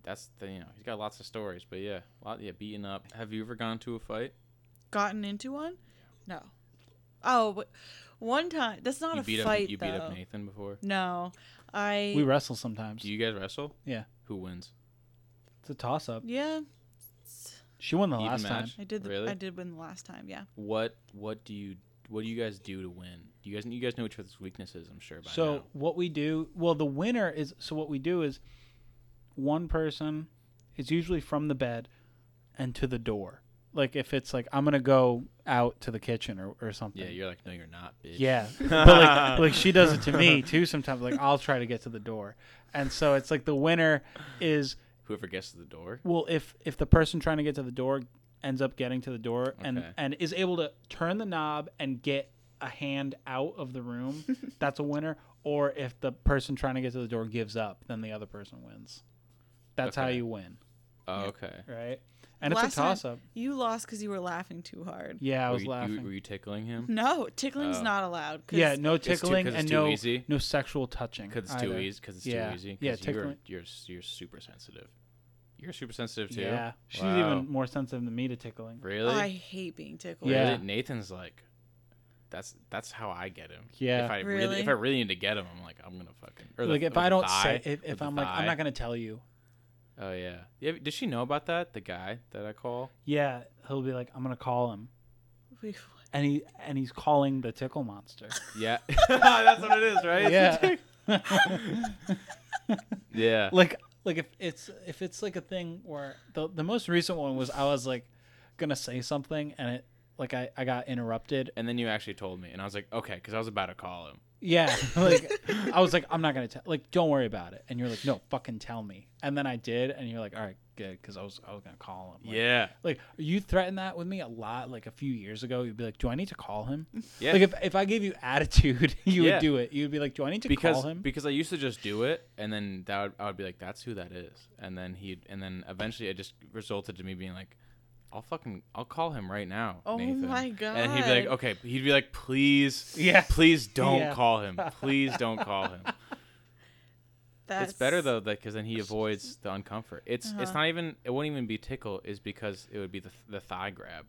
Speaker 2: that's the you know he's got lots of stories. But yeah, lot yeah beaten up. Have you ever gone to a fight?
Speaker 7: Gotten into one? No. Oh, but one time. That's not
Speaker 2: you
Speaker 7: a
Speaker 2: beat
Speaker 7: fight
Speaker 2: up you beat up
Speaker 7: though.
Speaker 2: Nathan before.
Speaker 7: No, I.
Speaker 1: We wrestle sometimes.
Speaker 2: Do you guys wrestle?
Speaker 1: Yeah.
Speaker 2: Who wins?
Speaker 1: It's a toss up.
Speaker 7: yeah,
Speaker 1: She won the
Speaker 2: Even
Speaker 1: last time.
Speaker 2: match?
Speaker 7: I did. The,
Speaker 2: Really?
Speaker 7: I did win the last time. Yeah.
Speaker 2: What what do you what do you guys do to win? Do you guys you guys know each other's weaknesses? I'm sure by
Speaker 1: So
Speaker 2: now.
Speaker 1: what we do, well, the winner is. So what we do is, one person is usually from the bed and to the door. Like if it's like I'm gonna go out to the kitchen or, or something.
Speaker 2: Yeah, you're like no, you're not, bitch.
Speaker 1: Yeah, [LAUGHS] but
Speaker 7: [LAUGHS]
Speaker 1: like, like she does it to me too sometimes. Like I'll try to get to the door, and so it's like the winner is
Speaker 2: Whoever gets to the door.
Speaker 1: well if if the person trying to get to the door ends up getting to the door and
Speaker 2: Okay.
Speaker 1: and is able to turn the knob and get a hand out of the
Speaker 7: [LAUGHS]
Speaker 1: room, that's a winner. Or if the person trying to get to the door gives up, then the other person wins. That's how
Speaker 2: Okay.
Speaker 1: you win,
Speaker 2: Oh, okay.
Speaker 1: right? And
Speaker 7: Last
Speaker 1: it's a toss
Speaker 7: time,
Speaker 1: up.
Speaker 7: You lost because you were laughing too hard.
Speaker 1: Yeah, I was
Speaker 2: were you, you-
Speaker 1: laughing.
Speaker 2: were you
Speaker 1: [LAUGHS]
Speaker 2: tickling him?
Speaker 7: No, tickling's
Speaker 2: Oh.
Speaker 7: not allowed. 'cause
Speaker 1: yeah, no
Speaker 2: too-
Speaker 1: tickling
Speaker 2: 'cause it's
Speaker 1: and
Speaker 2: too
Speaker 1: no
Speaker 2: easy?
Speaker 1: no sexual touching.
Speaker 2: Because it's too
Speaker 1: either.
Speaker 2: easy. Because it's
Speaker 1: Yeah.
Speaker 2: too easy.
Speaker 1: Yeah,
Speaker 2: 'cause you're,
Speaker 1: tickling-
Speaker 2: you're s- you're super sensitive. You're super sensitive too.
Speaker 1: Yeah, she's
Speaker 2: Wow.
Speaker 1: even more sensitive than me to tickling.
Speaker 2: really.
Speaker 7: Oh, I hate being tickled.
Speaker 2: Really?
Speaker 1: Yeah.
Speaker 2: Nathan's like, that's that's how I get him.
Speaker 1: Yeah.
Speaker 2: If I really?
Speaker 7: Really?
Speaker 2: if I really need to get him, I'm like I'm gonna fucking. Or the-
Speaker 1: like
Speaker 2: or
Speaker 1: if
Speaker 2: the
Speaker 1: I don't
Speaker 2: thigh,
Speaker 1: say, if,
Speaker 2: or
Speaker 1: if
Speaker 2: the
Speaker 1: I'm like, I'm
Speaker 2: thigh.
Speaker 1: not gonna tell you.
Speaker 2: Oh yeah. yeah. Did she know about that? The guy that I call.
Speaker 1: Yeah, he'll be like, I'm gonna call him,
Speaker 7: We- [LAUGHS]
Speaker 1: and he and he's calling the tickle
Speaker 2: [LAUGHS]
Speaker 1: monster.
Speaker 2: Yeah. [LAUGHS] that's what it is, right?
Speaker 1: yeah,
Speaker 2: yeah.
Speaker 1: like like if it's if it's like a thing where the the most recent one was I was like gonna say something and it like I, I got interrupted.
Speaker 2: And then you actually told me, and I was like, okay, because I was about to call him.
Speaker 1: Yeah, [LAUGHS] like I was like I'm not gonna tell. Like don't worry about it. And you're like no fucking tell me. And then I did, and you're like all right good because I was I was gonna call him. Like,
Speaker 2: yeah.
Speaker 1: Like you threatened that with me a lot. Like a few years ago, you'd be like, "Do I need to call him?"
Speaker 2: [LAUGHS] Yeah.
Speaker 1: Like if, if I gave you attitude, [LAUGHS] you
Speaker 2: Yeah.
Speaker 1: would do it. You'd be like, "Do I need to
Speaker 2: because
Speaker 1: call him?"
Speaker 2: because I used to just do it, and then that would, I would be like, "That's who that is," and then he and then eventually it just resulted to me being like, "I'll fucking I'll call him right now."
Speaker 7: Oh
Speaker 2: Nathan."
Speaker 7: my
Speaker 2: And he'd be like,
Speaker 7: God.
Speaker 2: "Okay," he'd be like, "Please,
Speaker 1: Yeah.
Speaker 2: please don't
Speaker 1: Yeah.
Speaker 2: call him. Please don't
Speaker 1: [LAUGHS]
Speaker 2: call him."
Speaker 7: That's
Speaker 2: It's better though, because then he avoids the uncomfort. It's it's not even it won't even be tickle. Is because it would be the the thigh grab.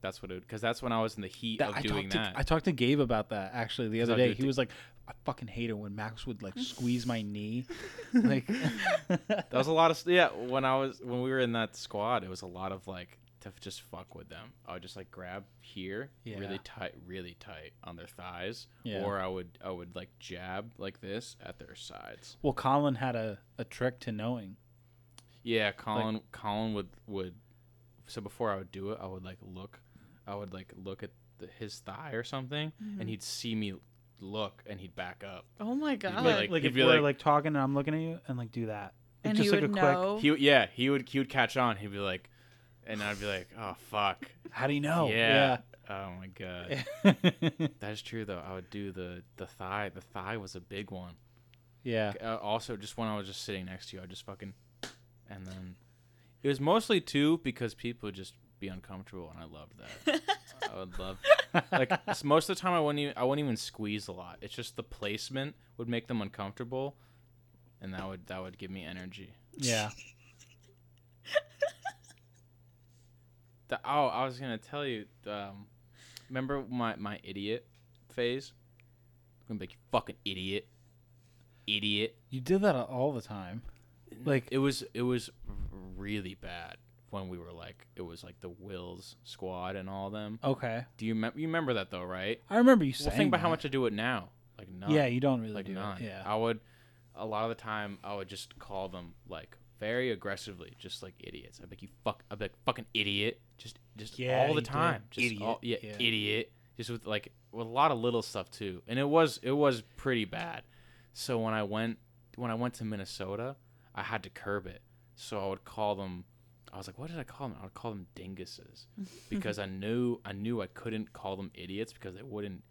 Speaker 2: That's what it. Because that's when I was in the heat
Speaker 1: That-
Speaker 2: of
Speaker 1: I
Speaker 2: doing
Speaker 1: talked to-
Speaker 2: that.
Speaker 1: I talked to Gabe about that actually the other
Speaker 2: I do
Speaker 1: day. He
Speaker 2: thi-
Speaker 1: was like, "I fucking hate it when Max would
Speaker 2: [LAUGHS]
Speaker 1: like squeeze my knee." Like, [LAUGHS]
Speaker 2: That was a lot of yeah. When I was when we were in that squad, it was a lot of like to f- just fuck with them. I would just like grab here
Speaker 1: Yeah.
Speaker 2: really tight, really tight on their thighs,
Speaker 1: Yeah.
Speaker 2: or I would I would like jab like this at their sides.
Speaker 1: well, Colin had a, a trick to knowing.
Speaker 2: Yeah, Colin Colin would would so before I would do it, I would like look, I would like look at the, his thigh or something, and he'd see me look and he'd back up.
Speaker 7: Oh my
Speaker 2: Like-
Speaker 7: god.
Speaker 1: Uh, Like,
Speaker 2: he'd
Speaker 1: if
Speaker 2: be
Speaker 1: we're like,
Speaker 2: like-
Speaker 1: talking and I'm looking at you and like do that, Like,
Speaker 7: and he would know.
Speaker 2: He yeah he would he would catch on. He'd be like, and I'd be like, oh fuck.
Speaker 1: How do you know?
Speaker 2: yeah. Oh my god. [LAUGHS]
Speaker 1: Yeah. [LAUGHS]
Speaker 2: That is true though. I would do the the thigh. The thigh was a big one.
Speaker 1: yeah.
Speaker 2: Uh, also, just when I was just sitting next to you, I just fucking, and then it was mostly two because people would just be uncomfortable, and I loved that. I would love like s- most of the time I wouldn't even I wouldn't even squeeze a lot. It's just the placement would make them uncomfortable, and that would that would give me energy. [LAUGHS]
Speaker 1: Yeah.
Speaker 2: The, oh, I was gonna tell you. Um, remember my my idiot phase? I'm gonna be like, you fucking idiot, idiot.
Speaker 1: You did that all the time. Like
Speaker 2: it was it was r- really bad when we were like it was like the Wills squad and all them.
Speaker 1: okay,
Speaker 2: Do you remember? You remember that though, right?
Speaker 1: I remember you saying.
Speaker 2: Well, think about how
Speaker 1: that.
Speaker 2: much I do it now. Like none.
Speaker 1: Yeah, you don't really
Speaker 2: like
Speaker 1: do. it.
Speaker 2: none.
Speaker 1: Yeah.
Speaker 2: I would a lot of the time I would just call them like very aggressively, just like idiots. I'd be like you fuck. I'd be like fucking idiot. Just just
Speaker 1: Yeah,
Speaker 2: all
Speaker 1: you
Speaker 2: the
Speaker 1: did.
Speaker 2: time. Just
Speaker 1: Idiot.
Speaker 2: all- yeah,
Speaker 1: Yeah.
Speaker 2: idiot. Just with like with a lot of little stuff too, and it was it was pretty bad. So when I went when I went to Minnesota, I had to curb it. So I would call them. I was like, what did I call them? I would call them
Speaker 1: [LAUGHS]
Speaker 2: dinguses because I knew I knew I couldn't call them idiots because they wouldn't.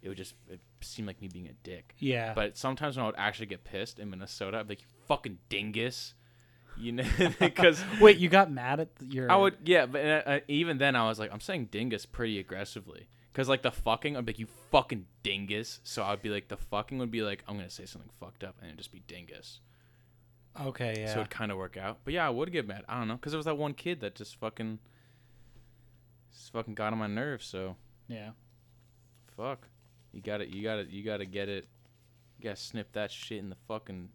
Speaker 2: It would just it seemed like me being a dick.
Speaker 1: Yeah.
Speaker 2: But sometimes when I would actually get pissed in Minnesota, I'd be like, you fucking dingus. You know, [LAUGHS] because
Speaker 1: [LAUGHS] Wait, you got mad at your.
Speaker 2: I would, yeah, but uh, uh, even then I was like, I'm saying dingus pretty aggressively. Because, like, the fucking, I'd be like, you fucking dingus. So I'd be like, the fucking would be like, I'm going to say something fucked up and it'd just be dingus.
Speaker 1: Okay. Yeah.
Speaker 2: So it'd kind of work out. But yeah, I would get mad. I don't know. Because there was that one kid that just fucking, just fucking got on my nerves. So
Speaker 1: yeah.
Speaker 2: fuck. You got to, you got to, you got to get it. You got to snip that shit in the fucking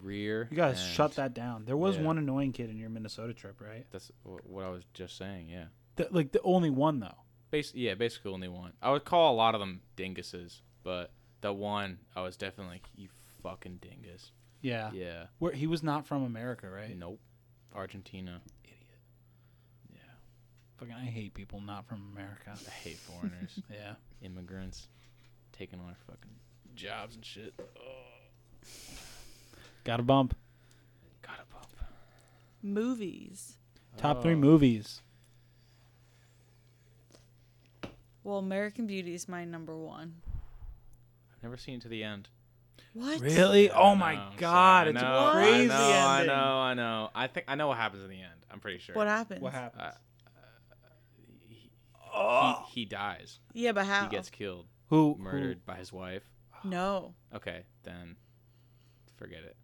Speaker 2: rear.
Speaker 1: You guys
Speaker 2: and-
Speaker 1: shut that down. There was
Speaker 2: Yeah.
Speaker 1: one annoying kid in your Minnesota trip, right?
Speaker 2: That's wh- what I was just saying. Yeah.
Speaker 1: The, like the only one though.
Speaker 2: Bas- yeah, basically only one. I would call a lot of them dinguses, but the one I was definitely like, you fucking dingus.
Speaker 1: Yeah.
Speaker 2: Yeah.
Speaker 1: Where he was not from America, right?
Speaker 2: Nope. Argentina. Idiot.
Speaker 1: Fucking, I hate people not from America.
Speaker 2: I hate foreigners,
Speaker 1: Yeah.
Speaker 2: immigrants, taking all our fucking jobs and shit.
Speaker 1: Got a bump.
Speaker 2: Gotta bump.
Speaker 7: Movies.
Speaker 1: Top
Speaker 2: Oh.
Speaker 1: three movies.
Speaker 7: Well, American Beauty is my number one.
Speaker 2: I've never seen it to the end.
Speaker 7: What?
Speaker 1: Really? Oh my
Speaker 2: No, I'm
Speaker 1: god,
Speaker 2: sorry.
Speaker 1: it's
Speaker 2: I know,
Speaker 1: a crazy
Speaker 2: I know,
Speaker 1: ending.
Speaker 2: I know, I know. I think I know what happens in the end. I'm pretty sure. Uh,
Speaker 7: What happens?
Speaker 1: What happened?
Speaker 2: He, he dies.
Speaker 7: Yeah, but how?
Speaker 2: He gets killed,
Speaker 1: Oh. who who-
Speaker 2: murdered by his wife.
Speaker 1: Oh.
Speaker 7: no.
Speaker 2: Okay, then forget it.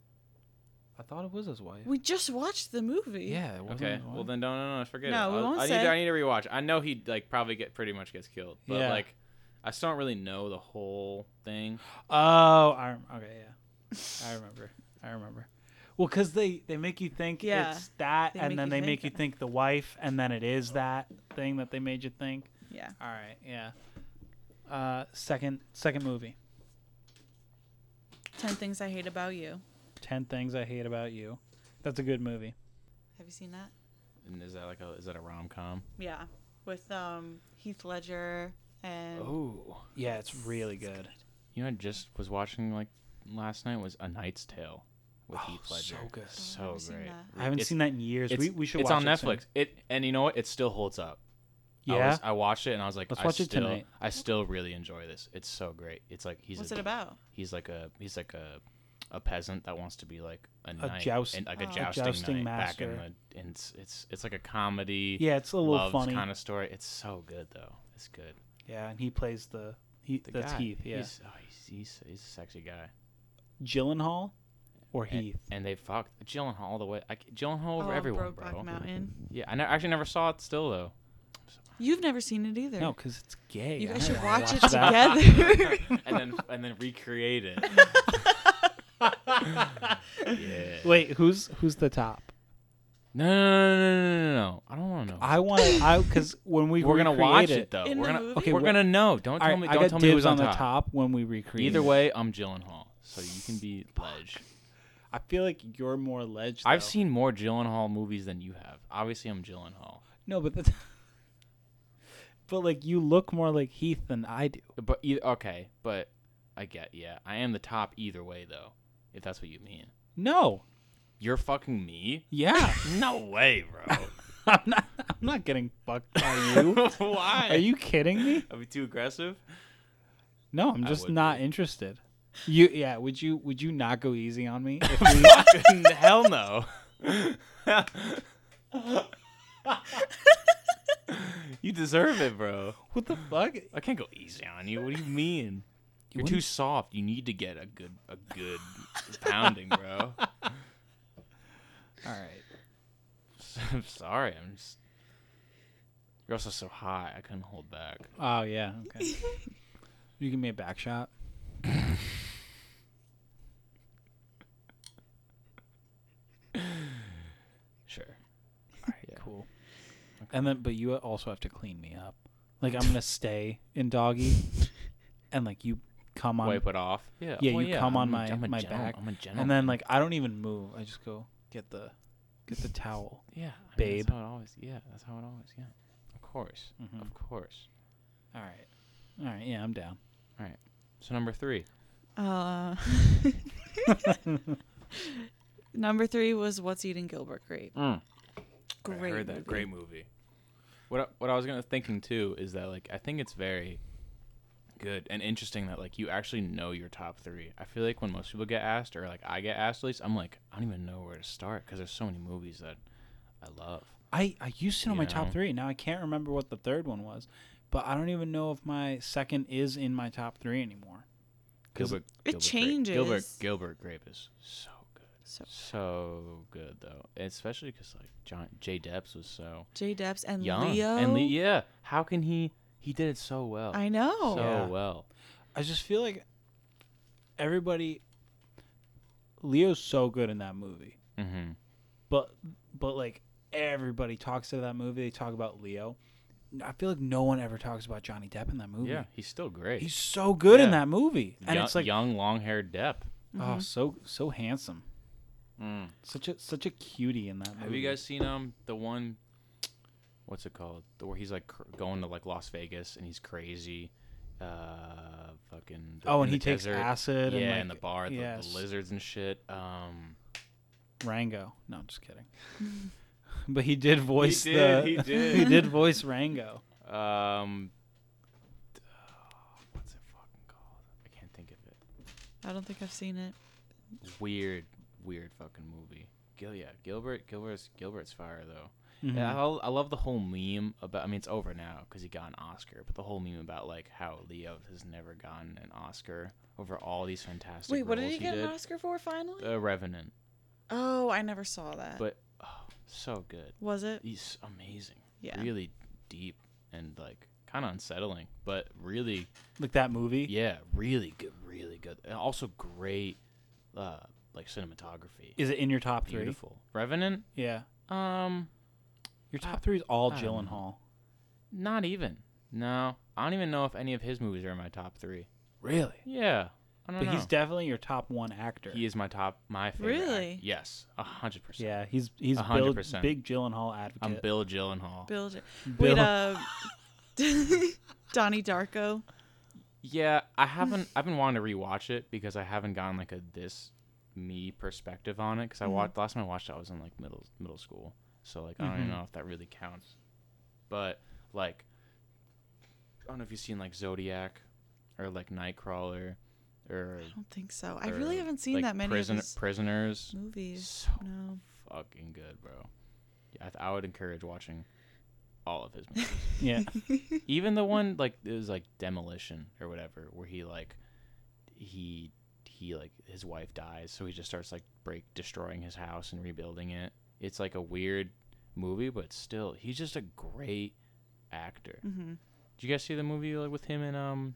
Speaker 1: I thought it was his wife.
Speaker 7: We just watched the movie.
Speaker 1: Yeah. It wasn't
Speaker 2: Okay.
Speaker 1: his
Speaker 2: Well
Speaker 1: wife.
Speaker 2: then, no, no, no, forget
Speaker 7: No,
Speaker 2: it.
Speaker 7: we
Speaker 2: I'll-
Speaker 7: won't
Speaker 2: I,
Speaker 7: say.
Speaker 2: need, I need to rewatch. I know he like probably get pretty much gets killed, but
Speaker 1: Yeah.
Speaker 2: like, I still don't really know the whole thing.
Speaker 1: Oh, I rem- okay, yeah. I remember. I remember. Well, because they they make you think
Speaker 7: Yeah.
Speaker 1: it's that,
Speaker 7: They
Speaker 1: and
Speaker 7: make
Speaker 1: then
Speaker 7: you
Speaker 1: they
Speaker 7: think
Speaker 1: make you
Speaker 7: it.
Speaker 1: think the wife, and then it is that thing that they made you think.
Speaker 7: Yeah.
Speaker 1: All right, yeah. Uh, second second movie.
Speaker 7: Ten Things I Hate About You.
Speaker 1: Ten Things I Hate About You. That's a good movie.
Speaker 7: Have you seen that?
Speaker 5: And is that like a is that a rom com?
Speaker 7: Yeah, with um Heath Ledger and
Speaker 1: Oh, yeah, it's really good.
Speaker 2: You know, I just was watching like last night was A Knight's Tale with
Speaker 1: Oh,
Speaker 2: Heath Ledger.
Speaker 1: so good.
Speaker 7: I've never
Speaker 2: So
Speaker 7: seen
Speaker 2: great.
Speaker 7: that.
Speaker 1: I haven't
Speaker 2: It's-
Speaker 1: seen that in years.
Speaker 2: It's,
Speaker 1: We, we should
Speaker 2: it's
Speaker 1: watch
Speaker 2: on
Speaker 1: it soon.
Speaker 2: Netflix. It and you know what? It still holds up. I,
Speaker 1: Yeah.
Speaker 2: was, I watched it and I was like,
Speaker 1: Let's
Speaker 2: I
Speaker 1: watch it
Speaker 2: still,
Speaker 1: tonight.
Speaker 2: I still really enjoy this. It's so great. It's like he's
Speaker 7: What's
Speaker 2: a,
Speaker 7: it about?
Speaker 2: He's like a he's like a a peasant that wants to be like a, knight,
Speaker 1: joust-
Speaker 2: and like
Speaker 7: Oh.
Speaker 2: a
Speaker 7: a
Speaker 2: jousting,
Speaker 1: jousting
Speaker 2: knight back in
Speaker 1: master.
Speaker 2: the. And it's it's it's like a comedy.
Speaker 1: Yeah, it's a little funny.
Speaker 2: kind of story. It's so good though. It's good.
Speaker 1: Yeah, and he plays the he
Speaker 2: The
Speaker 1: that's
Speaker 2: guy,
Speaker 1: Heath. Yeah,
Speaker 2: He's, oh, he's, he's he's a sexy guy.
Speaker 1: Gyllenhaal or
Speaker 2: And-
Speaker 1: Heath.
Speaker 2: And, they fucked Gyllenhaal all the way. I, c- Gyllenhaal over
Speaker 7: oh,
Speaker 2: everyone,
Speaker 7: Brokeback
Speaker 2: bro.
Speaker 7: Mountain.
Speaker 2: Yeah, I ne- actually never saw it still
Speaker 7: [LAUGHS]
Speaker 2: though.
Speaker 7: You've never seen it either.
Speaker 1: No, because it's gay.
Speaker 7: You
Speaker 1: I
Speaker 7: guys
Speaker 1: don't
Speaker 7: should
Speaker 1: wanna
Speaker 7: watch it
Speaker 1: watch that.
Speaker 2: [LAUGHS]
Speaker 7: together.
Speaker 2: and then and then recreate
Speaker 7: [LAUGHS]
Speaker 2: it. yeah.
Speaker 1: Wait, who's who's the top?
Speaker 2: No, no, no, no, no, no, no. I don't want to know.
Speaker 1: I want to. I because when we
Speaker 2: we're gonna watch
Speaker 1: recreate
Speaker 2: it though.
Speaker 7: [LAUGHS] In
Speaker 2: we're
Speaker 7: the
Speaker 2: gonna
Speaker 7: movie?
Speaker 1: Okay,
Speaker 2: we're
Speaker 1: wh-
Speaker 2: gonna know. Don't
Speaker 1: All
Speaker 2: tell
Speaker 1: right,
Speaker 2: me.
Speaker 1: I
Speaker 2: Don't
Speaker 1: got
Speaker 2: tell me
Speaker 1: dibs
Speaker 2: who's on,
Speaker 1: the
Speaker 2: top.
Speaker 1: when we recreate.
Speaker 2: Either
Speaker 1: it.
Speaker 2: way, I'm Gyllenhaal, so you can be Ledge.
Speaker 1: I feel like you're more ledge.
Speaker 2: I've
Speaker 1: though.
Speaker 2: seen more Gyllenhaal movies than you have. Obviously, I'm Gyllenhaal,
Speaker 1: no, but that's, but like you look more like Heath than I do.
Speaker 2: but e- okay, but I get yeah. I am the top either way though, if that's what you mean.
Speaker 1: No,
Speaker 2: You're fucking me? [LAUGHS]
Speaker 1: yeah,
Speaker 2: No way, bro.
Speaker 1: I'm not. I'm not getting fucked by you.
Speaker 2: [LAUGHS]
Speaker 1: [LAUGHS]
Speaker 2: Why?
Speaker 1: Are you kidding me?
Speaker 2: Are we too aggressive?
Speaker 1: No, I'm
Speaker 2: I
Speaker 1: just
Speaker 2: would
Speaker 1: not
Speaker 2: be.
Speaker 1: interested. You yeah, would you would you not go easy on me?
Speaker 2: [LAUGHS]
Speaker 1: If
Speaker 2: Hell no. [LAUGHS] you deserve it, bro.
Speaker 1: [LAUGHS] what the fuck?
Speaker 2: I can't go easy on you. What do [LAUGHS] you mean? You're
Speaker 1: wouldn't-
Speaker 2: too soft. You need to get a good a good pounding, [LAUGHS] bro.
Speaker 1: All right.
Speaker 2: I'm sorry. I'm just You're also so high. I couldn't hold back.
Speaker 1: Oh yeah,
Speaker 2: [LAUGHS]
Speaker 1: okay. you give me a back shot.
Speaker 2: Sure.
Speaker 1: Cool. And then but you also have to clean me up. Like I'm going to stay in
Speaker 2: [LAUGHS]
Speaker 1: doggy and like you come on
Speaker 2: Wipe it off. Yeah.
Speaker 1: Yeah,
Speaker 2: well,
Speaker 1: you come on
Speaker 2: I'm
Speaker 1: my-
Speaker 2: a, I'm a
Speaker 1: my
Speaker 2: gentleman-
Speaker 1: back,
Speaker 2: I'm a gentleman.
Speaker 1: and then like I don't even move. I just go get the get the towel.
Speaker 2: yeah, I mean,
Speaker 1: babe.
Speaker 2: That's how it always. Yeah, that's how it always. Yeah. Mm. Of course.
Speaker 1: Mhm.
Speaker 2: Of course.
Speaker 1: All right. All right, yeah, I'm down.
Speaker 2: So number three.
Speaker 7: Uh, [LAUGHS] number three was What's Eating Gilbert Grape.
Speaker 2: Mm.
Speaker 7: Great.
Speaker 5: I heard that
Speaker 7: movie.
Speaker 5: great movie.
Speaker 2: What I, what I was gonna thinking too is that like I think it's very good and interesting that like you actually know your top three. I feel like when most people get asked or like I get asked at least, I'm like I don't even know where to start because there's so many movies that I love.
Speaker 1: I, I used to know my
Speaker 2: You
Speaker 1: top
Speaker 2: know?
Speaker 1: three. Now I can't remember what the third one was, but I don't even know if my second is in my top three anymore. 'Cause
Speaker 2: Gilbert,
Speaker 7: it
Speaker 2: Gilbert Grape- Gilbert
Speaker 7: changes.
Speaker 2: Gilbert Grape is so good,
Speaker 7: So
Speaker 2: so good though, especially because like John J. Depps was so
Speaker 7: J. Depps and
Speaker 2: young
Speaker 7: Leo.
Speaker 2: and Le- yeah, how can he? He did it so well,
Speaker 7: I know.
Speaker 2: so
Speaker 1: Yeah.
Speaker 2: well.
Speaker 1: I just feel like everybody. Leo's so good in that movie,
Speaker 2: Mm-hmm.
Speaker 1: but but like everybody talks about that movie. They talk about Leo. I feel like no one ever talks about Johnny Depp in that movie.
Speaker 2: Yeah, he's still great.
Speaker 1: he's so good in
Speaker 2: Yeah.
Speaker 1: that movie, and
Speaker 2: young,
Speaker 1: it's like
Speaker 2: young, long-haired Depp.
Speaker 1: oh, so so handsome. Such a such a cutie in that movie.
Speaker 2: Have you guys seen um the one? What's it called? The where he's like cr- going to like Las Vegas and he's crazy, uh, fucking. the-
Speaker 1: Oh,
Speaker 2: in
Speaker 1: and
Speaker 2: the
Speaker 1: he takes
Speaker 2: desert.
Speaker 1: acid.
Speaker 2: Yeah,
Speaker 1: and like,
Speaker 2: in the bar, the,
Speaker 1: yes.
Speaker 2: the lizards and shit. Um,
Speaker 1: Rango. No, I'm just kidding. [LAUGHS] but he did voice the. [LAUGHS] He did. voice Rango. [SIGHS]
Speaker 2: um, d- what's it fucking called? I can't think of it.
Speaker 7: I don't think I've seen it.
Speaker 2: Weird, weird fucking movie. Gil, yeah, Gilbert, Gilbert's, Gilbert's fire though.
Speaker 1: Mhm.
Speaker 2: Yeah, I, l- I love the whole meme about. I mean, it's over now because he got an Oscar, but the whole meme about like how Leo has never gotten an Oscar over all these fantastic.
Speaker 7: Wait, what did
Speaker 2: roles
Speaker 7: he get
Speaker 2: did.
Speaker 7: an Oscar for finally?
Speaker 2: The Revenant,
Speaker 7: oh, I never saw that.
Speaker 2: but oh, so good.
Speaker 7: was it?
Speaker 2: He's amazing.
Speaker 7: Yeah.
Speaker 2: Really deep and like kind of unsettling, but really,
Speaker 1: Like that movie.
Speaker 2: yeah, really good, really good, and also great, uh, like cinematography.
Speaker 1: Is it in your top three?
Speaker 2: Beautiful. Revenant.
Speaker 1: Yeah.
Speaker 2: Um.
Speaker 1: Your top three is all
Speaker 2: I don't know.
Speaker 1: Gyllenhaal.
Speaker 2: Not even. No, I don't even know if any of his movies are in my top three.
Speaker 1: Really?
Speaker 2: Yeah, I don't
Speaker 1: But
Speaker 2: know.
Speaker 1: he's definitely your top one actor.
Speaker 2: he is my top, my favorite. act-
Speaker 7: Really?
Speaker 2: Yes, a hundred percent.
Speaker 1: Yeah, he's he's
Speaker 2: A hundred
Speaker 1: Bill,
Speaker 2: percent.
Speaker 1: big Gyllenhaal advocate.
Speaker 2: I'm Bill Gyllenhaal.
Speaker 7: Bill. J-
Speaker 1: Bill.
Speaker 7: Wait, [LAUGHS] uh, Donnie Darko.
Speaker 2: Yeah, I
Speaker 7: [SIGHS]
Speaker 2: haven't. I've been wanting to rewatch it because I haven't gotten like a this me perspective on it. Because I
Speaker 7: Mm-hmm.
Speaker 2: watched last time I watched it, I was in like middle middle school, so like I don't
Speaker 7: Mm-hmm.
Speaker 2: even know if that really counts. But like, I don't know if you've seen like Zodiac, or like Nightcrawler, or
Speaker 7: I don't think so. I really
Speaker 2: or,
Speaker 7: haven't seen
Speaker 2: like,
Speaker 7: that many
Speaker 2: prison-
Speaker 7: of his
Speaker 2: prisoners.
Speaker 7: movies.
Speaker 2: So
Speaker 7: No.
Speaker 2: fucking good, bro. Yeah, I, th- I would encourage watching all of his movies.
Speaker 1: [LAUGHS]
Speaker 7: [LAUGHS]
Speaker 1: yeah,
Speaker 2: Even the one like it was like Demolition or whatever, where he like he he like his wife dies, so he just starts like break destroying his house and rebuilding it. It's like a weird movie, but still, he's just a great actor.
Speaker 7: hmm
Speaker 2: Did you guys see the movie like, with him and um,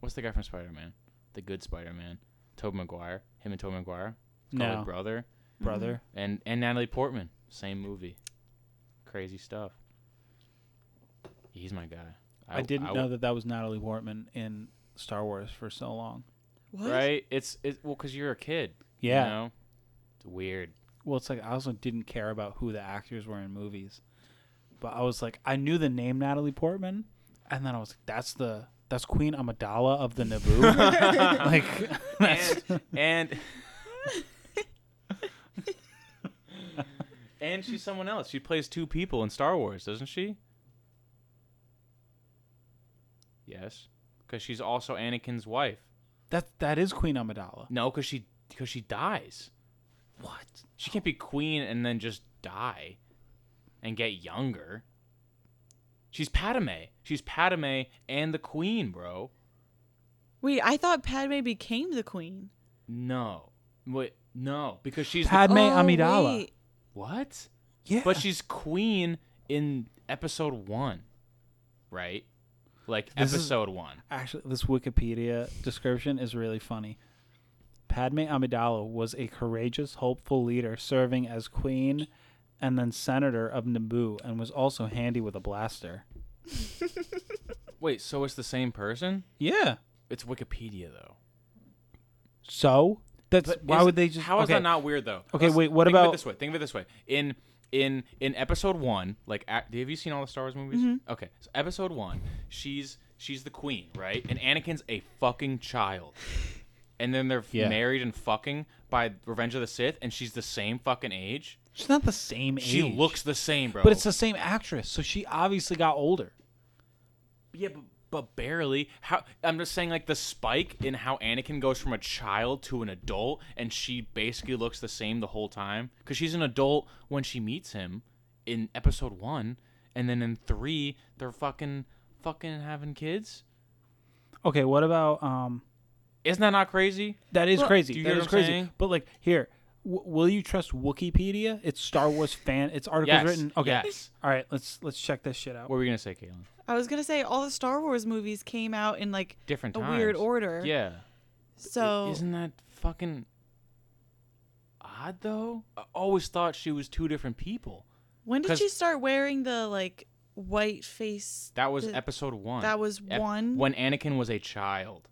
Speaker 2: what's the guy from Spider Man, the good Spider Man, Tobey Maguire, him and Tobey Maguire, It's called, like,
Speaker 1: No.
Speaker 2: brother
Speaker 1: brother.
Speaker 2: and and Natalie Portman, same movie, crazy stuff. He's my guy.
Speaker 1: I, didn't
Speaker 2: I-
Speaker 1: know that that was Natalie Portman in Star Wars for so long.
Speaker 7: What?
Speaker 2: right? It's it well because you're a kid.
Speaker 1: Yeah.
Speaker 2: you know? it's weird.
Speaker 1: Well, it's like I also didn't care about who the actors were in movies, but I was like, I knew the name Natalie Portman, and then I was like, that's the that's Queen Amidala of the
Speaker 2: [LAUGHS]
Speaker 1: Naboo. like, [LAUGHS] that's- [LAUGHS]
Speaker 2: And and and she's someone else. She plays two people in Star Wars, doesn't she? Yes, because she's also Anakin's wife.
Speaker 1: that that is Queen Amidala.
Speaker 2: No, because she because she dies.
Speaker 1: What?
Speaker 2: She can't be queen and then just die and get younger. She's Padme. She's Padme and the queen, bro.
Speaker 7: Wait, I thought Padme became the queen.
Speaker 2: No. Wait, no, because she's the-
Speaker 1: Padme
Speaker 7: oh,
Speaker 1: Amidala.
Speaker 7: wait.
Speaker 2: what?
Speaker 1: Yeah,
Speaker 2: But she's queen in episode 1. Right? Like
Speaker 1: This is-
Speaker 2: episode 1.
Speaker 1: actually this Wikipedia description is really funny. Padme Amidala was a courageous, hopeful leader serving as queen and then senator of Naboo and was also handy with a blaster.
Speaker 2: Wait, so it's the same person?
Speaker 1: Yeah.
Speaker 2: It's Wikipedia though.
Speaker 1: So that's why
Speaker 2: Is-
Speaker 1: would they just
Speaker 2: How is
Speaker 1: okay,
Speaker 2: that not weird though?
Speaker 1: Okay, wait, what
Speaker 2: think of it
Speaker 1: about-
Speaker 2: this way? Think of it this way. In in in episode one, like a- have you seen all the Star Wars movies? Okay, so episode one, she's she's the queen, right? And Anakin's a fucking child, and then they're
Speaker 1: Yeah.
Speaker 2: married and fucking by Revenge of the Sith, and she's the same fucking age.
Speaker 1: She's not the same age.
Speaker 2: She looks the same, bro.
Speaker 1: But it's the same actress, so she obviously got older.
Speaker 2: yeah, but, but barely. How I'm just saying, like the spike in how Anakin goes from a child to an adult, and she basically looks the same the whole time because she's an adult when she meets him in Episode One, and then in three they're fucking fucking having kids.
Speaker 1: Okay, what about um
Speaker 2: Isn't that not crazy?
Speaker 1: that is
Speaker 7: Well-
Speaker 1: crazy.
Speaker 2: Do you
Speaker 1: that
Speaker 2: get
Speaker 1: is
Speaker 2: what I'm
Speaker 1: crazy.
Speaker 2: saying?
Speaker 1: But like here, w- will you trust Wikipedia? It's Star Wars fan. It's articles
Speaker 2: Yes,
Speaker 1: written. Okay.
Speaker 2: yes.
Speaker 1: All right, let's let's check this shit out.
Speaker 2: What were you gonna say, Caitlin?
Speaker 7: I was gonna say all the Star Wars movies came out in like
Speaker 2: Different
Speaker 7: a
Speaker 2: times.
Speaker 7: weird order.
Speaker 2: Yeah.
Speaker 7: So
Speaker 2: Isn't that fucking odd though? I always thought she was two different people.
Speaker 7: when did
Speaker 2: 'cause-
Speaker 7: she start wearing the like white face?
Speaker 2: That was
Speaker 7: the-
Speaker 2: episode one.
Speaker 7: that was one?
Speaker 2: when Anakin was a child.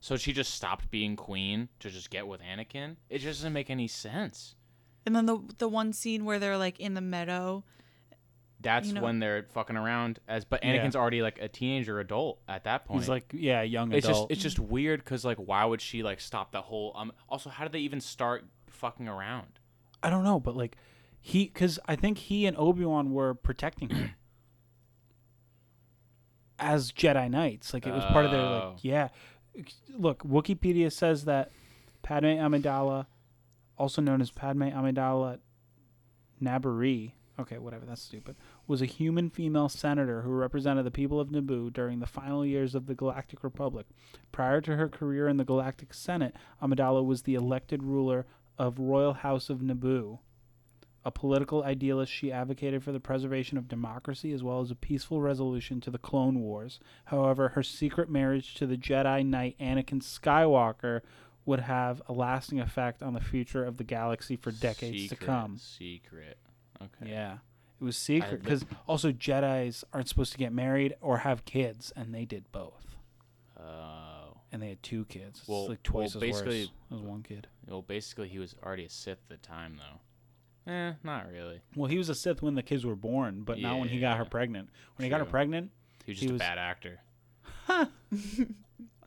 Speaker 2: So she just stopped being queen to just get with Anakin. It just doesn't make any sense.
Speaker 7: And then the the one scene where they're like in the meadow.
Speaker 2: That's
Speaker 7: You know-
Speaker 2: when they're fucking around as, but
Speaker 1: Yeah.
Speaker 2: Anakin's already like a teenager adult at that point.
Speaker 1: He's like, yeah, young
Speaker 2: it's just
Speaker 1: adult.
Speaker 2: it's just weird because like why would she like stop the whole um? Also, how did they even start fucking around?
Speaker 1: I don't know, but like he, because I think he and Obi Wan were protecting her as Jedi Knights. Like it was part of their like
Speaker 2: Oh.
Speaker 1: yeah. Look, Wikipedia says that Padme Amidala, also known as Padme Amidala Nabari, okay, whatever, that's stupid, was a human female senator who represented the people of Naboo during the final years of the Galactic Republic. Prior to her career in the Galactic Senate, Amidala was the elected ruler of Royal House of Naboo. A political idealist, she advocated for the preservation of democracy as well as a peaceful resolution to the Clone Wars. However, her secret marriage to the Jedi Knight Anakin Skywalker would have a lasting effect on the future of the galaxy for decades
Speaker 2: secret,
Speaker 1: to come.
Speaker 2: Secret. Okay.
Speaker 1: Yeah. It was secret
Speaker 2: li-
Speaker 1: because also Jedi's aren't supposed to get married or have kids, and they did both.
Speaker 2: Oh.
Speaker 1: and they had two kids. It's
Speaker 2: Well-
Speaker 1: like twice
Speaker 2: well,
Speaker 1: as
Speaker 2: basically-
Speaker 1: worse as one kid.
Speaker 2: Well, basically, he was already a Sith at the time, though. Eh, not really.
Speaker 1: Well, he was a Sith when the kids were born, but not when he got her
Speaker 2: Yeah.
Speaker 1: pregnant. When he got her
Speaker 2: True.
Speaker 1: pregnant,
Speaker 2: He was
Speaker 1: He
Speaker 2: just
Speaker 1: was-
Speaker 2: a bad actor.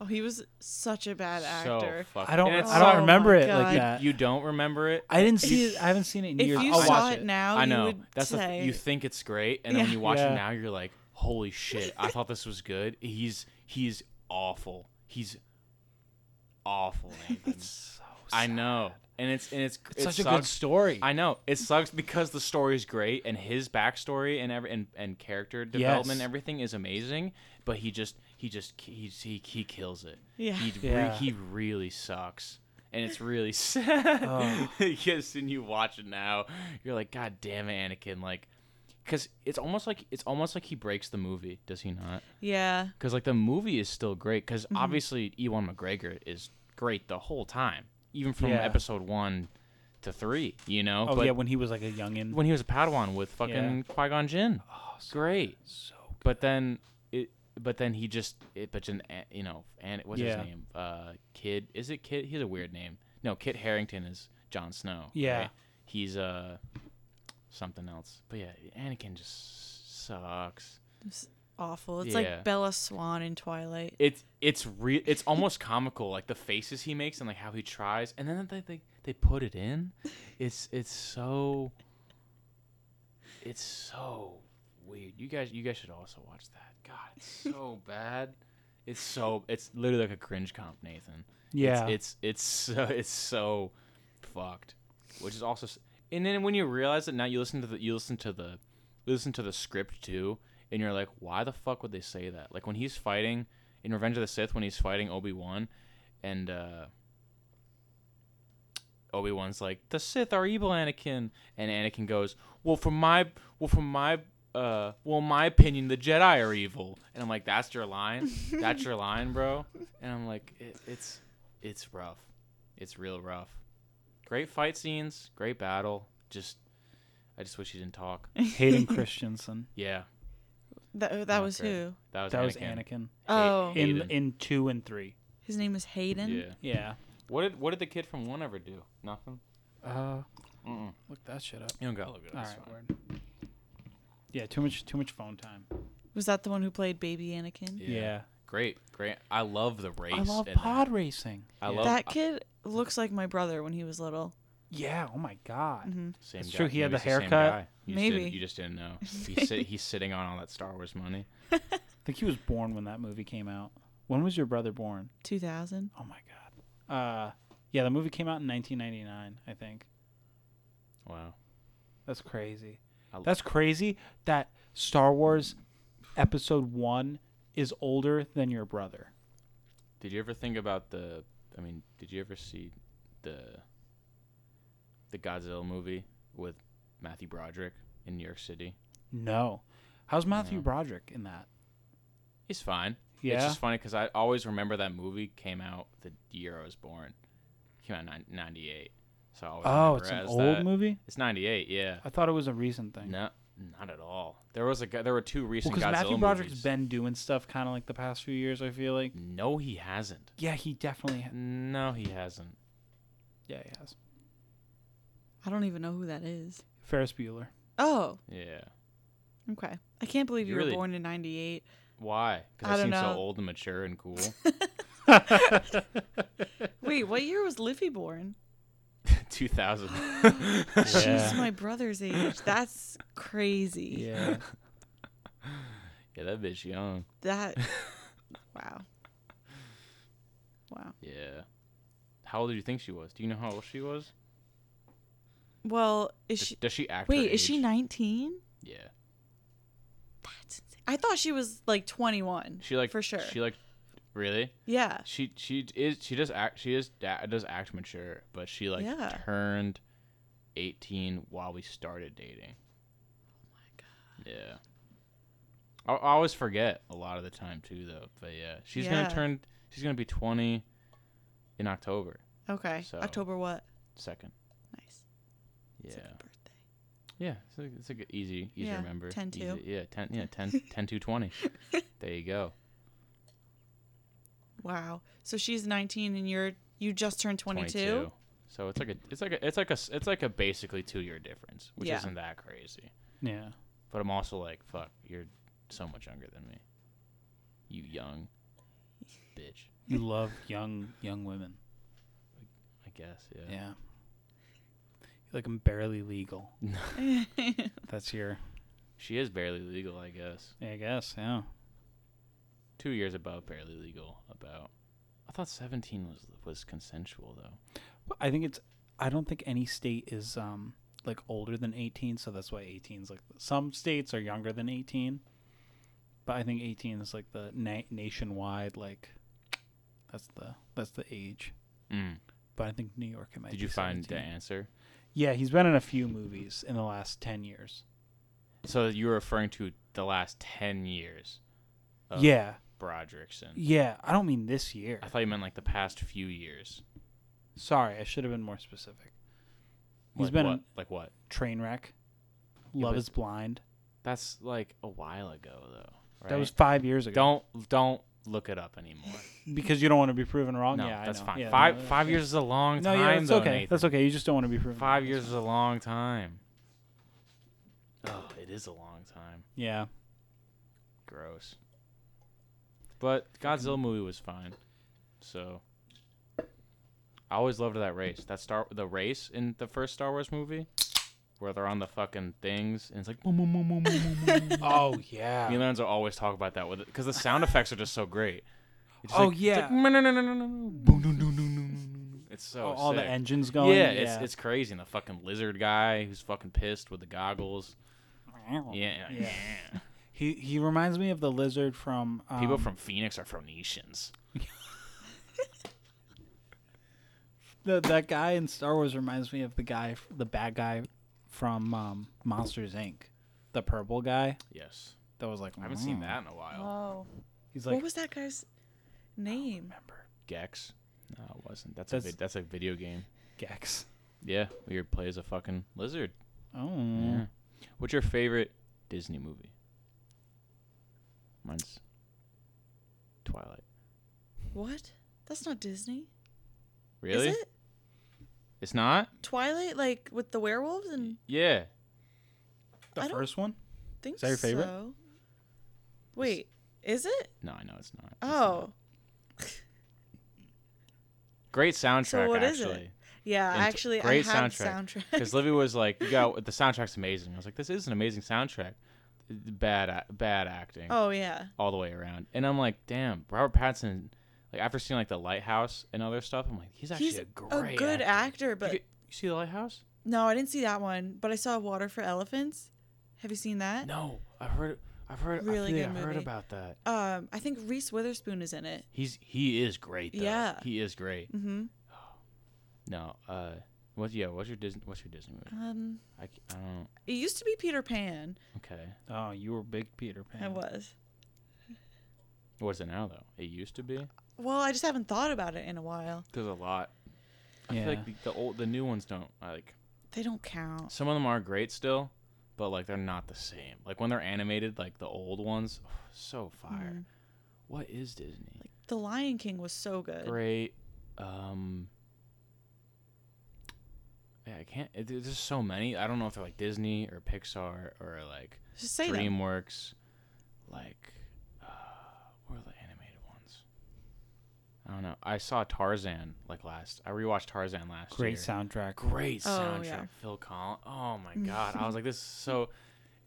Speaker 7: Oh, he was such a bad
Speaker 2: So
Speaker 7: actor.
Speaker 2: fuck.
Speaker 1: I don't,
Speaker 2: and it's
Speaker 1: I don't
Speaker 7: Oh
Speaker 1: remember
Speaker 7: my
Speaker 1: it like
Speaker 7: God.
Speaker 1: that.
Speaker 2: You don't remember it?
Speaker 1: I didn't see it. I haven't seen it in
Speaker 7: if
Speaker 1: years.
Speaker 7: you
Speaker 1: I'll
Speaker 7: saw
Speaker 1: watch
Speaker 7: it now,
Speaker 2: I
Speaker 7: you
Speaker 2: know.
Speaker 7: would
Speaker 2: That's the
Speaker 7: say,
Speaker 2: th- you think it's great, and then when
Speaker 7: Yeah.
Speaker 2: you watch
Speaker 1: Yeah.
Speaker 2: it now, you're like, "Holy shit! I thought this was good." He's he's awful. He's
Speaker 7: [LAUGHS]
Speaker 2: awful. Nathan.
Speaker 1: So
Speaker 2: I know, and it's and it's
Speaker 1: It's
Speaker 2: it
Speaker 1: such a good
Speaker 2: sucks.
Speaker 1: story.
Speaker 2: I know it sucks because the story is great and his backstory and every and, and character development
Speaker 1: Yes.
Speaker 2: and everything is amazing, but he just he just he he, he kills it.
Speaker 7: Yeah.
Speaker 2: He re-
Speaker 1: Yeah.
Speaker 2: he really sucks. And
Speaker 1: [LAUGHS]
Speaker 2: it's really sad.
Speaker 1: Oh.
Speaker 2: [LAUGHS] yes, and you watch it now, you're like, God damn it, Anakin! Like, because it's almost like it's almost like he breaks the movie, does he not?
Speaker 7: yeah,
Speaker 2: because like the movie is still great because
Speaker 1: Mm-hmm.
Speaker 2: obviously Ewan McGregor is great the whole time, even from
Speaker 1: Yeah.
Speaker 2: episode one to three. You know,
Speaker 1: oh
Speaker 2: but
Speaker 1: yeah, when he was like a youngin.
Speaker 2: when he was a Padawan with fucking Qui Gon Jinn, great.
Speaker 1: Oh, so
Speaker 2: But then it, but then he just, it, but then uh, you know, and what's
Speaker 1: Yeah.
Speaker 2: his name? Uh, Kid is it Kid? He has a weird name. No, Kit Harrington is Jon Snow.
Speaker 1: Yeah.
Speaker 2: right? he's uh something else. But yeah, Anakin just sucks.
Speaker 7: awful. It's
Speaker 2: Yeah.
Speaker 7: like Bella Swan in Twilight.
Speaker 2: it's it's real it's almost comical like the faces he makes and like how he tries and then they they, they put it in it's it's so it's so weird you guys you guys should also watch that god it's so [LAUGHS] bad it's so it's literally like a cringe comp nathan
Speaker 1: yeah,
Speaker 2: it's it's, it's so [LAUGHS] it's so fucked which is also s- and then when you realize it now you listen to the you listen to the listen to the script too and you're like why the fuck would they say that like when he's fighting in revenge of the sith when he's fighting obi-wan and uh obi-wan's like the sith are evil anakin and anakin goes well from my well from my uh well in my opinion the jedi are evil and i'm like that's your line that's your line bro and i'm like it, it's it's rough it's real rough great fight scenes great battle just i just wish he
Speaker 1: [LAUGHS]
Speaker 2: didn't talk
Speaker 1: Hayden Christensen.
Speaker 2: yeah
Speaker 7: That that
Speaker 2: Not
Speaker 7: was
Speaker 2: great.
Speaker 7: who.
Speaker 2: that was
Speaker 1: That
Speaker 2: anakin.
Speaker 1: was Anakin
Speaker 7: Oh,
Speaker 1: in
Speaker 2: Hayden.
Speaker 1: in two and three.
Speaker 7: his name was Hayden.
Speaker 2: yeah
Speaker 1: Yeah.
Speaker 2: what did what did the kid from one ever do nothing
Speaker 1: Uh,
Speaker 2: Mm-mm.
Speaker 1: look that shit up.
Speaker 2: you don't gotta look it
Speaker 1: All
Speaker 2: up it's
Speaker 1: right,
Speaker 2: fine.
Speaker 1: word. Yeah, too much too much phone time.
Speaker 7: Was that the one who played Baby Anakin?
Speaker 2: Yeah. great great i love the race
Speaker 1: I love
Speaker 2: in that.
Speaker 1: pod racing.
Speaker 2: i love
Speaker 7: That kid looks like my brother when he was little. Mm-hmm.
Speaker 1: Yeah. Oh my god.
Speaker 2: Same
Speaker 1: It's
Speaker 2: guy.
Speaker 1: true, he had
Speaker 2: Maybe
Speaker 1: the
Speaker 2: it's same
Speaker 1: haircut.
Speaker 2: guy. You just didn't-
Speaker 7: Maybe.
Speaker 2: you just didn't
Speaker 1: [LAUGHS]
Speaker 2: know. He's, sit, he's sitting on all that Star Wars money.
Speaker 1: I think he was born when that movie came out. When was your brother born?
Speaker 7: 2000.
Speaker 1: Oh my god. Uh, yeah, the movie came out in 1999. I think
Speaker 2: Wow.
Speaker 1: that's crazy.
Speaker 2: I l-
Speaker 1: That's crazy that Star Wars Episode One is older than your brother.
Speaker 2: Did you ever think about the? I mean, did you ever see the the Godzilla movie with Matthew Broderick in New York City?
Speaker 1: No. How's Matthew
Speaker 2: No.
Speaker 1: Broderick in that?
Speaker 2: He's fine. It's
Speaker 1: Yeah.
Speaker 2: just funny because I always remember that movie came out the year I was born. Came out in '98. So I always
Speaker 1: Oh,
Speaker 2: remember
Speaker 1: it's
Speaker 2: it
Speaker 1: an
Speaker 2: as
Speaker 1: old
Speaker 2: that.
Speaker 1: movie.
Speaker 2: It's '98. Yeah.
Speaker 1: I thought it was a recent thing.
Speaker 2: No, not at all. There was a gu- there were two recent
Speaker 1: because
Speaker 2: Godzilla
Speaker 1: Matthew Broderick's
Speaker 2: movies.
Speaker 1: been doing stuff kind of like the past few years. I feel like.
Speaker 2: No, he hasn't.
Speaker 1: Yeah, he definitely. Ha-
Speaker 2: No, he hasn't.
Speaker 1: yeah, he has.
Speaker 7: I don't even know who that is.
Speaker 1: Ferris Bueller.
Speaker 7: Oh,
Speaker 2: Yeah.
Speaker 7: okay. I can't believe you,
Speaker 2: You really-
Speaker 7: were born in 98.
Speaker 2: Why?
Speaker 7: I
Speaker 2: Because I,
Speaker 7: don't
Speaker 2: seem so
Speaker 7: know.
Speaker 2: old and mature and cool.
Speaker 7: [LAUGHS] Wait, what year was Liffy born? [LAUGHS]
Speaker 2: 2000.
Speaker 7: She's my brother's age. That's crazy.
Speaker 1: Yeah.
Speaker 2: Yeah, that bitch young.
Speaker 7: [LAUGHS] That. Wow. Wow.
Speaker 2: Yeah. How old do you think she was? Do you know how old she was?
Speaker 7: Well, is
Speaker 2: Does,
Speaker 7: she.
Speaker 2: does she act? her
Speaker 7: Wait, is she
Speaker 2: age?
Speaker 7: 19?
Speaker 2: Yeah.
Speaker 7: I thought she was like 21.
Speaker 2: She like
Speaker 7: For sure.
Speaker 2: She like really?
Speaker 7: yeah.
Speaker 2: She she is she does act she is da- does act mature, but she like
Speaker 7: Yeah.
Speaker 2: turned 18 while we started dating. Oh my god. Yeah. I, I always forget a lot of the time too though, but yeah, she's
Speaker 7: Yeah.
Speaker 2: gonna turn she's gonna be 20 in October
Speaker 7: Okay.
Speaker 2: So-
Speaker 7: October what?
Speaker 2: second.
Speaker 7: Nice.
Speaker 2: Yeah.
Speaker 7: It's a good birthday.
Speaker 2: Yeah, it's a, it's a good, easy, easy to
Speaker 7: Yeah,
Speaker 2: remember.
Speaker 7: 10
Speaker 2: Easy-
Speaker 7: to. [LAUGHS]
Speaker 2: yeah, 10, yeah, 10, 10 to 20. There you go.
Speaker 7: Wow. So she's 19 and you're you just turned 22.
Speaker 2: So it's like a it's like a it's like a s- it's like a basically two year difference, which
Speaker 7: Yeah.
Speaker 2: isn't that crazy.
Speaker 1: [LAUGHS] Yeah.
Speaker 2: But I'm also like, fuck, you're so much younger than me. You
Speaker 7: [LAUGHS]
Speaker 2: young bitch.
Speaker 1: You love young young women.
Speaker 2: I guess, yeah.
Speaker 1: Yeah. You're like I'm barely legal. That's your
Speaker 2: She is barely legal, I guess.
Speaker 1: I guess, yeah.
Speaker 2: Two years above barely legal. About. I thought 17 was was consensual though.
Speaker 1: But I think it's I don't think any state is um like older than 18, so that's why 18 is like some states are younger than 18. But I think 18 is like the na- nationwide like that's the that's the age.
Speaker 2: Mm.
Speaker 1: But I think New York it might
Speaker 2: Did
Speaker 1: be
Speaker 2: you find the
Speaker 1: 17.
Speaker 2: answer?
Speaker 1: Yeah, he's been in a few movies in the last 10 years.
Speaker 2: So you're referring to the last 10 years. of
Speaker 1: Yeah.
Speaker 2: Broderickson.
Speaker 1: Yeah, I don't mean this year.
Speaker 2: Oh. I thought you meant like the past few years.
Speaker 1: Sorry, I should have been more specific. He's
Speaker 2: like
Speaker 1: been
Speaker 2: what?
Speaker 1: in
Speaker 2: like what?
Speaker 1: Trainwreck,
Speaker 2: Yeah,
Speaker 1: Love
Speaker 2: but-
Speaker 1: is Blind.
Speaker 2: That's like a while ago though. Right?
Speaker 1: That was five years ago.
Speaker 2: don't don't look it up
Speaker 1: [LAUGHS]
Speaker 2: anymore.
Speaker 1: because you don't want to be proven wrong.
Speaker 2: no,
Speaker 1: Oh, yeah, I
Speaker 2: that's
Speaker 1: know.
Speaker 2: fine.
Speaker 1: Yeah,
Speaker 2: five
Speaker 1: no,
Speaker 2: five years is a long
Speaker 1: No,
Speaker 2: time
Speaker 1: yeah, that's
Speaker 2: though.
Speaker 1: okay.
Speaker 2: Nathan.
Speaker 1: That's okay. You just don't want to be proven.
Speaker 2: Five
Speaker 1: wrong.
Speaker 2: years is a long time. Oh, it is a long time.
Speaker 1: Yeah,
Speaker 2: Gross. But Godzilla movie was fine. So I always loved that race. That star the race in the first Star Wars movie where they're on the fucking things and it's like boom, boom, boom, boom, boom, boom,
Speaker 1: [LAUGHS]
Speaker 2: boom, boom.
Speaker 1: Oh yeah.
Speaker 2: Me and Lorenzo always talk about that with it because the sound effects are just so great. It's just
Speaker 1: Oh,
Speaker 2: like- it's
Speaker 1: yeah.
Speaker 2: like, "No, no, no, no, no, no, [LAUGHS] no, boom, doo, doo, doo, doo, doo, doo." It's so
Speaker 1: Oh, all the
Speaker 2: sick.
Speaker 1: engines going.
Speaker 2: Yeah, it's it's crazy. And the fucking lizard guy who's fucking pissed with the goggles.
Speaker 1: Oh,
Speaker 2: Yeah, yeah.
Speaker 1: [LAUGHS] He he reminds me of the lizard from um,
Speaker 2: People from Phoenix are Phoenicians.
Speaker 1: the, that guy in Star Wars reminds me of the guy f- the bad guy from um, Monsters Inc. The purple guy
Speaker 2: Yes,
Speaker 1: that was like
Speaker 2: I haven't seen
Speaker 1: "Mm."
Speaker 2: that in a while.
Speaker 7: Oh.
Speaker 1: He's like
Speaker 7: what was that guy's name?
Speaker 1: remember
Speaker 2: Gex. No, it wasn't. That's, a
Speaker 1: That's-
Speaker 2: vid- that's a video game.
Speaker 1: Gex.
Speaker 2: Yeah, where you play as a fucking lizard.
Speaker 1: Oh.
Speaker 2: Yeah. What's your favorite Disney movie? Mine's Twilight.
Speaker 7: What? That's not Disney.
Speaker 2: Really?
Speaker 7: Is it?
Speaker 2: It's not.
Speaker 7: Twilight like with the werewolves and
Speaker 2: Yeah.
Speaker 1: The
Speaker 7: I don't
Speaker 1: first one?
Speaker 7: think
Speaker 1: that your favorite?
Speaker 7: so. Wait, is it?
Speaker 2: No, I know it's not. It's
Speaker 7: Oh.
Speaker 2: not. Great soundtrack.
Speaker 7: what is it?
Speaker 2: actually.
Speaker 7: Yeah,
Speaker 2: And it's a
Speaker 7: actually
Speaker 2: great
Speaker 7: I had
Speaker 2: soundtrack.
Speaker 7: soundtrack.
Speaker 2: Because Livy was like, "You got the soundtrack's amazing." I was like, "This is an amazing soundtrack." Bad, ac- bad acting
Speaker 7: oh yeah.
Speaker 2: all the way around, and I'm like, "Damn, Robert Pattinson." Like after seeing like the Lighthouse and other stuff, I'm like, "He's actually
Speaker 7: He's
Speaker 2: a great,
Speaker 7: good
Speaker 2: actor."
Speaker 7: actor,
Speaker 2: You,
Speaker 7: but
Speaker 2: get- you see the Lighthouse?
Speaker 7: no, I didn't see that one. But I saw Water for Elephants. Have you seen that?
Speaker 2: No, I've heard, I've heard,
Speaker 7: Uh, Really
Speaker 2: I
Speaker 7: good
Speaker 2: think I heard
Speaker 7: movie.
Speaker 2: about that.
Speaker 7: Um, I think Reese Witherspoon is in it.
Speaker 2: He's he is great. Though.
Speaker 7: Yeah.
Speaker 2: he is great.
Speaker 7: Mm-hmm.
Speaker 2: No, uh, what? Yeah, what's your Disney? What's your Disney movie?
Speaker 7: Um,
Speaker 2: I, c- I don't.
Speaker 7: it used to be Peter Pan.
Speaker 2: Okay,
Speaker 1: Oh, you were big Peter Pan.
Speaker 7: I was.
Speaker 2: what is it now though? It used to be.
Speaker 7: Well, I just haven't thought about it in a while.
Speaker 2: There's a lot. I
Speaker 1: Yeah.
Speaker 2: feel like the, the old, the new ones don't like.
Speaker 7: They don't count.
Speaker 2: Some of them are great still, but like they're not the same. Like when they're animated, like the old ones, [SIGHS] so fire. What is Disney?
Speaker 7: Mm. The Lion King was so good.
Speaker 2: great. Um. Yeah, I can't. It, there's just so many. I don't know if they're like Disney or Pixar or like
Speaker 7: Just say them.
Speaker 2: DreamWorks. Like, uh, what are the animated ones? I don't know. I saw Tarzan like last. I rewatched Tarzan last year.
Speaker 1: Great soundtrack.
Speaker 2: great
Speaker 7: Oh,
Speaker 2: soundtrack.
Speaker 7: yeah.
Speaker 2: Phil Collins. Oh
Speaker 7: [LAUGHS]
Speaker 2: my god! I was like, this is so.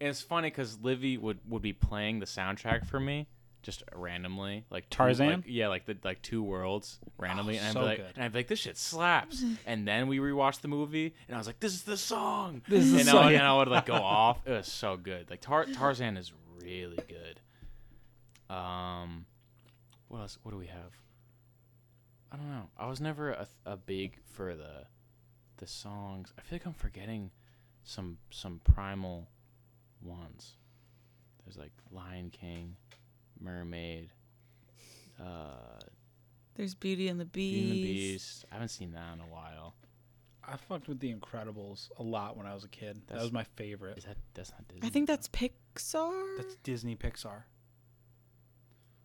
Speaker 2: And it's funny because Livy would would be playing the soundtrack for me just randomly, like two-
Speaker 1: Tarzan?
Speaker 2: like- yeah, like the like two worlds randomly,
Speaker 1: Oh,
Speaker 2: and I'd
Speaker 1: so
Speaker 2: be like,
Speaker 1: good.
Speaker 2: and I'd be like, this
Speaker 1: [LAUGHS]
Speaker 2: shit slaps. and then we rewatched the movie, and I was like, this is the song.
Speaker 1: This is the
Speaker 2: and I
Speaker 1: song.
Speaker 2: would- and I would
Speaker 1: [LAUGHS]
Speaker 2: like go off. It was so good. Like Tar- Tarzan is really good. Um, what else? What do we have? I don't know. I was never a, a big for the the songs. I feel like I'm forgetting some some primal ones. There's like Lion King, Mermaid, uh,
Speaker 7: There's Beauty and the Beast.
Speaker 2: Beauty and the Beast. I haven't seen that in a while.
Speaker 1: I fucked with The Incredibles a lot when I was a kid. that
Speaker 2: That's-
Speaker 1: was my
Speaker 2: Is
Speaker 1: favorite.
Speaker 2: that that's not Disney?
Speaker 7: I think that's Pixar.
Speaker 1: That's Disney Pixar.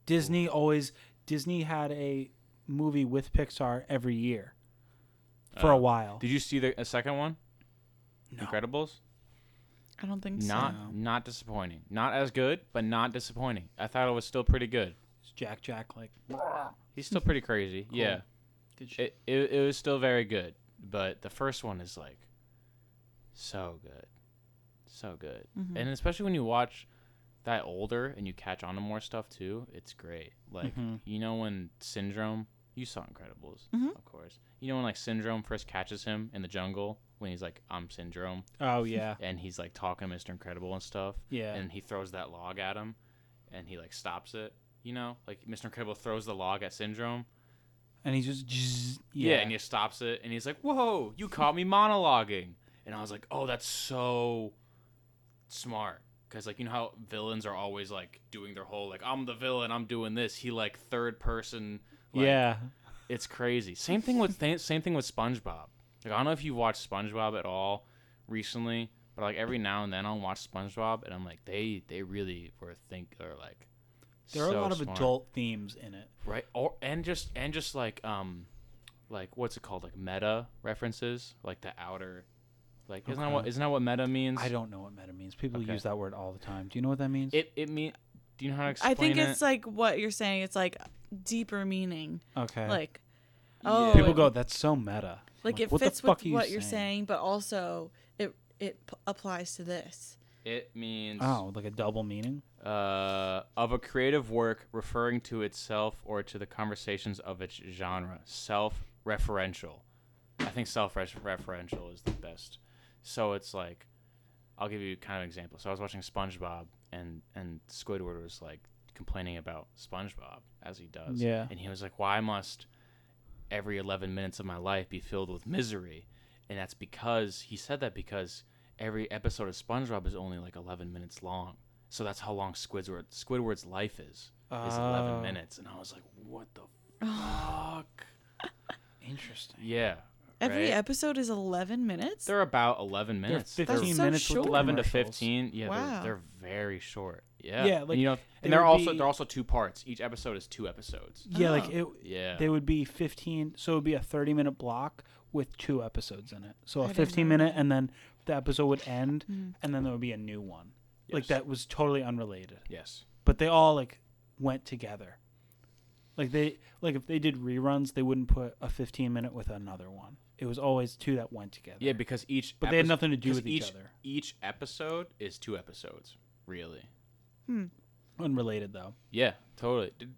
Speaker 1: Disney always Disney had a movie with Pixar every year for a
Speaker 2: Oh.
Speaker 1: while.
Speaker 2: Did you see the a second one?
Speaker 1: No.
Speaker 2: Incredibles?
Speaker 7: I don't think
Speaker 2: Not
Speaker 7: so.
Speaker 2: not disappointing. Not as good, but not disappointing. I thought it was still pretty good.
Speaker 1: It's Jack Jack like
Speaker 2: He's still pretty
Speaker 7: [LAUGHS]
Speaker 2: crazy. Yeah.
Speaker 1: Good shit.
Speaker 2: It, it it was still very good, but the first one is like so good. So good.
Speaker 1: Mm-hmm.
Speaker 7: Mm-hmm.
Speaker 2: And especially when you watch that older and you catch on to more stuff too, it's great. Like
Speaker 1: Mhm.
Speaker 2: you know when Syndrome you saw Incredibles,
Speaker 1: Mm-hmm.
Speaker 7: Mhm.
Speaker 2: of course. You know when like Syndrome first catches him in the jungle when he's like, I'm Syndrome
Speaker 1: Oh yeah.
Speaker 2: and he's like talking to Mr. Incredible and stuff.
Speaker 1: Yeah.
Speaker 2: And he throws that log at him and he like stops it. You know? Like Mr. Incredible throws the log at Syndrome.
Speaker 1: And he just zzz,
Speaker 2: Yeah. and he stops it and he's like, Whoa, you caught me monologuing. And I was like, Oh, that's so smart. Cause like you know how villains are always like doing their whole like I'm the villain, I'm doing this. He like third person like,
Speaker 1: yeah.
Speaker 2: it's crazy. Same thing with th- same thing with SpongeBob. Like I don't know if you watched SpongeBob at all recently, but like every now and then I'll watch SpongeBob and I'm like they they really were think or like
Speaker 1: There are
Speaker 2: so
Speaker 1: a lot of
Speaker 2: smart.
Speaker 1: adult themes in it.
Speaker 2: right or and just and just like um like what's it called like meta references like the outer like isn't that what
Speaker 1: Okay.
Speaker 2: isn't that what meta means?
Speaker 1: I don't know what meta means. People
Speaker 2: Okay.
Speaker 1: use that word all the time. Do you know what that means?
Speaker 2: It it mean. Do you know how to explain
Speaker 7: I think
Speaker 2: it?
Speaker 7: it's like what you're saying. It's like deeper meaning.
Speaker 1: okay.
Speaker 7: Like, oh,
Speaker 1: People
Speaker 7: it-
Speaker 1: go, that's so meta.
Speaker 7: like it
Speaker 1: what the
Speaker 7: fits
Speaker 1: fuck
Speaker 7: with
Speaker 1: are you
Speaker 7: what you're
Speaker 1: saying?
Speaker 7: saying, but also it it p- applies to this.
Speaker 2: it means
Speaker 1: Oh, like a double meaning?
Speaker 2: uh, of a creative work referring to itself or to the conversations of its genre. Self referential. I think self referential is the best. So it's like, I'll give you kind of an example. So I was watching SpongeBob, and, and Squidward was like complaining about SpongeBob, as he does.
Speaker 1: Yeah.
Speaker 2: And he was like, Why must every 11 minutes of my life be filled with misery? And that's because he said that because every episode of SpongeBob is only like 11 minutes long. So that's how long Squidward Squidward's life is. Is 11
Speaker 1: Oh.
Speaker 2: minutes. And I was like, what the fuck?
Speaker 1: Interesting.
Speaker 2: Yeah.
Speaker 7: Every
Speaker 2: right?
Speaker 7: episode is 11 minutes.
Speaker 2: They're about 11
Speaker 1: They're
Speaker 2: minutes.
Speaker 1: 15
Speaker 7: so
Speaker 1: minutes with
Speaker 7: short.
Speaker 1: the
Speaker 2: 11 to
Speaker 1: commercials.
Speaker 2: 15. Yeah, they're,
Speaker 7: Wow.
Speaker 2: they're very short. Yeah.
Speaker 1: Yeah, like,
Speaker 2: and, you know,
Speaker 1: they
Speaker 2: and they're
Speaker 1: would
Speaker 2: also
Speaker 1: be-
Speaker 2: they're also two parts. Each episode is two episodes.
Speaker 1: Yeah, like
Speaker 7: Oh.
Speaker 1: it,
Speaker 2: Yeah.
Speaker 1: they would be 15 so it would be a 30 minute block with two episodes in it so
Speaker 7: I
Speaker 1: a
Speaker 7: didn't
Speaker 1: 15
Speaker 7: know
Speaker 1: minute and then the episode would end
Speaker 7: Hmm.
Speaker 1: and then there would be a new one like
Speaker 2: Yes.
Speaker 1: that was totally unrelated
Speaker 2: Yes.
Speaker 1: but they all like went together like they like if they did reruns they wouldn't put a 15 minute with another one it was always two that went together
Speaker 2: Yeah, because each
Speaker 1: But they had
Speaker 2: epis-
Speaker 1: nothing to do
Speaker 2: 'cause
Speaker 1: with each
Speaker 2: each
Speaker 1: other.
Speaker 2: Each episode is two episodes, really.
Speaker 7: Hmm.
Speaker 1: unrelated though
Speaker 2: Yeah, totally. Did,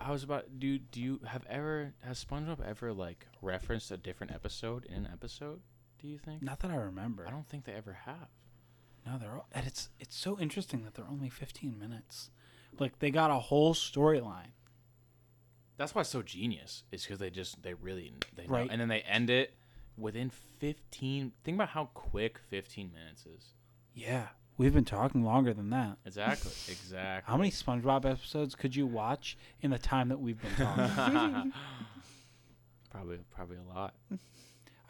Speaker 2: I was about do do you have ever has SpongeBob ever like referenced a different episode in an episode? Do you think?
Speaker 1: not that i remember
Speaker 2: I don't think they ever have.
Speaker 1: no they're all and it's it's so interesting that they're only 15 minutes like they got a whole storyline
Speaker 2: That's why it's so genius is because they just they really they know.
Speaker 1: Right.
Speaker 2: and then they end it within 15. Think about how quick 15 minutes is.
Speaker 1: yeah we've been talking longer than that
Speaker 2: Exactly. exactly.
Speaker 1: How many SpongeBob episodes could you watch in the time that we've been
Speaker 2: [LAUGHS]
Speaker 1: talking?
Speaker 2: probably probably a lot.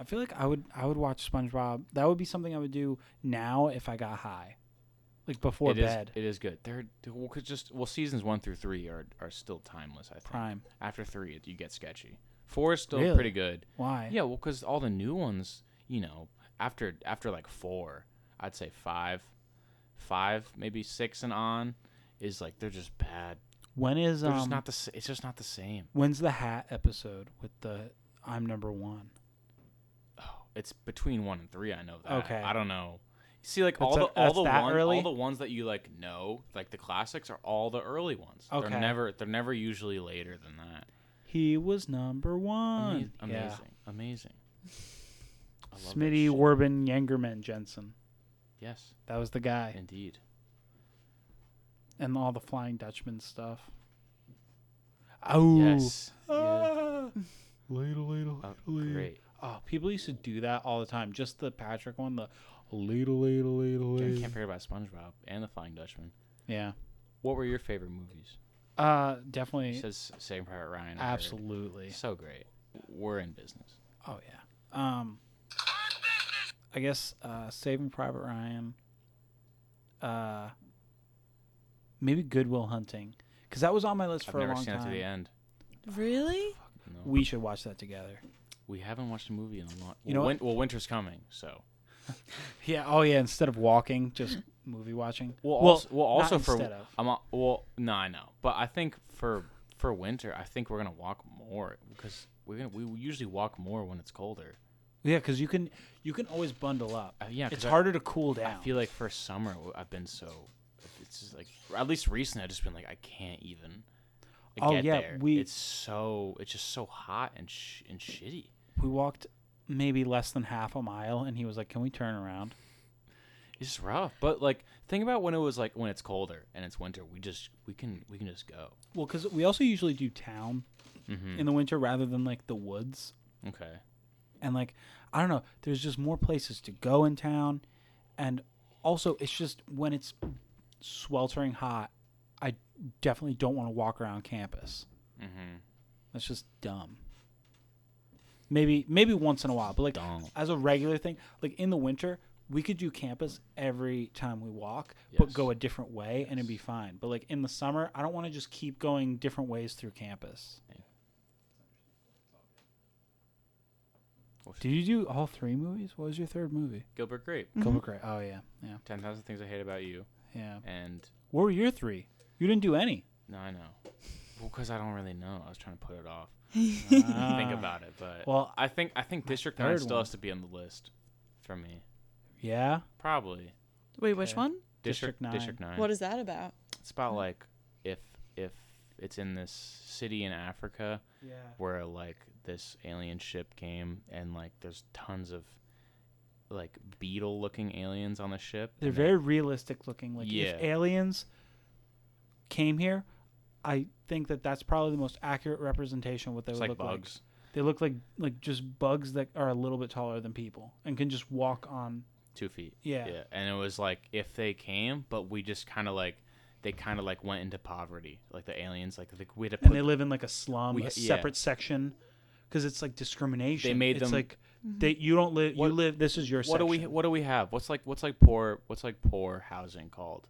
Speaker 1: I feel like I would I would watch SpongeBob. That would be something I would do now if I got high, like before
Speaker 2: It is-
Speaker 1: bed.
Speaker 2: it is good. They're they're- well, 'cause just well seasons one through three are are still timeless. I think.
Speaker 1: Prime.
Speaker 2: After three, it- you get sketchy. Four is still
Speaker 1: Really?
Speaker 2: pretty good.
Speaker 1: Why?
Speaker 2: Yeah, well, because all the new ones, you know, after after like four, I'd say five, five maybe six and on, is like they're just bad.
Speaker 1: When is
Speaker 2: They're
Speaker 1: um?
Speaker 2: just not the. sa- It's just not the same.
Speaker 1: when's the hat episode with the I'm number one?
Speaker 2: Oh, it's between one and three. I know that.
Speaker 1: Okay.
Speaker 2: I don't know. See, like
Speaker 1: That's
Speaker 2: all the
Speaker 1: a-
Speaker 2: all
Speaker 1: that's
Speaker 2: the
Speaker 1: that
Speaker 2: one,
Speaker 1: early?
Speaker 2: all the ones that you like know, like the classics, are all the early ones.
Speaker 1: Okay.
Speaker 2: They're never they're never usually later than that.
Speaker 1: He was number one.
Speaker 2: Amaz- amazing, amazing. I
Speaker 1: Yeah.
Speaker 2: love that
Speaker 1: Smitty
Speaker 2: shit.
Speaker 1: Warbin Yangerman Jensen.
Speaker 2: Yes,
Speaker 1: That was the guy,
Speaker 2: indeed.
Speaker 1: and all the Flying Dutchman stuff. Oh.
Speaker 2: Yes. Yeah.
Speaker 1: Later, later,
Speaker 2: Oh, great.
Speaker 1: Ah. Oh, people used to do that all the time. Just the Patrick one, the later, later, later,
Speaker 2: Dude,
Speaker 1: later.
Speaker 2: I can't forget about SpongeBob and the Flying Dutchman.
Speaker 1: Yeah.
Speaker 2: What were your favorite movies?
Speaker 1: Uh,
Speaker 2: He
Speaker 1: definitely.
Speaker 2: says Saving Private Ryan. I heard.
Speaker 1: Absolutely.
Speaker 2: So great. We're in business.
Speaker 1: Oh yeah. Um, I guess uh, Saving Private Ryan. Uh, maybe Goodwill Hunting, because that was on my list
Speaker 2: I've
Speaker 1: for a
Speaker 2: never
Speaker 1: long
Speaker 2: seen it
Speaker 1: time.
Speaker 2: to the end.
Speaker 7: Really?
Speaker 2: No.
Speaker 1: We should watch that together.
Speaker 2: We haven't watched a movie in a long.
Speaker 1: You know
Speaker 2: well,
Speaker 1: what?
Speaker 2: win- well, winter's coming, so
Speaker 1: Yeah. Oh yeah. Instead of walking,
Speaker 2: [LAUGHS]
Speaker 1: just movie watching.
Speaker 2: Well, also, well,
Speaker 1: not
Speaker 2: also for
Speaker 1: instead of.
Speaker 2: I'm a- well, no, I know, but I think for for winter, I think we're gonna walk more because we're gonna we usually walk more when it's colder.
Speaker 1: Yeah, because you can you can always bundle up.
Speaker 2: Uh, yeah, 'cause
Speaker 1: it's
Speaker 2: I-
Speaker 1: harder to cool down.
Speaker 2: I feel like for summer, w- I've been so it's just like at least recently, I've just been like I can't even.
Speaker 1: Oh,
Speaker 2: get
Speaker 1: yeah,
Speaker 2: there.
Speaker 1: we-
Speaker 2: it's so it's just so hot and sh- and shitty.
Speaker 1: we walked maybe less than half a mile, and he was like, "Can we turn around?"
Speaker 2: It's just rough, but like think about when it was like when it's colder and it's winter. We just we can we can just go.
Speaker 1: Well, because we also usually do town
Speaker 2: Mm-hmm.
Speaker 1: in the winter rather than like the woods.
Speaker 2: Okay.
Speaker 1: and like I don't know, there's just more places to go in town, and also it's just when it's sweltering hot, I definitely don't want to walk around campus.
Speaker 2: Mm-hmm.
Speaker 1: That's just dumb. Maybe maybe once in a while, but like
Speaker 2: Dumb.
Speaker 1: as a regular thing, like in the winter we could do campus every time we walk, but
Speaker 2: Yes.
Speaker 1: go a different way and it'd be fine. But like in the summer, I don't want to just keep going different ways through campus. Did you do all three movies? What was your third movie?
Speaker 2: Gilbert Grape.
Speaker 1: Cobra Kai. Oh yeah, yeah,
Speaker 2: Ten thousand things I hate about you.
Speaker 1: yeah.
Speaker 2: And
Speaker 1: What were your three? You didn't do any.
Speaker 2: no, I know. Well, because I don't really know. I was trying to put it off.
Speaker 1: Ah.
Speaker 2: [LAUGHS] Think about it, but
Speaker 1: Well,
Speaker 2: I think I think District Nine
Speaker 1: third
Speaker 2: still
Speaker 1: one.
Speaker 2: has to be on the list for me.
Speaker 1: Yeah.
Speaker 2: Probably
Speaker 7: Wait,
Speaker 1: Okay.
Speaker 7: which one?
Speaker 1: District
Speaker 2: District
Speaker 1: Nine.
Speaker 2: District Nine.
Speaker 7: What is that about?
Speaker 2: It's about like if if it's in this city in Africa
Speaker 1: Yeah.
Speaker 2: where like this alien ship came and like there's tons of like beetle looking aliens on the ship.
Speaker 1: They're
Speaker 2: and
Speaker 1: very realistic looking. Like
Speaker 2: Yeah.
Speaker 1: if aliens came here, I think that that's probably the most accurate representation of what they
Speaker 2: it's
Speaker 1: would
Speaker 2: like
Speaker 1: look
Speaker 2: bugs.
Speaker 1: like. They look like like just bugs that are a little bit taller than people and can just walk on.
Speaker 2: two feet.
Speaker 1: Yeah.
Speaker 2: Yeah. And it was like if they came, but we just kind of like they kind of like went into poverty, like the aliens, like, like we had to put.
Speaker 1: And they live in like a slum,
Speaker 2: We-
Speaker 1: a
Speaker 2: yeah.
Speaker 1: separate section, because it's like discrimination.
Speaker 2: They made
Speaker 1: it's
Speaker 2: them-
Speaker 1: like they you don't live.
Speaker 2: What-
Speaker 1: you live. This is your
Speaker 2: what do
Speaker 1: section.
Speaker 2: we What do we have? What's like What's like poor What's like poor housing called?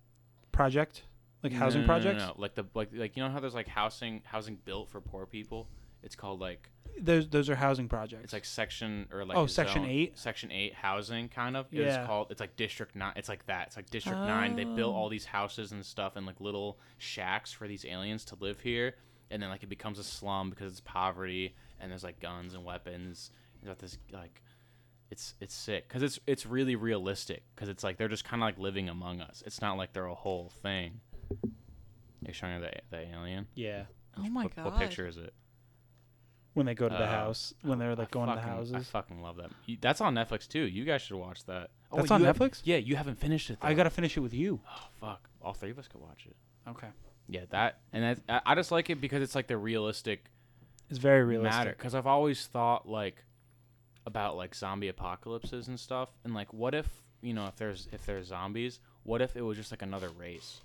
Speaker 1: project like housing
Speaker 2: No, no, no,
Speaker 1: projects.
Speaker 2: No, no, like the like like you know how there's like housing housing built for poor people. It's called like
Speaker 1: Those those are housing projects.
Speaker 2: it's like section or like
Speaker 1: Oh,
Speaker 2: a
Speaker 1: Section
Speaker 2: zone-
Speaker 1: eight?
Speaker 2: section eight housing kind of.
Speaker 1: Yeah.
Speaker 2: It's called it's like district nine. It's like that. It's like district nine. They built all these houses and stuff and like little shacks for these aliens to live here, and then like it becomes a slum because it's poverty and there's like guns and weapons. You got this like. It's it's sick because it's it's really realistic because it's like they're just kind of like living among us. It's not like they're a whole thing. Are you showing her the, the alien?
Speaker 1: yeah.
Speaker 7: Oh my
Speaker 2: what,
Speaker 7: god.
Speaker 2: What picture is it?
Speaker 1: when they go to the
Speaker 2: Uh,
Speaker 1: house when they're like
Speaker 2: I
Speaker 1: going to the
Speaker 2: fucking- I
Speaker 1: houses.
Speaker 2: fucking love that. You- That's on Netflix too. You guys should watch that. Oh,
Speaker 1: That's
Speaker 2: wait,
Speaker 1: on
Speaker 2: you have-
Speaker 1: Netflix?
Speaker 2: yeah, you haven't finished it. Though.
Speaker 1: I gotta finish it with you.
Speaker 2: Oh fuck! All three of us could watch it.
Speaker 1: Okay,
Speaker 2: Yeah, that and that's, I I just like it because it's like the realistic,
Speaker 1: it's very realistic.
Speaker 2: matter. Because I've always thought like about like zombie apocalypses and stuff, and like what if you know if there's if there's zombies, what if it was just like another race?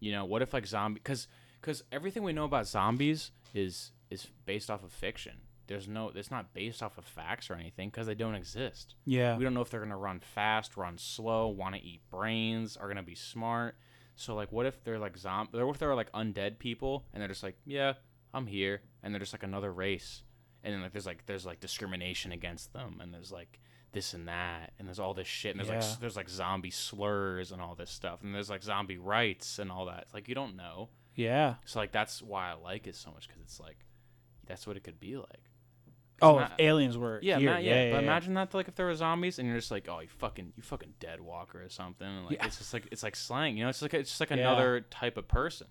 Speaker 2: You know, what if like zombie? Because because everything we know about zombies is is based off of fiction. There's no, it's not based off of facts or anything because they don't exist.
Speaker 1: Yeah,
Speaker 2: We don't know if they're gonna run fast, run slow, want to eat brains, are gonna be smart. So like, what if they're like zomb? What if they're like undead people, and they're just like, yeah, I'm here, and they're just like another race, and then like there's like there's like discrimination against them, and there's like this and that, and there's all this shit, and there's like
Speaker 1: Yeah.
Speaker 2: s- there's like zombie slurs and all this stuff, and there's like zombie rights and all that. Like you don't know.
Speaker 1: yeah.
Speaker 2: So like that's why I like it so much because it's like that's what it could be like.
Speaker 1: Oh,
Speaker 2: not-
Speaker 1: if aliens were
Speaker 2: Yeah,
Speaker 1: here,
Speaker 2: ma- yeah,
Speaker 1: yeah, yeah,
Speaker 2: But
Speaker 1: yeah.
Speaker 2: imagine that like if there were zombies and you're just like, oh, you fucking, you fucking dead walker or something. And, like
Speaker 1: Yeah.
Speaker 2: it's just like it's like slang, you know? It's like it's just like
Speaker 1: Yeah.
Speaker 2: another type of person.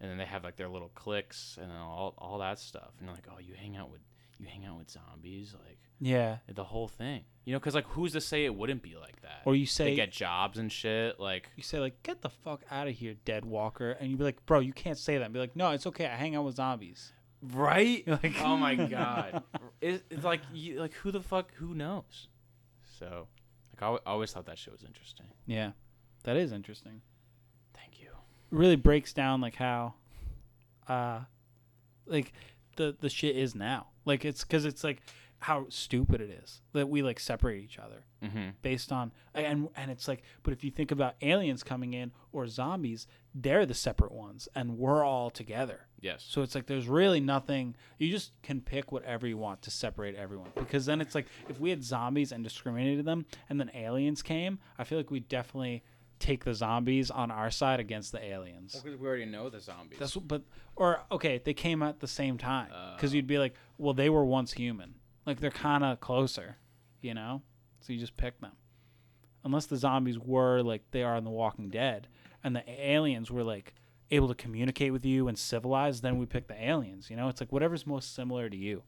Speaker 2: And then they have like their little cliques and all all that stuff. And you're like, oh, you hang out with you hang out with zombies, like
Speaker 1: yeah.
Speaker 2: the whole thing, you know? Because like, who's to say it wouldn't be like that?
Speaker 1: Or you
Speaker 2: they
Speaker 1: say
Speaker 2: get jobs and shit, like.
Speaker 1: you say like get the fuck out of here, dead walker, and you'd be like, bro, you can't say that. And be like, no, it's okay. I hang out with zombies.
Speaker 2: [LAUGHS] Right?
Speaker 1: Like- [LAUGHS]
Speaker 2: oh my god! It, it's like, you, like who the fuck? Who knows? So, like, I al- I always thought that shit was interesting.
Speaker 1: Yeah, that is interesting.
Speaker 2: Thank you.
Speaker 1: It really breaks down like how, uh, like the the shit is now. Like it's because it's like how stupid it is that we like separate each other
Speaker 2: Mm-hmm.
Speaker 1: based on and and it's like but if you think about aliens coming in or zombies they're the separate ones and we're all together
Speaker 2: Yes.
Speaker 1: so it's like there's really nothing you just can pick whatever you want to separate everyone because then it's like if we had zombies and discriminated them and then aliens came i feel like we definitely take the zombies on our side against the aliens
Speaker 2: Because we already know the zombies.
Speaker 1: that's what, but or okay, they came at the same time
Speaker 2: Oh.
Speaker 1: because you'd be like, well, they were once human, like they're kind of closer, you know. So you just pick them, unless the zombies were like they are in The Walking Dead, and the aliens were like able to communicate with you and civilized. Then we pick the aliens, you know. It's like whatever's most similar to you.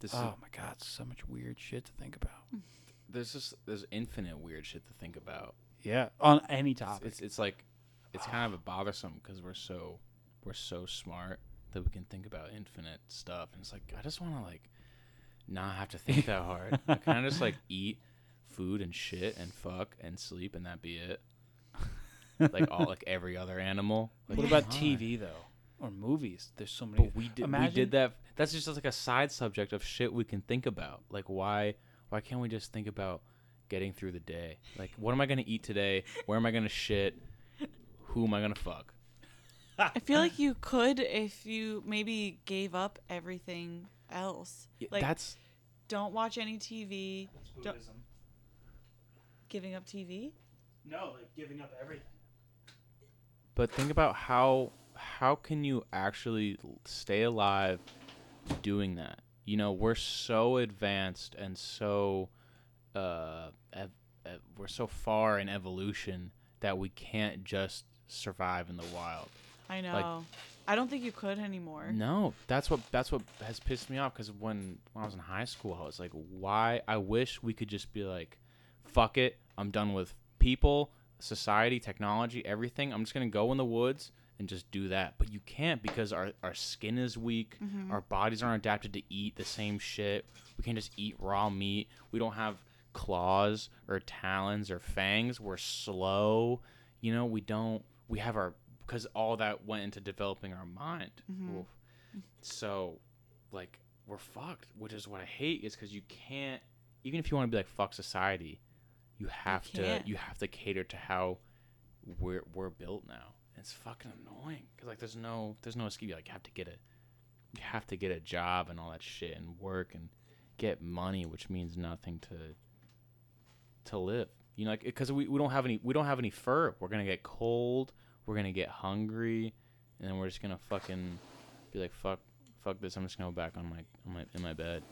Speaker 5: This is
Speaker 1: Oh my god, so much weird shit to think about.
Speaker 2: there's just there's infinite weird shit to think about.
Speaker 1: Yeah, on any topic.
Speaker 2: It's it's like it's kind of a bothersome because we're so we're so smart that we can think about infinite stuff, and it's like I just want to like not have to think that hard.
Speaker 1: [LAUGHS]
Speaker 2: I kind of just like eat food and shit and fuck and sleep, and that be it. Like all like every other animal. Like,
Speaker 1: what about
Speaker 2: why?
Speaker 1: TV though, or movies? There's so many.
Speaker 2: But we did we
Speaker 1: Imagine-
Speaker 2: did that. That's just like a side subject of shit we can think about. Like why why can't we just think about getting through the day? Like what am I gonna eat today? Where am I gonna shit? Who am I gonna fuck?
Speaker 7: I feel [SIGHS] like you could if you maybe gave up everything else.
Speaker 2: Yeah,
Speaker 7: like
Speaker 2: that's
Speaker 7: don't watch any TV. Don't- giving up TV?
Speaker 1: No, like giving up everything.
Speaker 2: but think about how how can you actually l- stay alive doing that you know we're so advanced and so uh ev- ev- we're so far in evolution that we can't just survive in the wild
Speaker 7: I know. I don't think you could anymore.
Speaker 2: no that's what that's what has pissed me off because when, when i was in high school i was like why i wish we could just be like fuck it i'm done with people society technology everything i'm just gonna go in the woods and just do that but you can't because our, our skin is weak our bodies aren't adapted to eat the same shit we can't just eat raw meat we don't have claws or talons or fangs we're slow you know we don't we have our because all that went into developing our mind Oof. so like we're fucked which is what i hate is because you can't even if you want to be like fuck society you have to
Speaker 7: can't.
Speaker 2: you have to cater to how we're we're built now it's fucking annoying because like there's no there's no excuse like you have to get a you have to get a job and all that shit and work and get money which means nothing to to live you know like because we, we don't have any we don't have any fur we're gonna get cold we're gonna get hungry and then we're just gonna fucking be like fuck fuck this i'm just gonna go back on my on my in my bed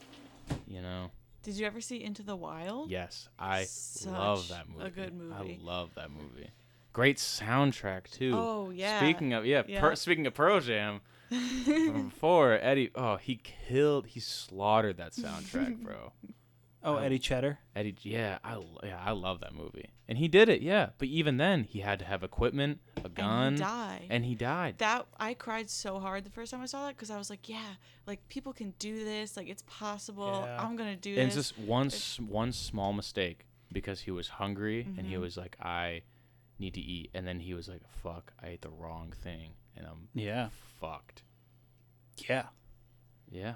Speaker 2: you know
Speaker 7: Did you ever see Into the Wild?
Speaker 2: yes i
Speaker 7: Such
Speaker 2: love that
Speaker 7: a
Speaker 2: movie
Speaker 7: good movie.
Speaker 2: i love that movie great soundtrack too
Speaker 7: Oh, yeah.
Speaker 2: speaking of yeah,
Speaker 7: Yeah.
Speaker 2: Per, speaking of pearl jam
Speaker 7: [LAUGHS]
Speaker 2: from before eddie oh he killed he slaughtered that
Speaker 7: [LAUGHS]
Speaker 2: soundtrack bro
Speaker 1: Oh, Eddie Cheddar.
Speaker 2: Eddie, yeah, I l- yeah, I love that movie, and he did it, yeah. But even then, he had to have equipment, a gun,
Speaker 7: died.
Speaker 2: and he died.
Speaker 7: That I cried so hard the first time I saw that because I was like, yeah, like people can do this, like it's possible.
Speaker 1: Yeah.
Speaker 7: I'm gonna do
Speaker 2: and it's
Speaker 7: this.
Speaker 2: just one s- one small mistake because he was hungry and
Speaker 7: Mm-hmm.
Speaker 2: he was like, I need to eat, and then he was like, fuck, I ate the wrong thing, and I'm
Speaker 1: Yeah.
Speaker 2: fucked.
Speaker 1: Yeah.
Speaker 2: Yeah.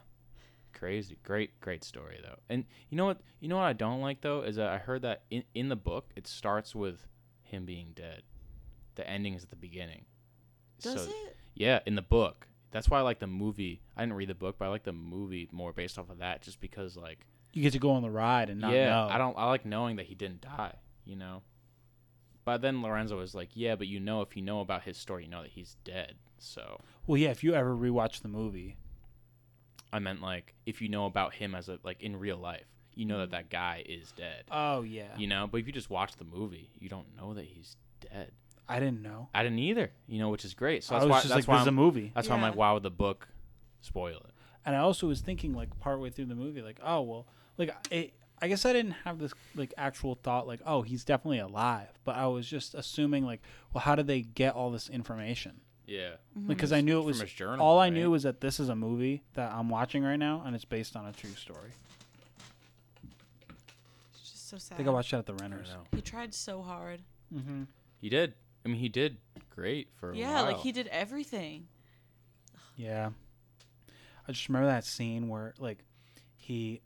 Speaker 2: Crazy. Great, great story though. And you know what you know what I don't like though is that I heard that in, in the book it starts with him being dead. The ending is at the beginning.
Speaker 7: Does
Speaker 2: So-
Speaker 7: it?
Speaker 2: Yeah, in the book. That's why I like the movie. I didn't read the book, but I like the movie more based off of that just because like
Speaker 1: You get to go on the ride and not
Speaker 2: yeah,
Speaker 1: know.
Speaker 2: I don't I like knowing that he didn't die, you know. But then Lorenzo was like, "Yeah, but you know if you know about his story, you know that he's dead." So
Speaker 1: Well, yeah. If you ever rewatch the movie,
Speaker 2: I meant like if you know about him as a like in real life, you know that that guy is dead.
Speaker 1: Mm. oh yeah,
Speaker 2: You know, but if you just watch the movie, you don't know that he's dead.
Speaker 1: I didn't know.
Speaker 2: I didn't either. You know, which is great. So that's
Speaker 1: I was
Speaker 2: why
Speaker 1: just
Speaker 2: that's
Speaker 1: like,
Speaker 2: why
Speaker 1: this is a
Speaker 2: I'm,
Speaker 1: movie,
Speaker 2: that's why I'm
Speaker 7: Yeah.
Speaker 2: like, why would the book spoil it?
Speaker 1: and I also was thinking like partway through the movie, like, oh well, like it, I guess I didn't have this like actual thought, like, oh, he's definitely alive, but I was just assuming like, well, how did they get all this information?
Speaker 2: Yeah.
Speaker 7: Mm-hmm.
Speaker 1: Because I knew it
Speaker 2: Hmm, From
Speaker 1: was
Speaker 2: his journal,
Speaker 1: all I
Speaker 2: right?
Speaker 1: knew was that this is a movie that I'm watching right now, and it's based on a true story.
Speaker 7: It's just so
Speaker 1: I
Speaker 7: sad.
Speaker 1: think I watched that at the Renters.
Speaker 7: He tried so hard.
Speaker 1: Mm-hmm.
Speaker 2: He did. I mean, he did great for a
Speaker 7: Yeah, like
Speaker 2: while.
Speaker 7: he did everything.
Speaker 1: Yeah. I just remember that scene where like he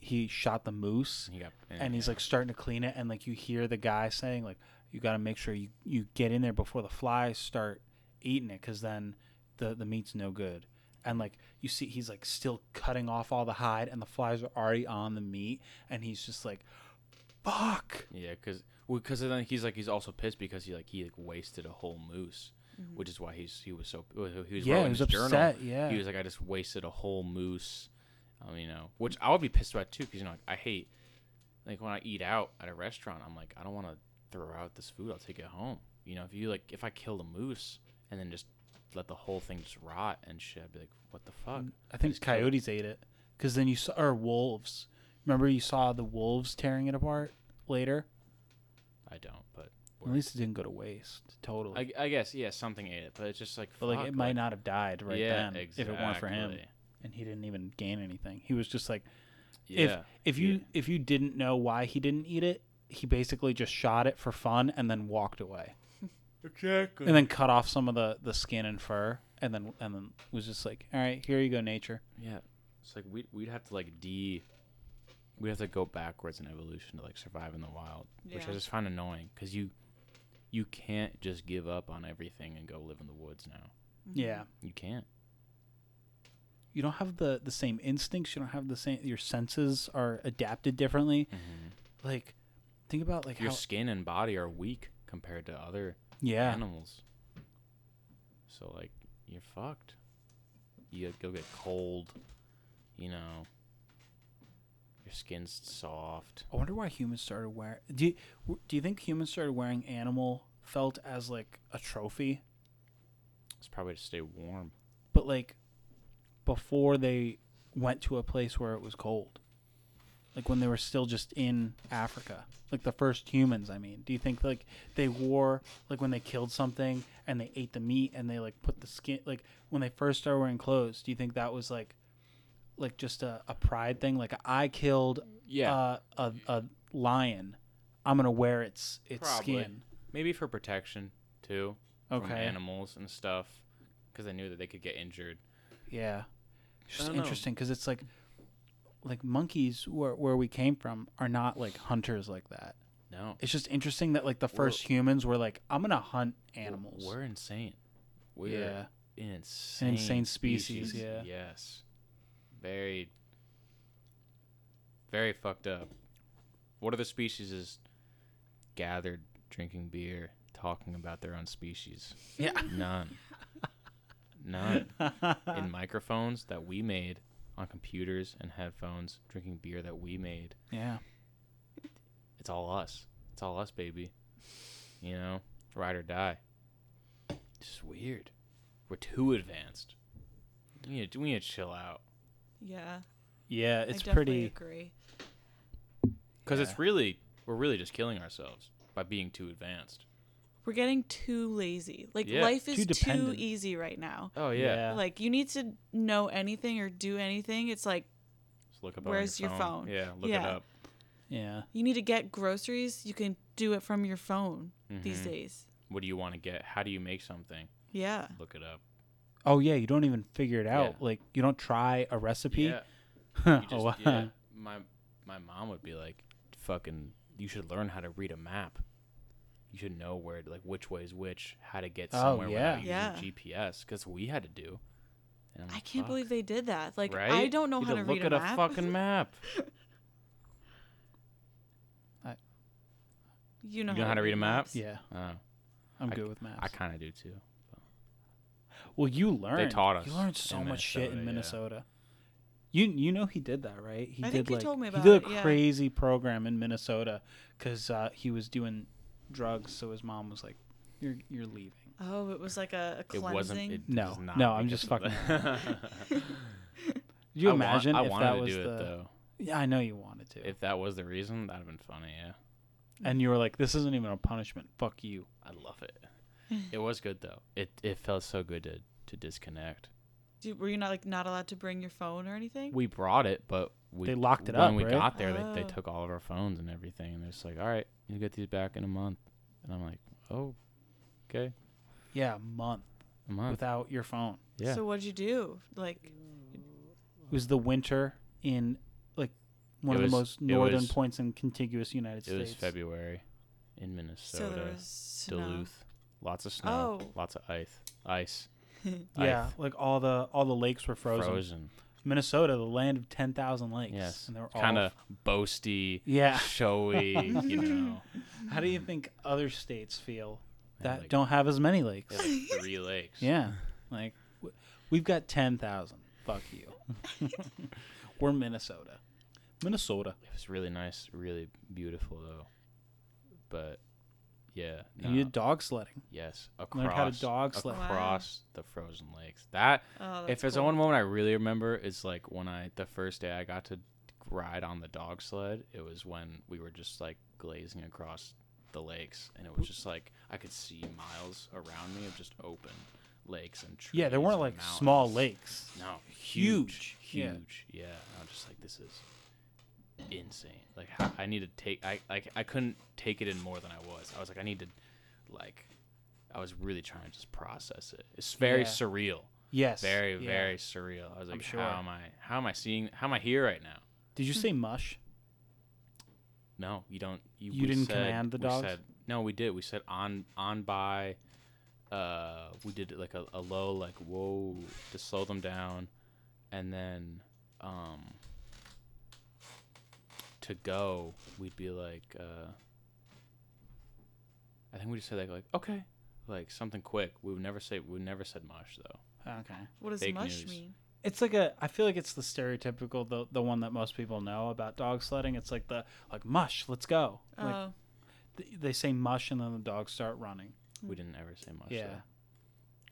Speaker 1: he shot the moose
Speaker 2: He got,
Speaker 1: and he's like starting to clean it and like you hear the guy saying like you got to make sure you you get in there before the flies start eating it because then the the meat's no good and like you see he's like still cutting off all the hide and the flies are already on the meat and he's just like fuck
Speaker 2: Yeah, because because then he's like he's also pissed because he like he like wasted a whole moose, which is why he's he was so he was
Speaker 1: Yeah,
Speaker 2: writing
Speaker 1: he was
Speaker 2: his journal.
Speaker 1: upset, yeah.
Speaker 2: he was like I just wasted a whole moose, um, you know, which I would be pissed about too because you know like, I hate like when I eat out at a restaurant I'm like I don't want to throw out this food I'll take it home you know if you like if I killed a moose and then just let the whole thing just rot and shit I'd be like what the fuck
Speaker 1: i think
Speaker 2: just killed-
Speaker 1: coyotes ate it because then you saw or wolves remember you saw the wolves tearing it apart later
Speaker 2: I don't but
Speaker 1: at least it didn't go to waste totally
Speaker 2: I, I guess yeah something ate it but it's just like
Speaker 1: but like
Speaker 2: fuck,
Speaker 1: it might not have died right
Speaker 2: Yeah,
Speaker 1: then if it weren't for him
Speaker 2: exactly.
Speaker 1: and he didn't even gain anything he was just like
Speaker 2: yeah
Speaker 1: if if you if you didn't know why he didn't eat it, he basically just shot it for fun and then walked away.
Speaker 2: Hmm.
Speaker 1: Exactly. And then cut off some of the the skin and fur, and then and then was just like, all right, here you go, nature.
Speaker 2: Yeah, it's like we we'd have to like de, we'd have to go backwards in evolution to like survive in the wild, which I
Speaker 7: Yeah.
Speaker 2: just find annoying because you, you can't just give up on everything and go live in the woods now.
Speaker 7: Mm-hmm.
Speaker 1: Yeah.
Speaker 2: You can't.
Speaker 1: You don't have the the same instincts. You don't have the same. Your senses are adapted differently. Like, think about like
Speaker 2: Your
Speaker 1: how
Speaker 2: skin and body are weak compared to other
Speaker 1: yeah.
Speaker 2: animals. So like you're fucked. You go get cold. You know. Your skin's soft.
Speaker 1: I wonder why humans started wearing. Do you, w- do you think humans started wearing animal felt as like a trophy?
Speaker 2: It's probably to stay warm.
Speaker 1: but like before they went to a place where it was cold like when they were still just in africa like the first humans i mean do you think like they wore like when they killed something and they ate the meat and they like put the skin like when they first started wearing clothes do you think that was like like just a, a pride thing like i killed
Speaker 2: Yeah.
Speaker 1: uh, a, a lion i'm gonna wear its its
Speaker 2: Probably.
Speaker 1: skin
Speaker 2: maybe for protection too from
Speaker 1: Okay.
Speaker 2: animals and stuff because they knew that they could get injured
Speaker 1: Yeah, it's just
Speaker 2: don't know.
Speaker 1: interesting because it's like, like monkeys where where we came from are not like hunters like that.
Speaker 2: no
Speaker 1: It's just interesting that like the 1st humans were like, I'm gonna hunt animals.
Speaker 2: we're insane we're
Speaker 1: Yeah.
Speaker 2: an insane
Speaker 1: insane species, yeah.
Speaker 2: yes very very fucked up what other species is gathered drinking beer talking about their own species
Speaker 1: Yeah.
Speaker 2: none none in microphones that we made on computers and headphones drinking beer that we made
Speaker 1: yeah,
Speaker 2: it's all us. It's all us, baby. You know, ride or die. It's just weird. We're too advanced. We need to, we need to chill out
Speaker 7: Yeah.
Speaker 1: yeah.
Speaker 7: I
Speaker 1: It's
Speaker 7: definitely
Speaker 1: pretty.
Speaker 7: agree.
Speaker 2: because it's really we're really just killing ourselves by being too advanced.
Speaker 7: We're getting too lazy. Like
Speaker 2: Yeah.
Speaker 7: life is
Speaker 1: Too
Speaker 7: too,
Speaker 1: dependent.
Speaker 7: easy right now.
Speaker 2: Oh yeah.
Speaker 1: Yeah.
Speaker 7: Like you need to know anything or do anything. It's like
Speaker 2: Just look up.
Speaker 7: Where's
Speaker 2: on your,
Speaker 7: your
Speaker 2: phone.
Speaker 7: phone?
Speaker 2: Yeah. Look it
Speaker 7: Yeah.
Speaker 2: up.
Speaker 1: yeah,
Speaker 7: you need to get groceries. You can do it from your phone these
Speaker 2: Mhm.
Speaker 7: days.
Speaker 2: What do you want to get? How do you make something?
Speaker 7: Yeah.
Speaker 2: Look it up.
Speaker 1: oh yeah. You don't even figure it out.
Speaker 2: Yeah.
Speaker 1: Like you don't try a recipe. [LAUGHS]
Speaker 2: Yeah. You just,
Speaker 1: Oh, wow.
Speaker 2: yeah. My my mom would be like, "Fucking, you should learn how to read a map. You should know where, like, which way is which, how to get
Speaker 1: Oh,
Speaker 2: somewhere
Speaker 7: yeah.
Speaker 2: without using GPS, because we had to do." And I'm
Speaker 7: I
Speaker 2: like,
Speaker 7: can't
Speaker 2: "Fuck."
Speaker 7: believe they did that. Like
Speaker 2: right?
Speaker 7: I don't know
Speaker 2: You
Speaker 7: how to
Speaker 2: had
Speaker 7: read
Speaker 2: look
Speaker 7: a
Speaker 2: at
Speaker 7: map.
Speaker 2: a fucking
Speaker 7: [LAUGHS]
Speaker 2: map.
Speaker 7: you know,
Speaker 2: You know how to read a map?
Speaker 7: maps.
Speaker 1: [LAUGHS] Yeah,
Speaker 2: Oh,
Speaker 1: I'm
Speaker 2: I-
Speaker 1: good with math.
Speaker 2: I kind of do too.
Speaker 1: well, you learned.
Speaker 2: taught
Speaker 1: You
Speaker 2: us
Speaker 1: learned so
Speaker 2: in
Speaker 1: much shit in
Speaker 2: Minnesota,
Speaker 1: Minnesota. You you know he did that, right? He
Speaker 7: I
Speaker 1: did
Speaker 7: think he
Speaker 1: like
Speaker 7: told me
Speaker 1: he did
Speaker 7: about
Speaker 1: a
Speaker 7: it, yeah.
Speaker 1: crazy program in Minnesota because uh, he was doing drugs. So his mom was like, "You're you're leaving."
Speaker 7: Oh, it was like a, a
Speaker 2: It
Speaker 7: cleansing.
Speaker 2: wasn't. It
Speaker 1: No,
Speaker 2: does not
Speaker 1: no, I'm
Speaker 2: make
Speaker 1: just
Speaker 2: us-
Speaker 1: fucking-
Speaker 2: [LAUGHS]
Speaker 1: Could
Speaker 2: I
Speaker 1: you
Speaker 2: wa-
Speaker 1: imagine
Speaker 2: I
Speaker 1: if
Speaker 2: wanted
Speaker 1: that
Speaker 2: to
Speaker 1: was
Speaker 2: do
Speaker 1: the?
Speaker 2: it though.
Speaker 1: Yeah, I know you wanted to,
Speaker 2: If that was the reason, that'd have been funny. Yeah.
Speaker 1: and you were like, "This isn't even a punishment. Fuck you."
Speaker 2: I love
Speaker 7: [LAUGHS]
Speaker 2: it. it was good though. It it felt so good to to disconnect.
Speaker 7: Dude, were you not like not allowed to bring your phone or anything?
Speaker 2: We brought it, but we
Speaker 1: They locked it
Speaker 2: when
Speaker 1: up,
Speaker 2: we
Speaker 1: right?
Speaker 2: got there, they,
Speaker 7: Oh.
Speaker 2: they took all of our phones and everything, and they're just like, "All right, you get these back in a month." And I'm like, "Oh, okay,
Speaker 1: Yeah, a month
Speaker 2: a month."
Speaker 1: without your phone.
Speaker 2: yeah.
Speaker 7: So what'd you do? Like
Speaker 1: It was the winter in like one of
Speaker 2: was-
Speaker 1: the most
Speaker 2: it
Speaker 1: northern
Speaker 2: was-
Speaker 1: points in contiguous United
Speaker 2: It was
Speaker 1: States.
Speaker 2: February in
Speaker 7: So
Speaker 2: Minnesota,
Speaker 7: there was snow.
Speaker 2: Duluth. Lots of snow,
Speaker 7: Oh.
Speaker 2: lots of ice, ice,
Speaker 1: Yeah,
Speaker 2: Ice.
Speaker 1: like all the all the lakes were frozen.
Speaker 2: frozen.
Speaker 1: Minnesota, the land of ten thousand lakes.
Speaker 2: Yes,
Speaker 1: and they were all
Speaker 2: kind of boasty,
Speaker 1: Yeah.
Speaker 2: showy.
Speaker 1: [LAUGHS]
Speaker 2: you know,
Speaker 1: How do you think other states feel
Speaker 2: They had
Speaker 1: that
Speaker 2: like-
Speaker 1: don't have as many lakes?
Speaker 2: they had
Speaker 7: [LAUGHS]
Speaker 2: like three lakes.
Speaker 1: [LAUGHS] Yeah, like w- we've got ten thousand. Fuck you. [LAUGHS] we're Minnesota. Minnesota.
Speaker 2: it was really nice, really beautiful though. But yeah,
Speaker 1: And you
Speaker 2: no,
Speaker 1: did dog sledding.
Speaker 2: yes, across
Speaker 1: Learned how to dog sled.
Speaker 7: Wow.
Speaker 2: across the frozen lakes. That
Speaker 7: [LAUGHS] Oh,
Speaker 2: if
Speaker 7: that's
Speaker 2: there's
Speaker 7: cool.
Speaker 2: one moment I really remember is like when I the first day I got to ride on the dog sled. It was when we were just like glazing across the lakes, and it was just like I could see miles around me of just open lakes and trees.
Speaker 1: Yeah, there weren't
Speaker 2: and
Speaker 1: like small
Speaker 2: mountains.
Speaker 1: lakes.
Speaker 2: No,
Speaker 1: Huge.
Speaker 2: huge,
Speaker 1: Yeah.
Speaker 2: huge. Yeah, And I'm just like, this is insane. Like, how, I need to take. I like, I couldn't take it in more than I was. I was like, I need to, like, I was really trying to just process it. It's very
Speaker 1: Yeah.
Speaker 2: surreal.
Speaker 1: Yes.
Speaker 2: Very,
Speaker 1: yeah.
Speaker 2: very surreal. I was like,
Speaker 1: sure.
Speaker 2: how am I? How am I seeing? How am I here right now?
Speaker 1: Did you say mush?
Speaker 2: No, you don't. You,
Speaker 1: You
Speaker 2: we
Speaker 1: didn't
Speaker 2: said-
Speaker 1: command the
Speaker 2: we
Speaker 1: dogs?
Speaker 2: Said, no, we did. We said on on by. Uh, we did like a, a low like whoa to slow them down, and then um. To go, we'd be like. Uh, I think we just said like like okay, like something quick. We would never say we never said mush though.
Speaker 1: Okay.
Speaker 7: What does
Speaker 2: fake
Speaker 7: mush
Speaker 2: news.
Speaker 7: mean?
Speaker 1: It's like a. I feel like it's the stereotypical the the one that most people know about dog sledding. It's like the like mush. Let's go.
Speaker 7: Oh,
Speaker 1: Like th- they say mush and then the dogs start running.
Speaker 2: We didn't ever say much.
Speaker 1: Mm-hmm. Yeah.
Speaker 2: though.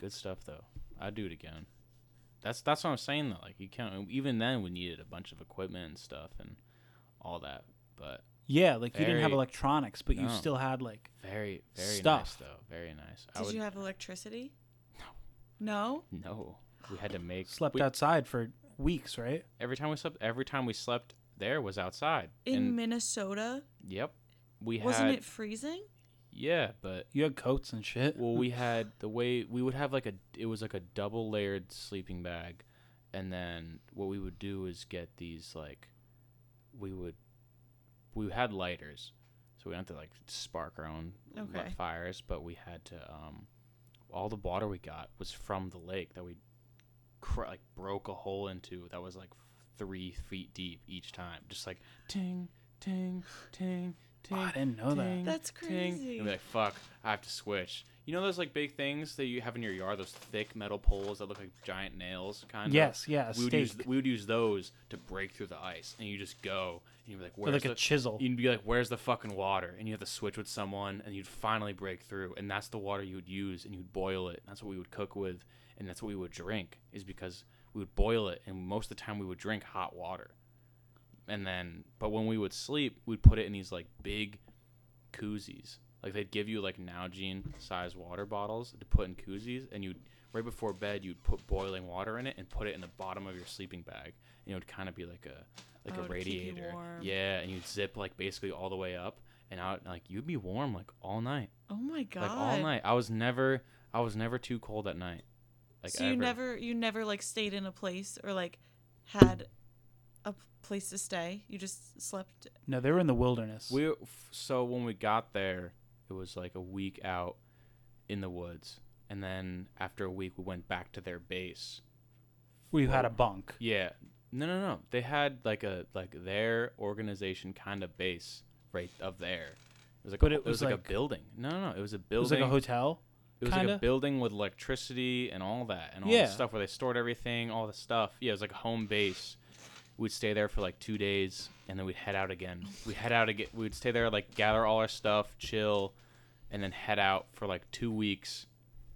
Speaker 2: Good stuff though. I'd do it again. That's that's what I'm saying though. Like you can't even then we needed a bunch of equipment and stuff and all that. But
Speaker 1: Yeah, like you didn't have
Speaker 2: Very-
Speaker 1: electronics, but you
Speaker 2: No.
Speaker 1: still had like
Speaker 2: very very nice
Speaker 1: Stuff.
Speaker 2: though. Very nice. I
Speaker 7: did
Speaker 2: would
Speaker 7: you have electricity? No.
Speaker 2: no. We had to make
Speaker 1: slept
Speaker 2: we-
Speaker 1: outside for weeks, right?
Speaker 2: every time we slept. Every time we slept there was outside.
Speaker 7: No. In
Speaker 2: and
Speaker 7: Minnesota,
Speaker 2: yep, we
Speaker 7: wasn't
Speaker 2: had
Speaker 7: it freezing?
Speaker 2: yeah, but
Speaker 1: You had coats and shit.
Speaker 2: Well, we had the way we would have like a it was like a double layered sleeping bag, and then what we would do is get these like we would we had lighters, so we had to like spark our own li-
Speaker 7: Okay.
Speaker 2: fires, but we had to um all the water we got was from the lake that we cr- like broke a hole into that was like three feet deep each time, just like ting ting ting
Speaker 1: Oh,
Speaker 2: ting.
Speaker 1: I didn't know that.
Speaker 2: ting,
Speaker 7: That's
Speaker 2: ting.
Speaker 7: crazy.
Speaker 2: And be like, fuck, I have to switch. You know those like big things that you have in your yard, those thick metal poles that look like giant nails, kind
Speaker 1: Yes,
Speaker 2: of.
Speaker 1: yeah, a
Speaker 2: We would use
Speaker 1: stake.
Speaker 2: we would use those to break through the ice, and you just go and you'd be like,
Speaker 1: Or
Speaker 2: where's
Speaker 1: like
Speaker 2: the e
Speaker 1: a chisel.
Speaker 2: You'd be like, "Where's the fucking water?" And you have to switch with someone, and you'd finally break through. And that's the water you would use, and you'd boil it. And that's what we would cook with, and that's what we would drink. Is because we would boil it, and most of the time we would drink hot water. And then, but when we would sleep, we'd put it in these like big koozies. Like they'd give you like Nalgene size water bottles to put in koozies, and you'd right before bed you'd put boiling water in it and put it in the bottom of your sleeping bag, and it would kind of be like a like
Speaker 7: Oh,
Speaker 2: a
Speaker 7: to keep you
Speaker 2: radiator.
Speaker 7: warm.
Speaker 2: Yeah, and you'd zip like basically all the way up and out. Like you'd be warm like all night,
Speaker 7: Oh my god.
Speaker 2: like all night. I was never I was never too cold at night. Like
Speaker 7: so you
Speaker 2: ever.
Speaker 7: never you never like stayed in a place or like had a p- place to stay. You just slept.
Speaker 1: No, they were in the wilderness.
Speaker 2: We f- so when we got there, it was like a week out in the woods, and then after a week, we went back to their base.
Speaker 1: We had a bunk.
Speaker 2: Yeah, no, no, no. They had like a like their organization kind of base right up there. It was like
Speaker 1: But
Speaker 2: a,
Speaker 1: it
Speaker 2: it was
Speaker 1: was
Speaker 2: like,
Speaker 1: like-
Speaker 2: a building. No, no, no. It was a
Speaker 1: It
Speaker 2: building.
Speaker 1: was like a hotel.
Speaker 2: It was like
Speaker 1: kinda?
Speaker 2: a building with electricity and all that and all
Speaker 1: Yeah.
Speaker 2: the stuff where they stored everything, all the stuff. Yeah, it was like a home base. We'd stay there for like two days and then we'd head out again. We'd head out again. We'd stay there, like gather all our stuff, chill, and then head out for like two weeks.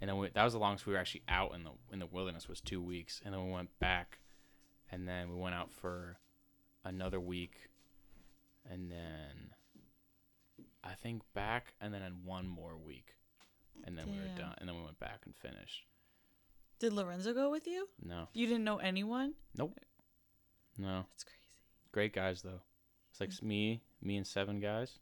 Speaker 2: And then we, that was the longest we were actually out in the in the wilderness was two weeks. And then we went back, and then we went out for another week, and then I think back, and then in one more week, and then we were
Speaker 7: Damn.
Speaker 2: done. And then we went back and finished.
Speaker 7: Did Lorenzo go with you?
Speaker 2: No,
Speaker 7: You didn't know anyone?
Speaker 2: no,
Speaker 7: That's crazy.
Speaker 2: great guys though. It's like s- me, me and seven guys.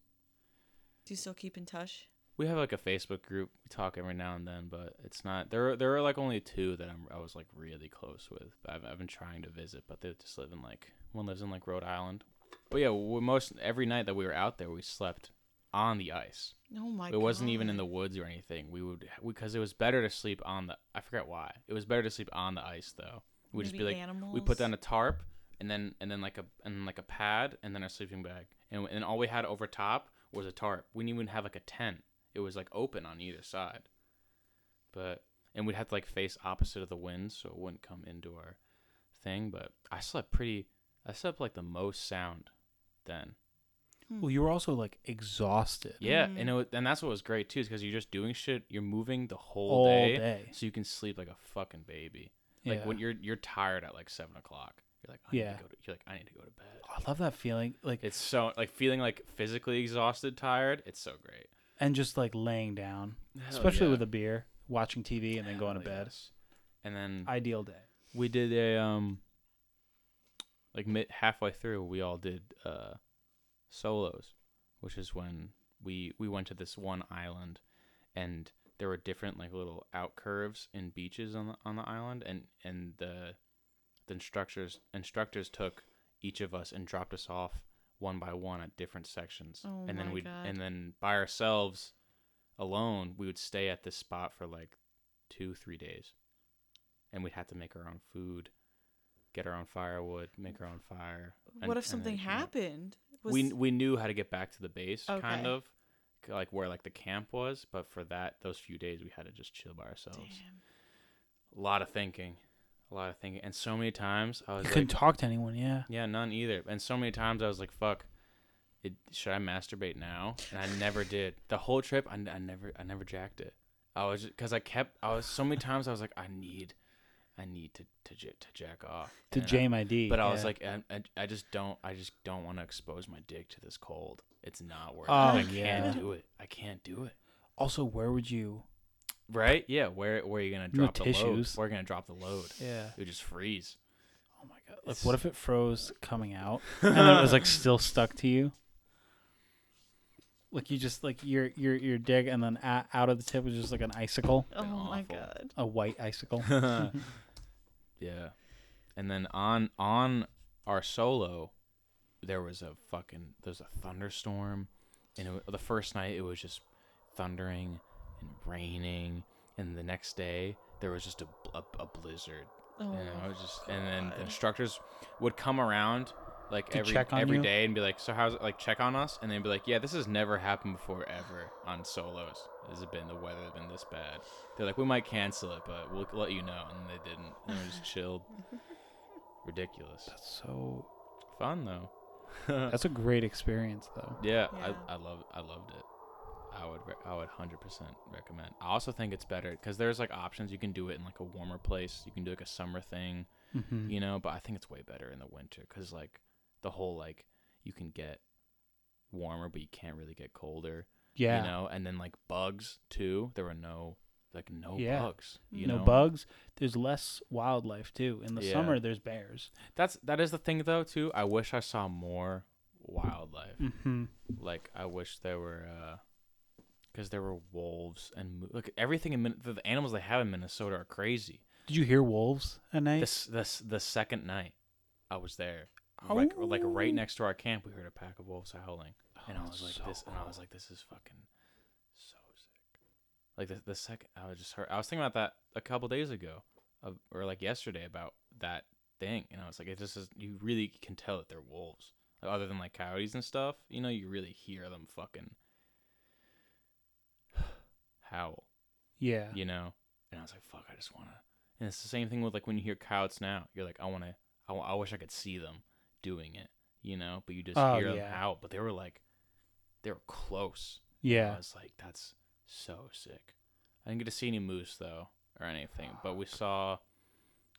Speaker 7: Do you still keep in touch?
Speaker 2: We have like a Facebook group. We talk every now and then, but it's not. There, are, there are like only two that I'm, I was like really close with. I've, I've been trying to visit, but they just live in like one lives in like Rhode Island, But yeah, we most every night that we were out there, we slept on the ice.
Speaker 7: Oh my
Speaker 2: it wasn't even in the woods or anything. We would because it was better to sleep on the. I forget why. It was better to sleep on the ice though. We'd just be
Speaker 7: Maybe
Speaker 2: like we put
Speaker 7: animals?
Speaker 2: down a tarp and then and then like a and then like a pad and then our sleeping bag and and all we had over top was a tarp. We didn't even have like a tent. It was like open on either side. But and we'd have to like face opposite of the wind so it wouldn't come into our thing. But I slept pretty. I slept like the most sound then.
Speaker 1: Well, you were also like exhausted.
Speaker 2: Yeah, and it was, and that's what was great too, is because you're just doing shit. You're moving the whole
Speaker 1: All
Speaker 2: day,
Speaker 1: day.
Speaker 2: so you can sleep like a fucking baby. Like
Speaker 1: Yeah.
Speaker 2: when you're you're tired at like seven o'clock, you're like, I
Speaker 1: Yeah.
Speaker 2: need to go to, you're like, I need to go to bed.
Speaker 1: I love that feeling, like
Speaker 2: It's so like feeling like physically exhausted, tired. It's so great,
Speaker 1: and just like laying down,
Speaker 2: Hell
Speaker 1: especially
Speaker 2: yeah.
Speaker 1: with a beer, watching TV, and then going to
Speaker 2: Hell
Speaker 1: bed.
Speaker 2: yes. And then
Speaker 1: Ideal day.
Speaker 2: we did a um, like mid halfway through, we all did uh, solos, which is when we we went to this one island, and there were different like little out curves and beaches on the on the island, and and the the instructors instructors took each of us and dropped us off one by one at different sections,
Speaker 7: Oh
Speaker 2: and then
Speaker 7: my
Speaker 2: we
Speaker 7: God.
Speaker 2: and then by ourselves alone, we would stay at this spot for like two three days, and we'd have to make our own food. Get our own firewood, make our own fire. and-
Speaker 7: what
Speaker 2: and
Speaker 7: if
Speaker 2: then,
Speaker 7: something
Speaker 2: you know,
Speaker 7: happened?
Speaker 2: we we knew how to get back to the base kind
Speaker 7: Okay.
Speaker 2: of k- like where like the camp was but for that those few days we had to just chill by ourselves a lot of thinking a lot of thinking and so many times i was
Speaker 1: You [LAUGHS]
Speaker 2: like
Speaker 1: couldn't talk to anyone. Yeah.
Speaker 2: yeah none either and so many times i was like fuck it, should i masturbate now and i never did the whole trip i, n- I never i never jacked it i was because i kept i was so many times i was like i need i need to to, j- to jack off
Speaker 1: To
Speaker 2: And I-
Speaker 1: jam ID.
Speaker 2: [LAUGHS] but I was
Speaker 1: yeah.
Speaker 2: like, I, I, I just don't, I just don't want to expose my dick to this cold. It's not worth
Speaker 1: Oh,
Speaker 2: it. I
Speaker 1: yeah.
Speaker 2: can't do it. I can't do it.
Speaker 1: also, where would you?
Speaker 2: Right? Yeah. Where Where are you gonna
Speaker 1: No
Speaker 2: drop the load?
Speaker 1: tissues.
Speaker 2: We're gonna drop the load.
Speaker 1: Yeah.
Speaker 2: It would just freeze.
Speaker 1: Oh my god! Like, what if it froze coming
Speaker 2: [LAUGHS]
Speaker 1: out, and then it was like still stuck to you? Like you just like your your your dick, and then a- out of the tip was just like an icicle,
Speaker 7: Oh my
Speaker 2: awful.
Speaker 7: god.
Speaker 1: a white
Speaker 2: [LAUGHS]
Speaker 1: icicle.
Speaker 2: Yeah. And then on on our solo, there was a fucking there's a thunderstorm, and it, wa- the first night it was just thundering and raining, and the next day there was just a bl- a, a blizzard.
Speaker 7: Oh,
Speaker 2: And I was just, and then the instructors would come around like
Speaker 1: To
Speaker 2: every every
Speaker 1: check
Speaker 2: day
Speaker 1: on you?
Speaker 2: and be like, "So how's it like check on us?" And they'd be like, "Yeah, this has never happened before ever on solos. This has been the weather has been this bad." They're like, "We might cancel it, but we'll let you know." And they didn't. And we just
Speaker 7: [LAUGHS]
Speaker 2: chilled. Ridiculous.
Speaker 1: so
Speaker 2: Fun though.
Speaker 1: that's a great experience, though.
Speaker 2: [LAUGHS] Yeah,
Speaker 7: Yeah.
Speaker 2: I, I love I loved it. I would re- I would hundred percent recommend. I also think it's better because there's like options. You can do it in like a warmer place. You can do like a summer thing,
Speaker 1: Mm.
Speaker 2: you know. But I think it's way better in the winter because like the whole like you can get warmer, but you can't really get colder.
Speaker 1: Yeah,
Speaker 2: you know. And then like bugs too. There were no like no
Speaker 1: Yeah.
Speaker 2: bugs. You
Speaker 1: no
Speaker 2: know?
Speaker 1: bugs. There's less wildlife too. In the
Speaker 2: Yeah.
Speaker 1: summer, there's bears.
Speaker 2: That's that is the thing though too. I wish I saw more wildlife.
Speaker 1: Mm-hmm.
Speaker 2: like I wish there were because there were wolves and mo- look everything in Min- the, the animals they have in Minnesota are crazy.
Speaker 1: Did you hear wolves at night?
Speaker 2: This this the second night I was there, like like
Speaker 1: Oh.
Speaker 2: right next to our camp, we heard a pack of wolves howling, and I was like this, and I was like this is fucking so sick. Like the the second I was just heard, I was thinking about that a couple days ago, of, or like yesterday about that thing, and I was like it just is you really can tell that they're wolves. Like, other than like coyotes and stuff, you know, you really hear them fucking [SIGHS] howl
Speaker 1: yeah.
Speaker 2: you know and i was like fuck i just want to and it's the same thing with like when you hear coyotes now you're like i want to I wa- I wish i could see them doing it you know but you just
Speaker 1: Oh,
Speaker 2: hear them
Speaker 1: yeah.
Speaker 2: out but they were like they were close
Speaker 1: yeah,
Speaker 2: i was like that's so sick i didn't get to see any moose though or anything but we saw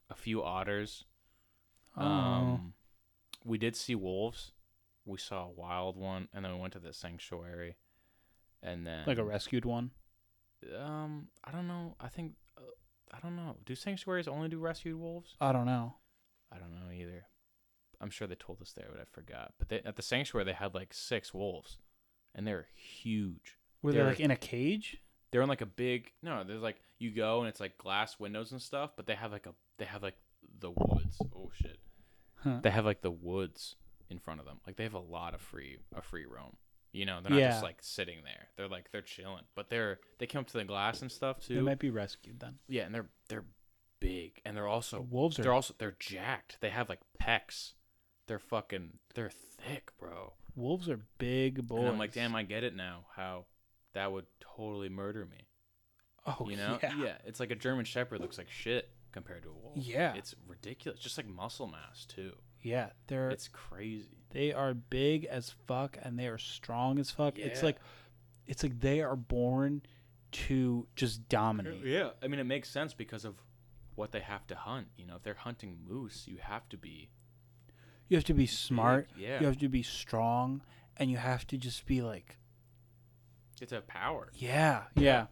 Speaker 2: a few otters
Speaker 1: Oh.
Speaker 2: um we did see wolves we saw a wild one and then we went to the sanctuary and then
Speaker 1: like a rescued one.
Speaker 2: um, I don't know. I think uh, I don't know. Do sanctuaries only do rescued wolves?
Speaker 1: I don't know.
Speaker 2: I don't know either. I'm sure they told us there, but I forgot. But they, at the sanctuary, they had like six wolves, and they're huge.
Speaker 1: Were they
Speaker 2: They're-
Speaker 1: like in a cage?
Speaker 2: They're in like a big no. There's like you go and it's like glass windows and stuff, but they have like a they have like the woods. Oh shit!
Speaker 1: Huh.
Speaker 2: They have like the woods in front of them. Like they have a lot of free a free roam. You know, they're not
Speaker 1: Yeah.
Speaker 2: just like sitting there. They're like they're chilling, but they're they come up to the glass and stuff
Speaker 1: They
Speaker 2: too.
Speaker 1: might be rescued then.
Speaker 2: yeah, and they're they're big and they're also
Speaker 1: wolves are-
Speaker 2: They're also they're jacked. They have like pecs. They're fucking they're thick, bro.
Speaker 1: Wolves are big boys.
Speaker 2: And I'm like, damn, I get it now. How that would totally murder me.
Speaker 1: [LAUGHS] oh,
Speaker 2: You know?
Speaker 1: yeah.
Speaker 2: It's like a German Shepherd looks like shit compared to a wolf.
Speaker 1: Yeah.
Speaker 2: It's ridiculous. Just like muscle mass too.
Speaker 1: Yeah, they're
Speaker 2: It's crazy.
Speaker 1: they are big as fuck and they are strong as fuck. It's
Speaker 2: Yeah.
Speaker 1: like it's like they are born to just dominate.
Speaker 2: Yeah, I mean it makes sense because of what they have to hunt. You know, if they're hunting moose, you have to be
Speaker 1: You have to be smart.
Speaker 2: yeah.
Speaker 1: You have to be strong and you have to just be like
Speaker 2: you have to have power.
Speaker 1: yeah, yeah.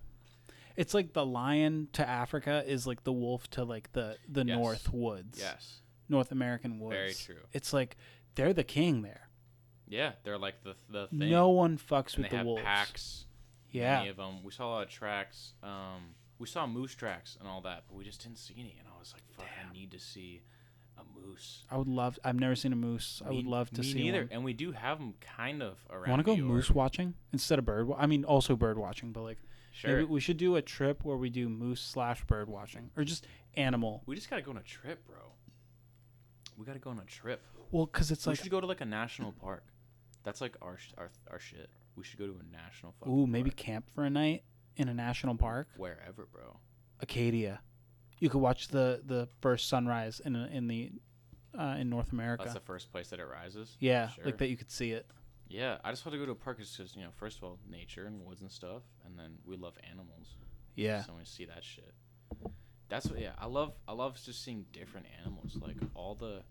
Speaker 1: It's like the lion to Africa is like the wolf to like the the
Speaker 2: Yes.
Speaker 1: North Woods.
Speaker 2: Yes.
Speaker 1: North American woods.
Speaker 2: Very true.
Speaker 1: It's like they're the king there.
Speaker 2: Yeah, they're like the the thing.
Speaker 1: No one fucks
Speaker 2: and
Speaker 1: with
Speaker 2: they
Speaker 1: the
Speaker 2: have
Speaker 1: wolves.
Speaker 2: packs.
Speaker 1: Yeah.
Speaker 2: Many of them. We saw a lot of tracks. Um, we saw moose tracks and all that, but we just didn't see any. And I was like, "Fuck, I need to see a moose."
Speaker 1: I would love I've never seen a moose. I
Speaker 2: Me-
Speaker 1: would love to
Speaker 2: me
Speaker 1: see
Speaker 2: neither.
Speaker 1: one.
Speaker 2: And we do have them kind of around.
Speaker 1: Want to go
Speaker 2: New York.
Speaker 1: moose watching instead of bird? Wa- I mean, also bird watching, but like
Speaker 2: Sure.
Speaker 1: maybe we should do a trip where we do moose slash bird watching or just animal.
Speaker 2: we just gotta go on a trip, bro. We gotta go on a trip.
Speaker 1: Well, because it's
Speaker 2: we
Speaker 1: like
Speaker 2: should go to like a national park. That's like our sh- our our shit. We should go to a national. fucking
Speaker 1: ooh, maybe
Speaker 2: park.
Speaker 1: camp for a night in a national park,
Speaker 2: wherever, bro.
Speaker 1: Acadia. You could watch the the first sunrise in a, in the uh, in North
Speaker 2: That's
Speaker 1: America.
Speaker 2: the first place that it rises.
Speaker 1: yeah,
Speaker 2: Sure.
Speaker 1: like that you could see it.
Speaker 2: Yeah, I just want to go to a park because you know, first of all, nature and woods and stuff, and then we love animals.
Speaker 1: Yeah,
Speaker 2: So we see that shit. That's what. Yeah, I love. I love just seeing different animals. Like all the,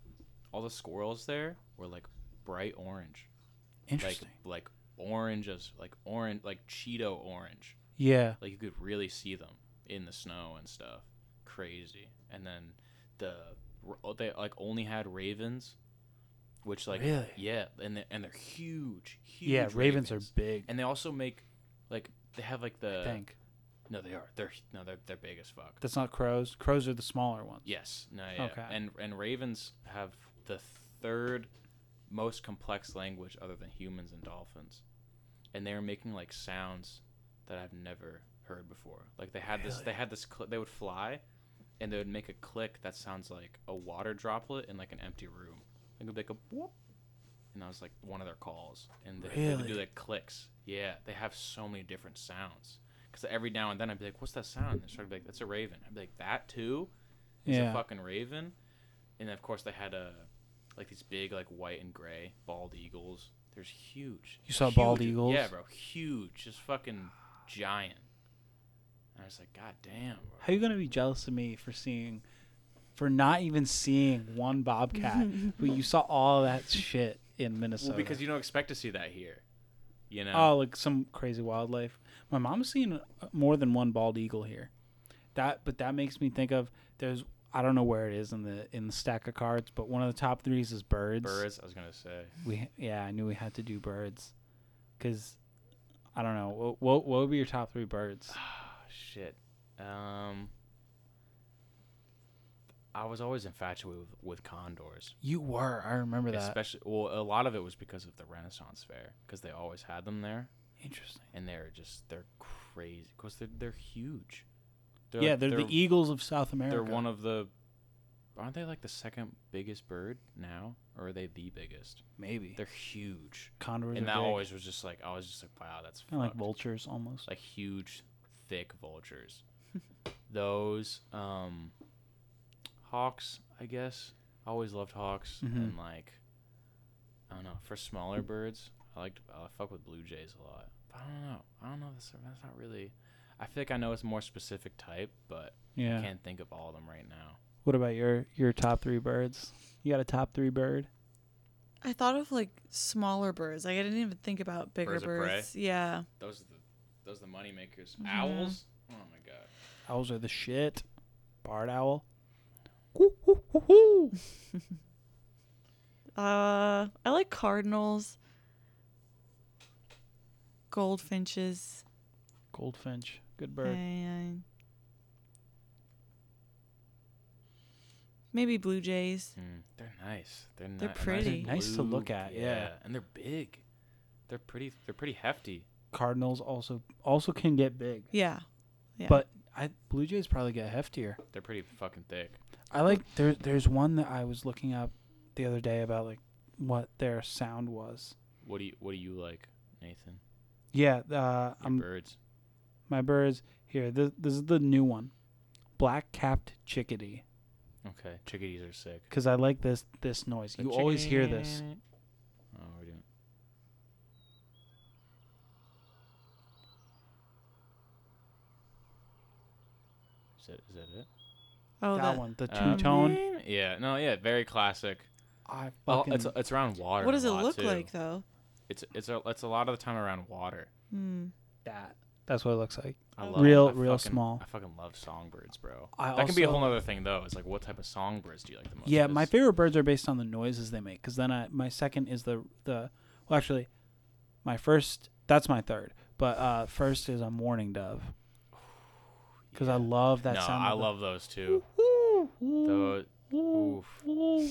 Speaker 2: all the squirrels there were like bright orange, like
Speaker 1: interesting.
Speaker 2: like orange as like orange like Cheeto orange.
Speaker 1: yeah,
Speaker 2: Like you could really see them in the snow and stuff. Crazy. And then the r- oh, they like only had ravens, which like
Speaker 1: Really?
Speaker 2: yeah, and they and they're huge, huge.
Speaker 1: yeah. Ravens, are big.
Speaker 2: And they also make like they have like the
Speaker 1: I think
Speaker 2: no they are they're no they're they're big as fuck.
Speaker 1: that's not crows. Crows are the smaller ones.
Speaker 2: Yes. No. Yeah.
Speaker 1: Okay.
Speaker 2: And and ravens have the third most complex language other than humans and dolphins, and they were making like sounds that I've never heard before. Like they had this. They had this. Cl- they would fly, and they would make a click that sounds like a water droplet in like an empty room. Like it would be like a whoop. And that was like one of their calls, and they, they would do
Speaker 1: Really?
Speaker 2: like clicks. Yeah, they have so many different sounds. Because every now and then I'd be like, "What's that sound?" And they started to be like, "That's a raven." I'd be like, "That too." It's
Speaker 1: Yeah.
Speaker 2: a fucking raven. And of course they had a like these big like white and gray bald eagles. There's huge.
Speaker 1: You saw bald
Speaker 2: huge-
Speaker 1: eagles?
Speaker 2: Yeah, bro, huge, just fucking giant. And I was like, God damn, bro.
Speaker 1: How you gonna be jealous of me for seeing, for not even seeing one bobcat, but you saw all that shit in Minnesota?
Speaker 2: Well, because you don't expect to see that here. You know.
Speaker 1: oh, like some crazy wildlife. My mom's seen uh, more than one bald eagle here. That, but that makes me think of there's I don't know where it is in the in the stack of cards, but one of the top threes is birds.
Speaker 2: Birds, I was gonna say.
Speaker 1: We yeah, I knew we had to do birds, because I don't know what what, what would be your top three
Speaker 2: [SIGHS]
Speaker 1: birds?
Speaker 2: Oh, shit. Um I was always infatuated with, with condors.
Speaker 1: You were I remember that.
Speaker 2: Especially well, a lot of it was because of the Renaissance fair, because they always had them there.
Speaker 1: Interesting.
Speaker 2: and they're just they're crazy because they're they're huge. They're
Speaker 1: yeah,
Speaker 2: like-
Speaker 1: they're, the eagles of South America.
Speaker 2: They're one of the aren't they like the second biggest bird now, or are they the biggest?
Speaker 1: maybe
Speaker 2: They're huge,
Speaker 1: condors.
Speaker 2: and
Speaker 1: are
Speaker 2: that
Speaker 1: big.
Speaker 2: always was just like I was just like wow that's
Speaker 1: Kind of like
Speaker 2: fucked.
Speaker 1: vultures almost.
Speaker 2: like huge, thick vultures. Those um, hawks, I guess. I always loved hawks
Speaker 1: Mhm.
Speaker 2: and like I don't know for smaller birds. I like I fuck with blue jays a lot. But I don't know. I don't know. That's, that's not really. I feel like I know it's a more specific type, but I
Speaker 1: yeah.
Speaker 2: can't think of all of them right now.
Speaker 1: What about your your top three birds? You got a top three bird?
Speaker 7: I thought of like smaller birds. Like I didn't even think about bigger
Speaker 2: Birds of prey?
Speaker 7: birds. Yeah.
Speaker 2: Those are the those are the money makers. Owls. Oh my god.
Speaker 1: Owls are the shit. Barred owl.
Speaker 7: Uh, I like cardinals, goldfinches.
Speaker 1: Goldfinch. Good bird.
Speaker 7: and- Maybe Blue Jays.
Speaker 2: Mm, they're nice. They're, ni-
Speaker 7: They're
Speaker 2: a nice
Speaker 7: pretty.
Speaker 1: They're nice to look
Speaker 2: blue-
Speaker 1: at, yeah.
Speaker 2: and they're big. They're pretty. They're pretty hefty.
Speaker 1: Cardinals also also can get big,
Speaker 7: Yeah. Yeah.
Speaker 1: but I Blue Jays probably get heftier.
Speaker 2: They're pretty fucking thick.
Speaker 1: I like there. There's one that I was looking up the other day about like what their sound was.
Speaker 2: What do you What do you like, Nathan?
Speaker 1: Yeah, uh,
Speaker 2: Your
Speaker 1: I'm
Speaker 2: birds.
Speaker 1: my birds here. This, this is the new one, black capped chickadee.
Speaker 2: Okay, chickadees are sick.
Speaker 1: Because I like this this noise. You always hear this.
Speaker 2: Oh, we're doing. Is that, is that it?
Speaker 7: oh,
Speaker 1: that,
Speaker 7: that,
Speaker 1: one, the two
Speaker 2: Um,
Speaker 1: tone.
Speaker 2: Yeah, no, yeah, very classic.
Speaker 1: I
Speaker 2: Oh,
Speaker 1: fucking.
Speaker 2: it's it's around water.
Speaker 7: What does
Speaker 2: a
Speaker 7: it
Speaker 2: lot,
Speaker 7: look
Speaker 2: too.
Speaker 7: like though?
Speaker 2: It's it's a it's a lot of the time around water.
Speaker 1: [LAUGHS]
Speaker 7: Hmm.
Speaker 1: that. That's what it looks like.
Speaker 2: I
Speaker 7: Oh.
Speaker 2: love
Speaker 1: Real-
Speaker 2: I
Speaker 1: real
Speaker 2: fucking-
Speaker 1: small.
Speaker 2: I fucking love songbirds, bro.
Speaker 1: I
Speaker 2: that can be a
Speaker 1: also-
Speaker 2: whole other thing though. It's like what type of songbirds do you like the most?
Speaker 1: Yeah, my
Speaker 2: 'Cause
Speaker 1: favorite birds are based on the noises they make. Because then I, my second is the the. Well, actually, my first. That's my third. But uh first is a mourning dove. [SIGHS] Because I love that
Speaker 2: no,
Speaker 1: sound.
Speaker 2: I
Speaker 1: of the-
Speaker 2: love those too. Those, oof.
Speaker 7: Oh.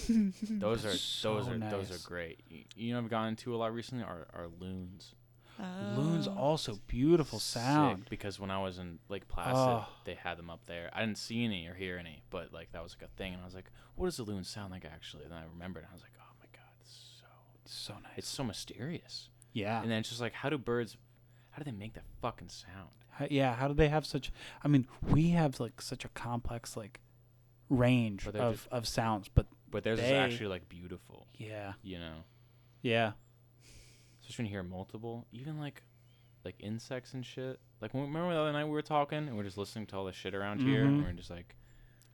Speaker 2: those are those
Speaker 1: So
Speaker 2: are those
Speaker 1: nice.
Speaker 2: are great. You, you know, what I've gotten to a lot recently are are loons.
Speaker 1: loons.
Speaker 7: Oh.
Speaker 1: Also beautiful
Speaker 2: Sick,
Speaker 1: sound.
Speaker 2: because when I was in Lake Placid,
Speaker 1: Oh.
Speaker 2: they had them up there. I didn't see any or hear any, but like that was like a thing, and I was like, "What does the loon sound like actually?" And then I remembered, and I was like, "Oh my god, it's so
Speaker 1: So nice.
Speaker 2: it's so mysterious."
Speaker 1: Yeah.
Speaker 2: And then it's just like, how do birds, how do they make that fucking sound?
Speaker 1: How- yeah. How do they have such? I mean, we have like such a complex like range of
Speaker 2: But they're just-
Speaker 1: of sounds, but
Speaker 2: But theirs is
Speaker 1: They-
Speaker 2: actually like beautiful,
Speaker 1: yeah,
Speaker 2: you know.
Speaker 1: yeah.
Speaker 2: Especially when you hear multiple, even like, like insects and shit. Like when, remember the other night we were talking and we are just listening to all this shit around here, and
Speaker 1: Mhm.
Speaker 2: we are just like,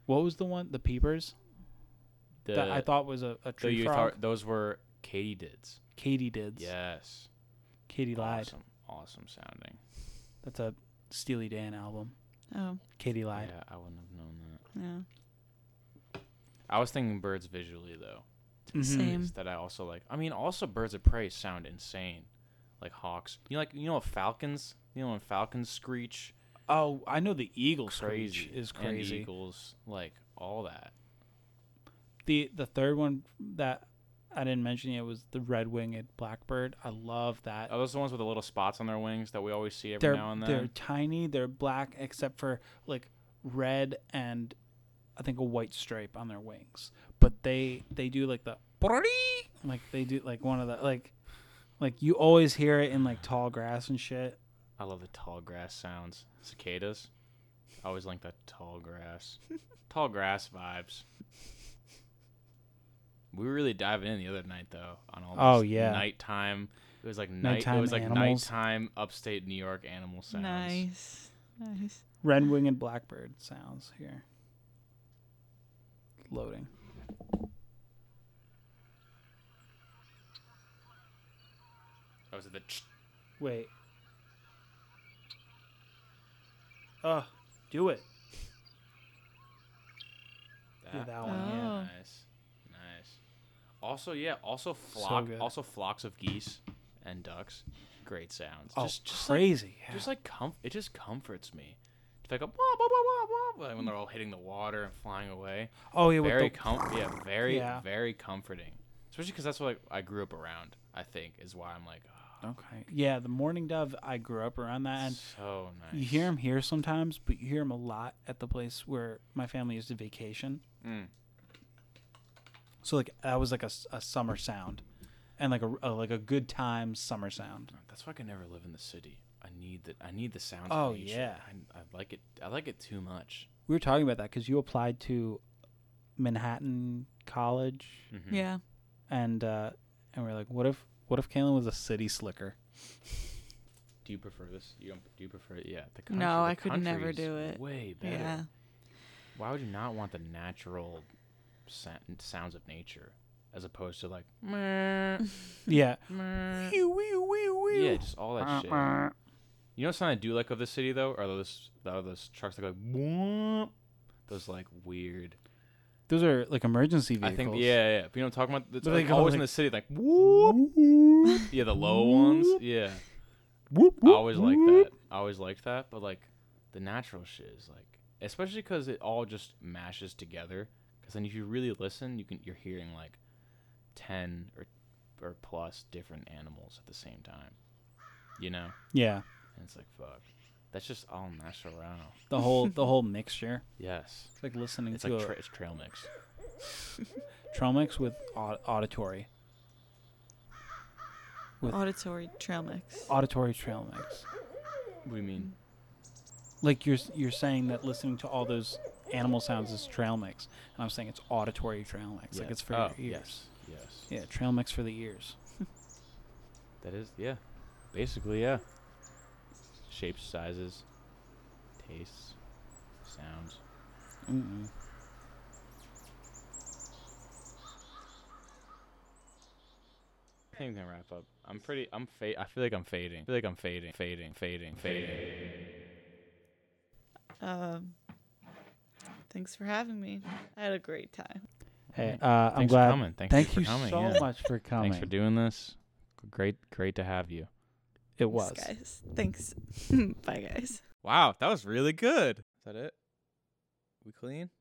Speaker 1: What was the one? The peepers
Speaker 2: the,
Speaker 1: that I thought was a, a
Speaker 2: though
Speaker 1: tree
Speaker 2: you
Speaker 1: frog.
Speaker 2: thought- those were katydids.
Speaker 1: Katie did.
Speaker 2: Yes,
Speaker 1: Katie lied.
Speaker 2: awesome, awesome sounding.
Speaker 1: That's a Steely Dan album.
Speaker 7: Oh,
Speaker 1: Katie lied.
Speaker 2: Yeah, I wouldn't have known that.
Speaker 7: yeah.
Speaker 2: I was thinking birds visually though.
Speaker 1: Mhm.
Speaker 7: Same.
Speaker 2: is that I also like. I mean, also birds of prey sound insane, like hawks. You know, like you know what falcons. You know when falcons screech,
Speaker 1: Oh, I know the eagle screech
Speaker 2: crazy
Speaker 1: is
Speaker 2: and
Speaker 1: crazy.
Speaker 2: eagles, like all that.
Speaker 1: The the third one that I didn't mention yet was the red winged blackbird. I love that.
Speaker 2: Are those the ones with the little spots on their wings that we always see every
Speaker 1: they're
Speaker 2: now and
Speaker 1: they're
Speaker 2: then?
Speaker 1: tiny. They're black except for like red and I think a white stripe on their wings. But they they do like the like they do like one of the like like you always hear it in like tall grass and shit.
Speaker 2: I love the tall grass sounds. Cicadas. I always like that tall
Speaker 1: [LAUGHS]
Speaker 2: grass. tall grass vibes. We were really diving in the other night though on all
Speaker 1: Oh,
Speaker 2: this
Speaker 1: yeah.
Speaker 2: nighttime. It was like night.
Speaker 1: Nighttime
Speaker 2: it was like
Speaker 1: animals.
Speaker 2: nighttime upstate New York animal sounds.
Speaker 7: Nice. Nice.
Speaker 1: Red winged blackbird sounds here. Loading.
Speaker 2: That was the ch-
Speaker 1: Wait. Ugh, do it.
Speaker 2: that.
Speaker 1: Yeah, that
Speaker 7: Oh.
Speaker 1: one. Yeah.
Speaker 2: Nice, nice. Also, yeah. Also, flock.
Speaker 1: good.
Speaker 2: also, flocks of geese and ducks. Great sounds.
Speaker 1: Oh,
Speaker 2: just, just like-
Speaker 1: crazy. yeah.
Speaker 2: just like comf- it just comforts me. It's like a wah, wah, wah, wah, wah, like when they're all hitting the water and flying away.
Speaker 1: oh yeah, with
Speaker 2: Very
Speaker 1: the,
Speaker 2: com- yeah, very
Speaker 1: Yeah.
Speaker 2: very comforting. Especially because that's what like, I grew up around. I think is why I'm like oh,
Speaker 1: okay. Yeah, the morning dove. I grew up around that, and
Speaker 2: so nice.
Speaker 1: you hear him here sometimes, but you hear him a lot at the place where my family used to vacation.
Speaker 2: Mm.
Speaker 1: So like that was like a, s- a summer sound, and like a, a like a good time summer sound.
Speaker 2: Oh, That's why I can never live in the city. I need the I need the sounds.
Speaker 1: Oh,
Speaker 2: of nature.
Speaker 1: yeah.
Speaker 2: I, I like it. I like it too much.
Speaker 1: We were talking about that because you applied to Manhattan College,
Speaker 2: Mhm.
Speaker 7: Yeah.
Speaker 1: and uh, and we are like, what if what if Kalen was a city slicker?
Speaker 2: Do you prefer this? You don't, do you prefer it? Yeah. The
Speaker 7: No,
Speaker 2: the
Speaker 7: I could
Speaker 2: country
Speaker 7: never
Speaker 2: is
Speaker 7: do it.
Speaker 2: Way better.
Speaker 7: Yeah.
Speaker 2: Why would you not want the natural sa- sounds of nature as opposed to like meh, [LAUGHS]
Speaker 1: Yeah,
Speaker 2: meh. Hmm. yeah, just all that shit. You know what sound I do like of the city though? Are those are those trucks that go like "Whoop," those like weird.
Speaker 1: those are like emergency
Speaker 2: I
Speaker 1: vehicles.
Speaker 2: think yeah, yeah. But you know what I'm talking about? It's
Speaker 1: But they
Speaker 2: like,
Speaker 1: go
Speaker 2: always in
Speaker 1: like-
Speaker 2: the city like whoop. Yeah, the low ones. Yeah. I always like that. I always liked that, but like the natural shit is like, especially because it all just mashes together. Because then if you really listen, you can you're hearing like ten or or plus different animals at the same time. You know,
Speaker 1: Yeah.
Speaker 2: and it's like fuck. That's just all natural.
Speaker 1: The [LAUGHS] whole the whole mixture.
Speaker 2: Yes,
Speaker 1: It's like listening
Speaker 2: it's
Speaker 1: to
Speaker 2: like
Speaker 1: a
Speaker 2: tra- it's trail mix.
Speaker 1: [LAUGHS] trail mix with au- auditory With-
Speaker 7: Auditory trail mix.
Speaker 1: auditory trail mix.
Speaker 2: What do you mean?
Speaker 1: Like you're s- you're saying that listening to all those animal sounds is trail mix, and I'm saying it's auditory trail mix. Like
Speaker 2: Yeah.
Speaker 1: it's for
Speaker 2: Oh,
Speaker 1: your ears.
Speaker 2: Yes, yes.
Speaker 1: Yeah, trail mix for the ears.
Speaker 2: That is, yeah. Basically, yeah. Shapes, sizes, tastes, sounds.
Speaker 1: Mm-mm.
Speaker 2: I think we can wrap up. I'm pretty. I'm fade. I feel like I'm fading. I feel like I'm fading. Fading. Fading. Fading.
Speaker 7: Um, thanks for having me. I had a great time.
Speaker 1: Hey, uh, I'm
Speaker 2: Thanks
Speaker 1: glad.
Speaker 2: for coming. Thank,
Speaker 1: Thank
Speaker 2: you for
Speaker 1: you,
Speaker 2: coming.
Speaker 1: so
Speaker 2: yeah.
Speaker 1: much for coming.
Speaker 2: Thanks for doing this. Great. Great to have you.
Speaker 1: it was.
Speaker 7: Guys, thanks. [LAUGHS] Bye, guys.
Speaker 5: Wow, that was really good. Is that it? We clean?